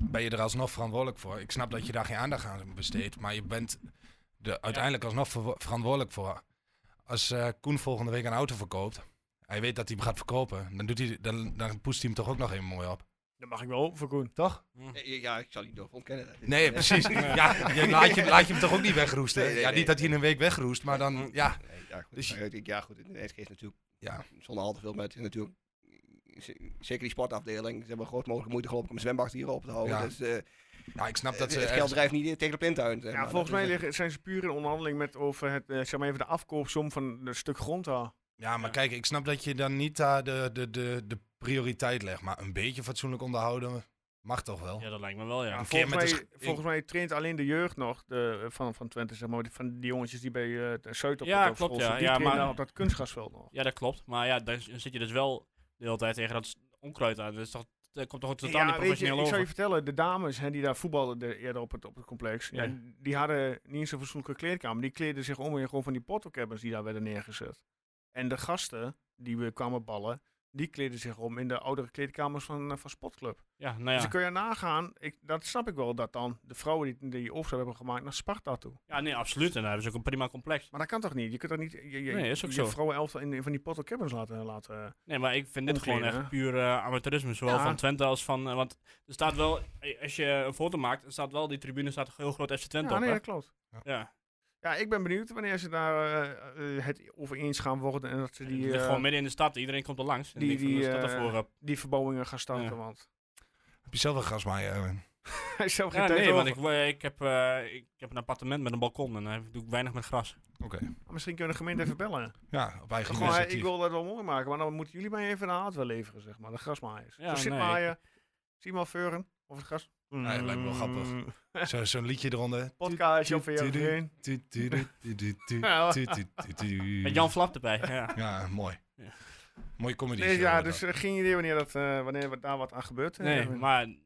Speaker 4: ben je er alsnog verantwoordelijk voor. Ik snap dat je daar geen aandacht aan besteedt, maar je bent er uiteindelijk alsnog verwo- verantwoordelijk voor. Als eh, Koen volgende week een auto verkoopt, hij weet dat hij hem gaat verkopen, dan, doet hij, dan, dan poest hij hem toch ook nog even mooi op.
Speaker 1: Dat mag ik wel hopen voor Koen.
Speaker 4: Toch?
Speaker 3: Hm.
Speaker 5: Eh, Ja, ik zal die durven ontkennen. Dat is-
Speaker 4: Nee, precies. Ja, je, laat, je, laat je hem toch ook niet wegroesten.
Speaker 5: Nee, nee,
Speaker 4: ja,
Speaker 5: nee,
Speaker 4: niet dat hij in een week wegroest, maar dan, ja.
Speaker 5: Nee, ja, goed.
Speaker 4: Dus je-
Speaker 5: Maar ik denk, ja, goed. In Enschede is natuurlijk,
Speaker 4: Ja.
Speaker 5: zonder al te veel, maar het is natuurlijk, z- zeker die sportafdeling, ze hebben groot mogelijk moeite geloof ik om zwembaden hier op te houden.
Speaker 4: Ja.
Speaker 5: Dus, eh,
Speaker 4: ja, Nou, ik snap dat
Speaker 5: het,
Speaker 4: ze...
Speaker 5: het
Speaker 4: ergens-
Speaker 5: geld drijft niet in- tegen de plintuin. zeg
Speaker 1: Ja,
Speaker 5: maar.
Speaker 1: volgens
Speaker 5: Dat
Speaker 1: mij
Speaker 5: is-
Speaker 1: liggen, zijn ze puur in onderhandeling met over het, eh, zeg maar even de afkoopsom van een stuk grond daar.
Speaker 4: Ja, maar
Speaker 3: Ja.
Speaker 4: kijk, ik snap dat je dan niet daar de, de, de, de prioriteit legt, maar een beetje fatsoenlijk onderhouden mag toch wel?
Speaker 3: Ja, dat lijkt me wel, ja.
Speaker 4: Ja,
Speaker 3: Ja,
Speaker 4: een keer
Speaker 1: Volgens mij,
Speaker 4: met de sch-
Speaker 1: volgens mij traint alleen de jeugd nog de, eh, van, van Twente, zeg maar, die- van die jongetjes die bij eh, de Zuid op
Speaker 3: Ja,
Speaker 1: het op
Speaker 3: klopt,
Speaker 1: school
Speaker 3: ja.
Speaker 1: zitten, Die
Speaker 3: Ja,
Speaker 1: trainen
Speaker 3: maar-
Speaker 1: op dat kunstgrasveld nog.
Speaker 3: dat klopt. Maar ja, dan, dan zit je dus wel de hele tijd tegen dat s- onkruid aan. Dat, is toch, dat komt toch totaal
Speaker 1: Ja,
Speaker 3: niet
Speaker 1: weet je,
Speaker 3: professioneel
Speaker 1: ik zou je
Speaker 3: over?
Speaker 1: vertellen, de dames hè, die daar voetbalden de- eerder op het, op het complex, ja.
Speaker 3: Ja.
Speaker 1: die hadden niet eens een fatsoenlijke kleedkamer. Die kleedden zich om in gewoon van die portocabbins die daar werden neergezet. En de gasten die we kwamen ballen, die kleedden zich om in de oudere kleedkamers van, eh, van Spotclub.
Speaker 3: Ja, nou
Speaker 1: Dus
Speaker 3: ja.
Speaker 1: dan kun je nagaan, ik, dat snap ik wel, dat dan de vrouwen die, die overstap hebben gemaakt naar Sparta toe.
Speaker 3: Ja, nee, absoluut. En daar hebben ze ook een prima complex.
Speaker 1: Maar dat kan toch niet? Je kunt toch niet je, je,
Speaker 3: Nee, is ook
Speaker 1: je
Speaker 3: zo.
Speaker 1: vrouwen elftal in, in van die potten cabins laten... eh. laten
Speaker 3: Nee, maar ik vind dit
Speaker 1: Omkleden,
Speaker 3: gewoon echt
Speaker 1: hè?
Speaker 3: puur eh, amateurisme. Zowel
Speaker 1: Ja.
Speaker 3: van Twente als van... eh, want er staat wel... eh, Als je een foto maakt, er staat wel... Die tribune staat toch heel groot FC Twente
Speaker 1: ja,
Speaker 3: op,
Speaker 1: nee,
Speaker 3: hè?
Speaker 1: dat klopt.
Speaker 3: Ja.
Speaker 1: Ja, ik ben benieuwd wanneer ze daar eh, eh, het over eens gaan worden en dat ze
Speaker 3: Die,
Speaker 1: die, eh,
Speaker 3: gewoon midden in de stad. Iedereen komt er langs. En
Speaker 1: die-
Speaker 3: die, die,
Speaker 1: die,
Speaker 3: is dat
Speaker 1: eh,
Speaker 3: daarvoor, eh,
Speaker 1: die verbouwingen gaan starten,
Speaker 3: Ja.
Speaker 1: want
Speaker 4: Heb je zelf een grasmaaier, Erwin?
Speaker 1: hij is zelf geen
Speaker 3: Ja,
Speaker 1: tijd
Speaker 3: nee,
Speaker 1: over.
Speaker 3: want ik, wo- ik, heb, eh, ik heb een appartement met een balkon en daar doe ik weinig met gras.
Speaker 4: Oké.
Speaker 1: Misschien kunnen de gemeente even bellen.
Speaker 4: Ja, op eigen
Speaker 1: Gewoon, eh,
Speaker 4: initiatief.
Speaker 1: ik wil dat wel mooi maken, maar dan moeten jullie mij even een haat wel leveren, zeg maar. De grasmaaiers.
Speaker 3: Ja,
Speaker 1: Ja, zit eh,
Speaker 3: nee,
Speaker 1: maaien, zie maar veuren, of het gras...
Speaker 4: dat lijkt me wel grappig. Zo- Zo'n liedje eronder.
Speaker 1: Podcastje of
Speaker 4: Tudu, tudu,
Speaker 1: heen.
Speaker 4: tu, tu, tu, tu, tu, tu,
Speaker 1: Ja.
Speaker 4: tu, tu, tu, tu.
Speaker 3: Met Jan Flap erbij. Ja.
Speaker 4: Ja, mooi.
Speaker 3: Ja.
Speaker 4: Mooie comedy.
Speaker 1: Nee,
Speaker 4: show,
Speaker 1: ja,
Speaker 4: dat.
Speaker 1: dus eh, geen idee wanneer, dat, eh, wanneer wat- daar wat aan gebeurt. eh,
Speaker 3: Nee,
Speaker 1: Erwin.
Speaker 3: maar het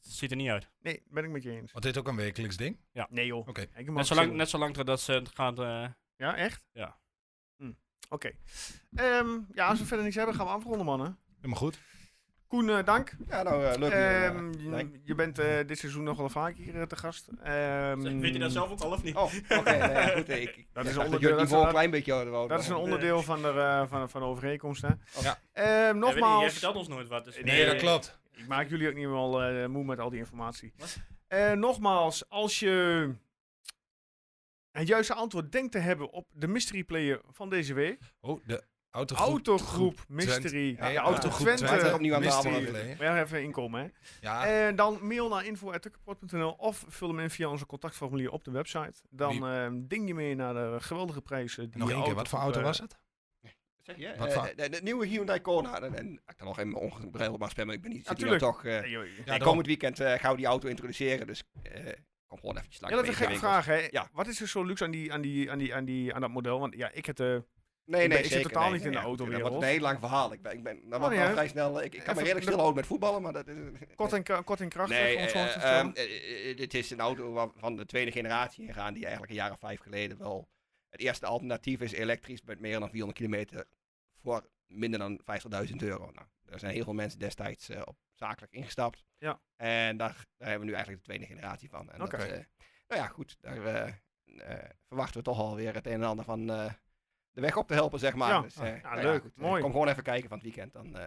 Speaker 3: ziet er niet uit.
Speaker 1: Nee, ben ik met je eens.
Speaker 4: Wat dit ook een wekelijks ding?
Speaker 1: Nee joh.
Speaker 4: Oké.
Speaker 1: Ik heb
Speaker 3: Net
Speaker 1: hem al
Speaker 3: zolang,
Speaker 1: gezien.
Speaker 3: net zolang dat ze het gaat... eh,
Speaker 1: Ja, echt?
Speaker 3: Ja.
Speaker 1: Hm, Oké. Ehm, ja, als we verder niks hebben, gaan we afronden, mannen.
Speaker 4: Helemaal goed.
Speaker 1: Koen, eh, dank.
Speaker 5: Ja, nou, eh, leuk. hier, eh,
Speaker 1: Ehm, je-
Speaker 5: dank.
Speaker 1: je bent eh, dit seizoen nog wel vaak hier eh, te gast. Ehm,
Speaker 3: Weet je dat zelf ook al of niet?
Speaker 5: Oh, oké. nou ja, goed, eh, ik, ik
Speaker 1: Dat
Speaker 5: dacht
Speaker 1: is
Speaker 5: dat
Speaker 1: onderdeel-
Speaker 5: jullie
Speaker 1: dat is-
Speaker 5: niveau een
Speaker 1: dat-
Speaker 5: klein beetje hadden wel.
Speaker 1: Dat is een onderdeel van de, eh, van, van de overeenkomst. Hè?
Speaker 4: Ja.
Speaker 1: Ehm,
Speaker 3: Ja, weet je, Jij
Speaker 1: nogmaals,
Speaker 3: vertelt ons nooit wat. Dus
Speaker 1: Nee,
Speaker 4: Nee, dat
Speaker 1: eh,
Speaker 4: klopt.
Speaker 1: ik maak jullie ook niet wel eh, moe met al die informatie.
Speaker 3: Wat?
Speaker 1: Eh, nogmaals, als je het juiste antwoord denkt te hebben op de mystery player van deze week.
Speaker 4: Oh, de autogroep.
Speaker 1: Autogroep
Speaker 4: Twente.
Speaker 1: Mystery.
Speaker 4: Nee, eh,
Speaker 1: Ja, Autogroep
Speaker 4: Autogroep
Speaker 1: Twente.
Speaker 5: Twente. opnieuw aan de
Speaker 1: mystery.
Speaker 5: avond.
Speaker 4: Play.
Speaker 1: Maar even inkomen, hè.
Speaker 4: Ja,
Speaker 1: En dan mail naar info.tukkerport.nl of vul hem in via onze contactformulier op de website. Dan
Speaker 4: Wie-
Speaker 1: eh, ding je mee naar de geweldige prijzen. Die
Speaker 4: nog
Speaker 1: de
Speaker 4: één keer. Wat voor
Speaker 1: autogroep,
Speaker 4: auto
Speaker 1: eh,
Speaker 4: was het?
Speaker 5: Zeg je?
Speaker 4: Wat
Speaker 5: Eh,
Speaker 4: van?
Speaker 5: de, de nieuwe Hyundai Kona. En, en ik kan nog even ongebreideld maar spammen. Ik ben niet
Speaker 1: Ja,
Speaker 5: zit hier nou
Speaker 1: tuurlijk.
Speaker 5: toch. eh,
Speaker 1: Ja, joh, joh.
Speaker 4: Ja, daarom.
Speaker 5: komend weekend eh, gaan we die auto introduceren. Dus eh, kom gewoon eventjes
Speaker 1: Ja,
Speaker 5: langs.
Speaker 1: dat is een gekke
Speaker 5: bij de winkels.
Speaker 1: vraag, hè?
Speaker 5: Ja.
Speaker 1: Wat is er zo luxe aan, die, aan, die, aan, die, aan, die, aan dat model? Want ja, ik heb de.
Speaker 5: Nee,
Speaker 1: Ik
Speaker 5: nee,
Speaker 1: ben- ik zit
Speaker 5: zeker,
Speaker 1: totaal
Speaker 5: nee.
Speaker 1: niet in de
Speaker 5: Ja, goed,
Speaker 1: autowereld.
Speaker 5: Dat wordt een heel lang verhaal. Ik ben, ik ben nou, wat
Speaker 1: niet
Speaker 5: wel
Speaker 1: uit.
Speaker 5: vrij snel. eh, Ik, ik kan
Speaker 1: Even
Speaker 5: me redelijk
Speaker 1: de-
Speaker 5: snel houden met voetballen, maar dat is...
Speaker 1: kort en, kra- kort en krachtig.
Speaker 5: Nee,
Speaker 1: om het zo
Speaker 5: eh,
Speaker 1: te vertellen.
Speaker 5: ehm, eh, eh, dit is een auto wa- van de tweede generatie ingaan, die eigenlijk een jaar of vijf geleden wel... Het eerste alternatief is elektrisch met meer dan 400 kilometer voor minder dan 50.000 euro. Nou, er zijn heel veel mensen destijds eh, op zakelijk ingestapt.
Speaker 1: Ja.
Speaker 5: En daar, daar hebben we nu eigenlijk de tweede generatie van. En
Speaker 1: Oké.
Speaker 5: dat, eh, nou ja, goed, daar eh, eh, verwachten we toch alweer het een en ander van eh, de weg op te helpen, zeg maar.
Speaker 1: Ja.
Speaker 5: Dus, eh,
Speaker 1: Ah, ja,
Speaker 5: nou
Speaker 1: leuk.
Speaker 5: goed, eh,
Speaker 1: Mooi.
Speaker 5: Kom gewoon even kijken van het weekend. Dan, eh,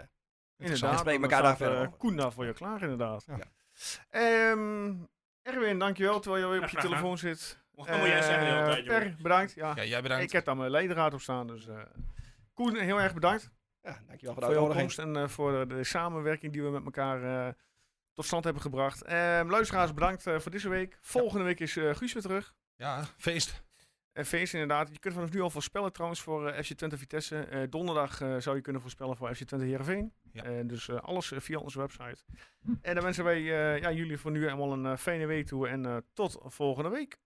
Speaker 1: inderdaad.
Speaker 5: spreken we
Speaker 1: dan
Speaker 5: elkaar daar
Speaker 1: staat, eh,
Speaker 5: verder over.
Speaker 1: Koen daar voor je klaar, inderdaad.
Speaker 4: Ja.
Speaker 1: Ehm, Erwin, dankjewel. Terwijl je weer op
Speaker 3: Ja,
Speaker 1: je
Speaker 3: graag
Speaker 1: telefoon zit.
Speaker 3: Wat moet jij zeggen de hele
Speaker 1: Eh,
Speaker 3: tijd, joh?
Speaker 1: per, bedankt. Ja.
Speaker 4: Ja, jij bedankt.
Speaker 1: Ik heb daar mijn leidraad op staan. Dus, eh, Koen, heel erg bedankt
Speaker 5: ja, dankjewel voor de
Speaker 1: voor jouw
Speaker 5: uitnodiging.
Speaker 1: komst en eh, voor de, de samenwerking die we met elkaar eh, tot stand hebben gebracht. Ehm, luisteraars, bedankt eh, voor deze week. Volgende week is eh, Guus weer terug.
Speaker 4: Ja, feest.
Speaker 1: En feest inderdaad. Je kunt vanaf nu al voorspellen trouwens voor eh, FC Twente Vitesse. Eh, donderdag eh, zou je kunnen voorspellen voor FC Twente Heerenveen.
Speaker 4: Ja.
Speaker 1: Eh, dus eh, alles eh, via onze website. En dan wensen wij eh, ja, jullie voor nu allemaal een eh, fijne week toe. En eh, tot volgende week.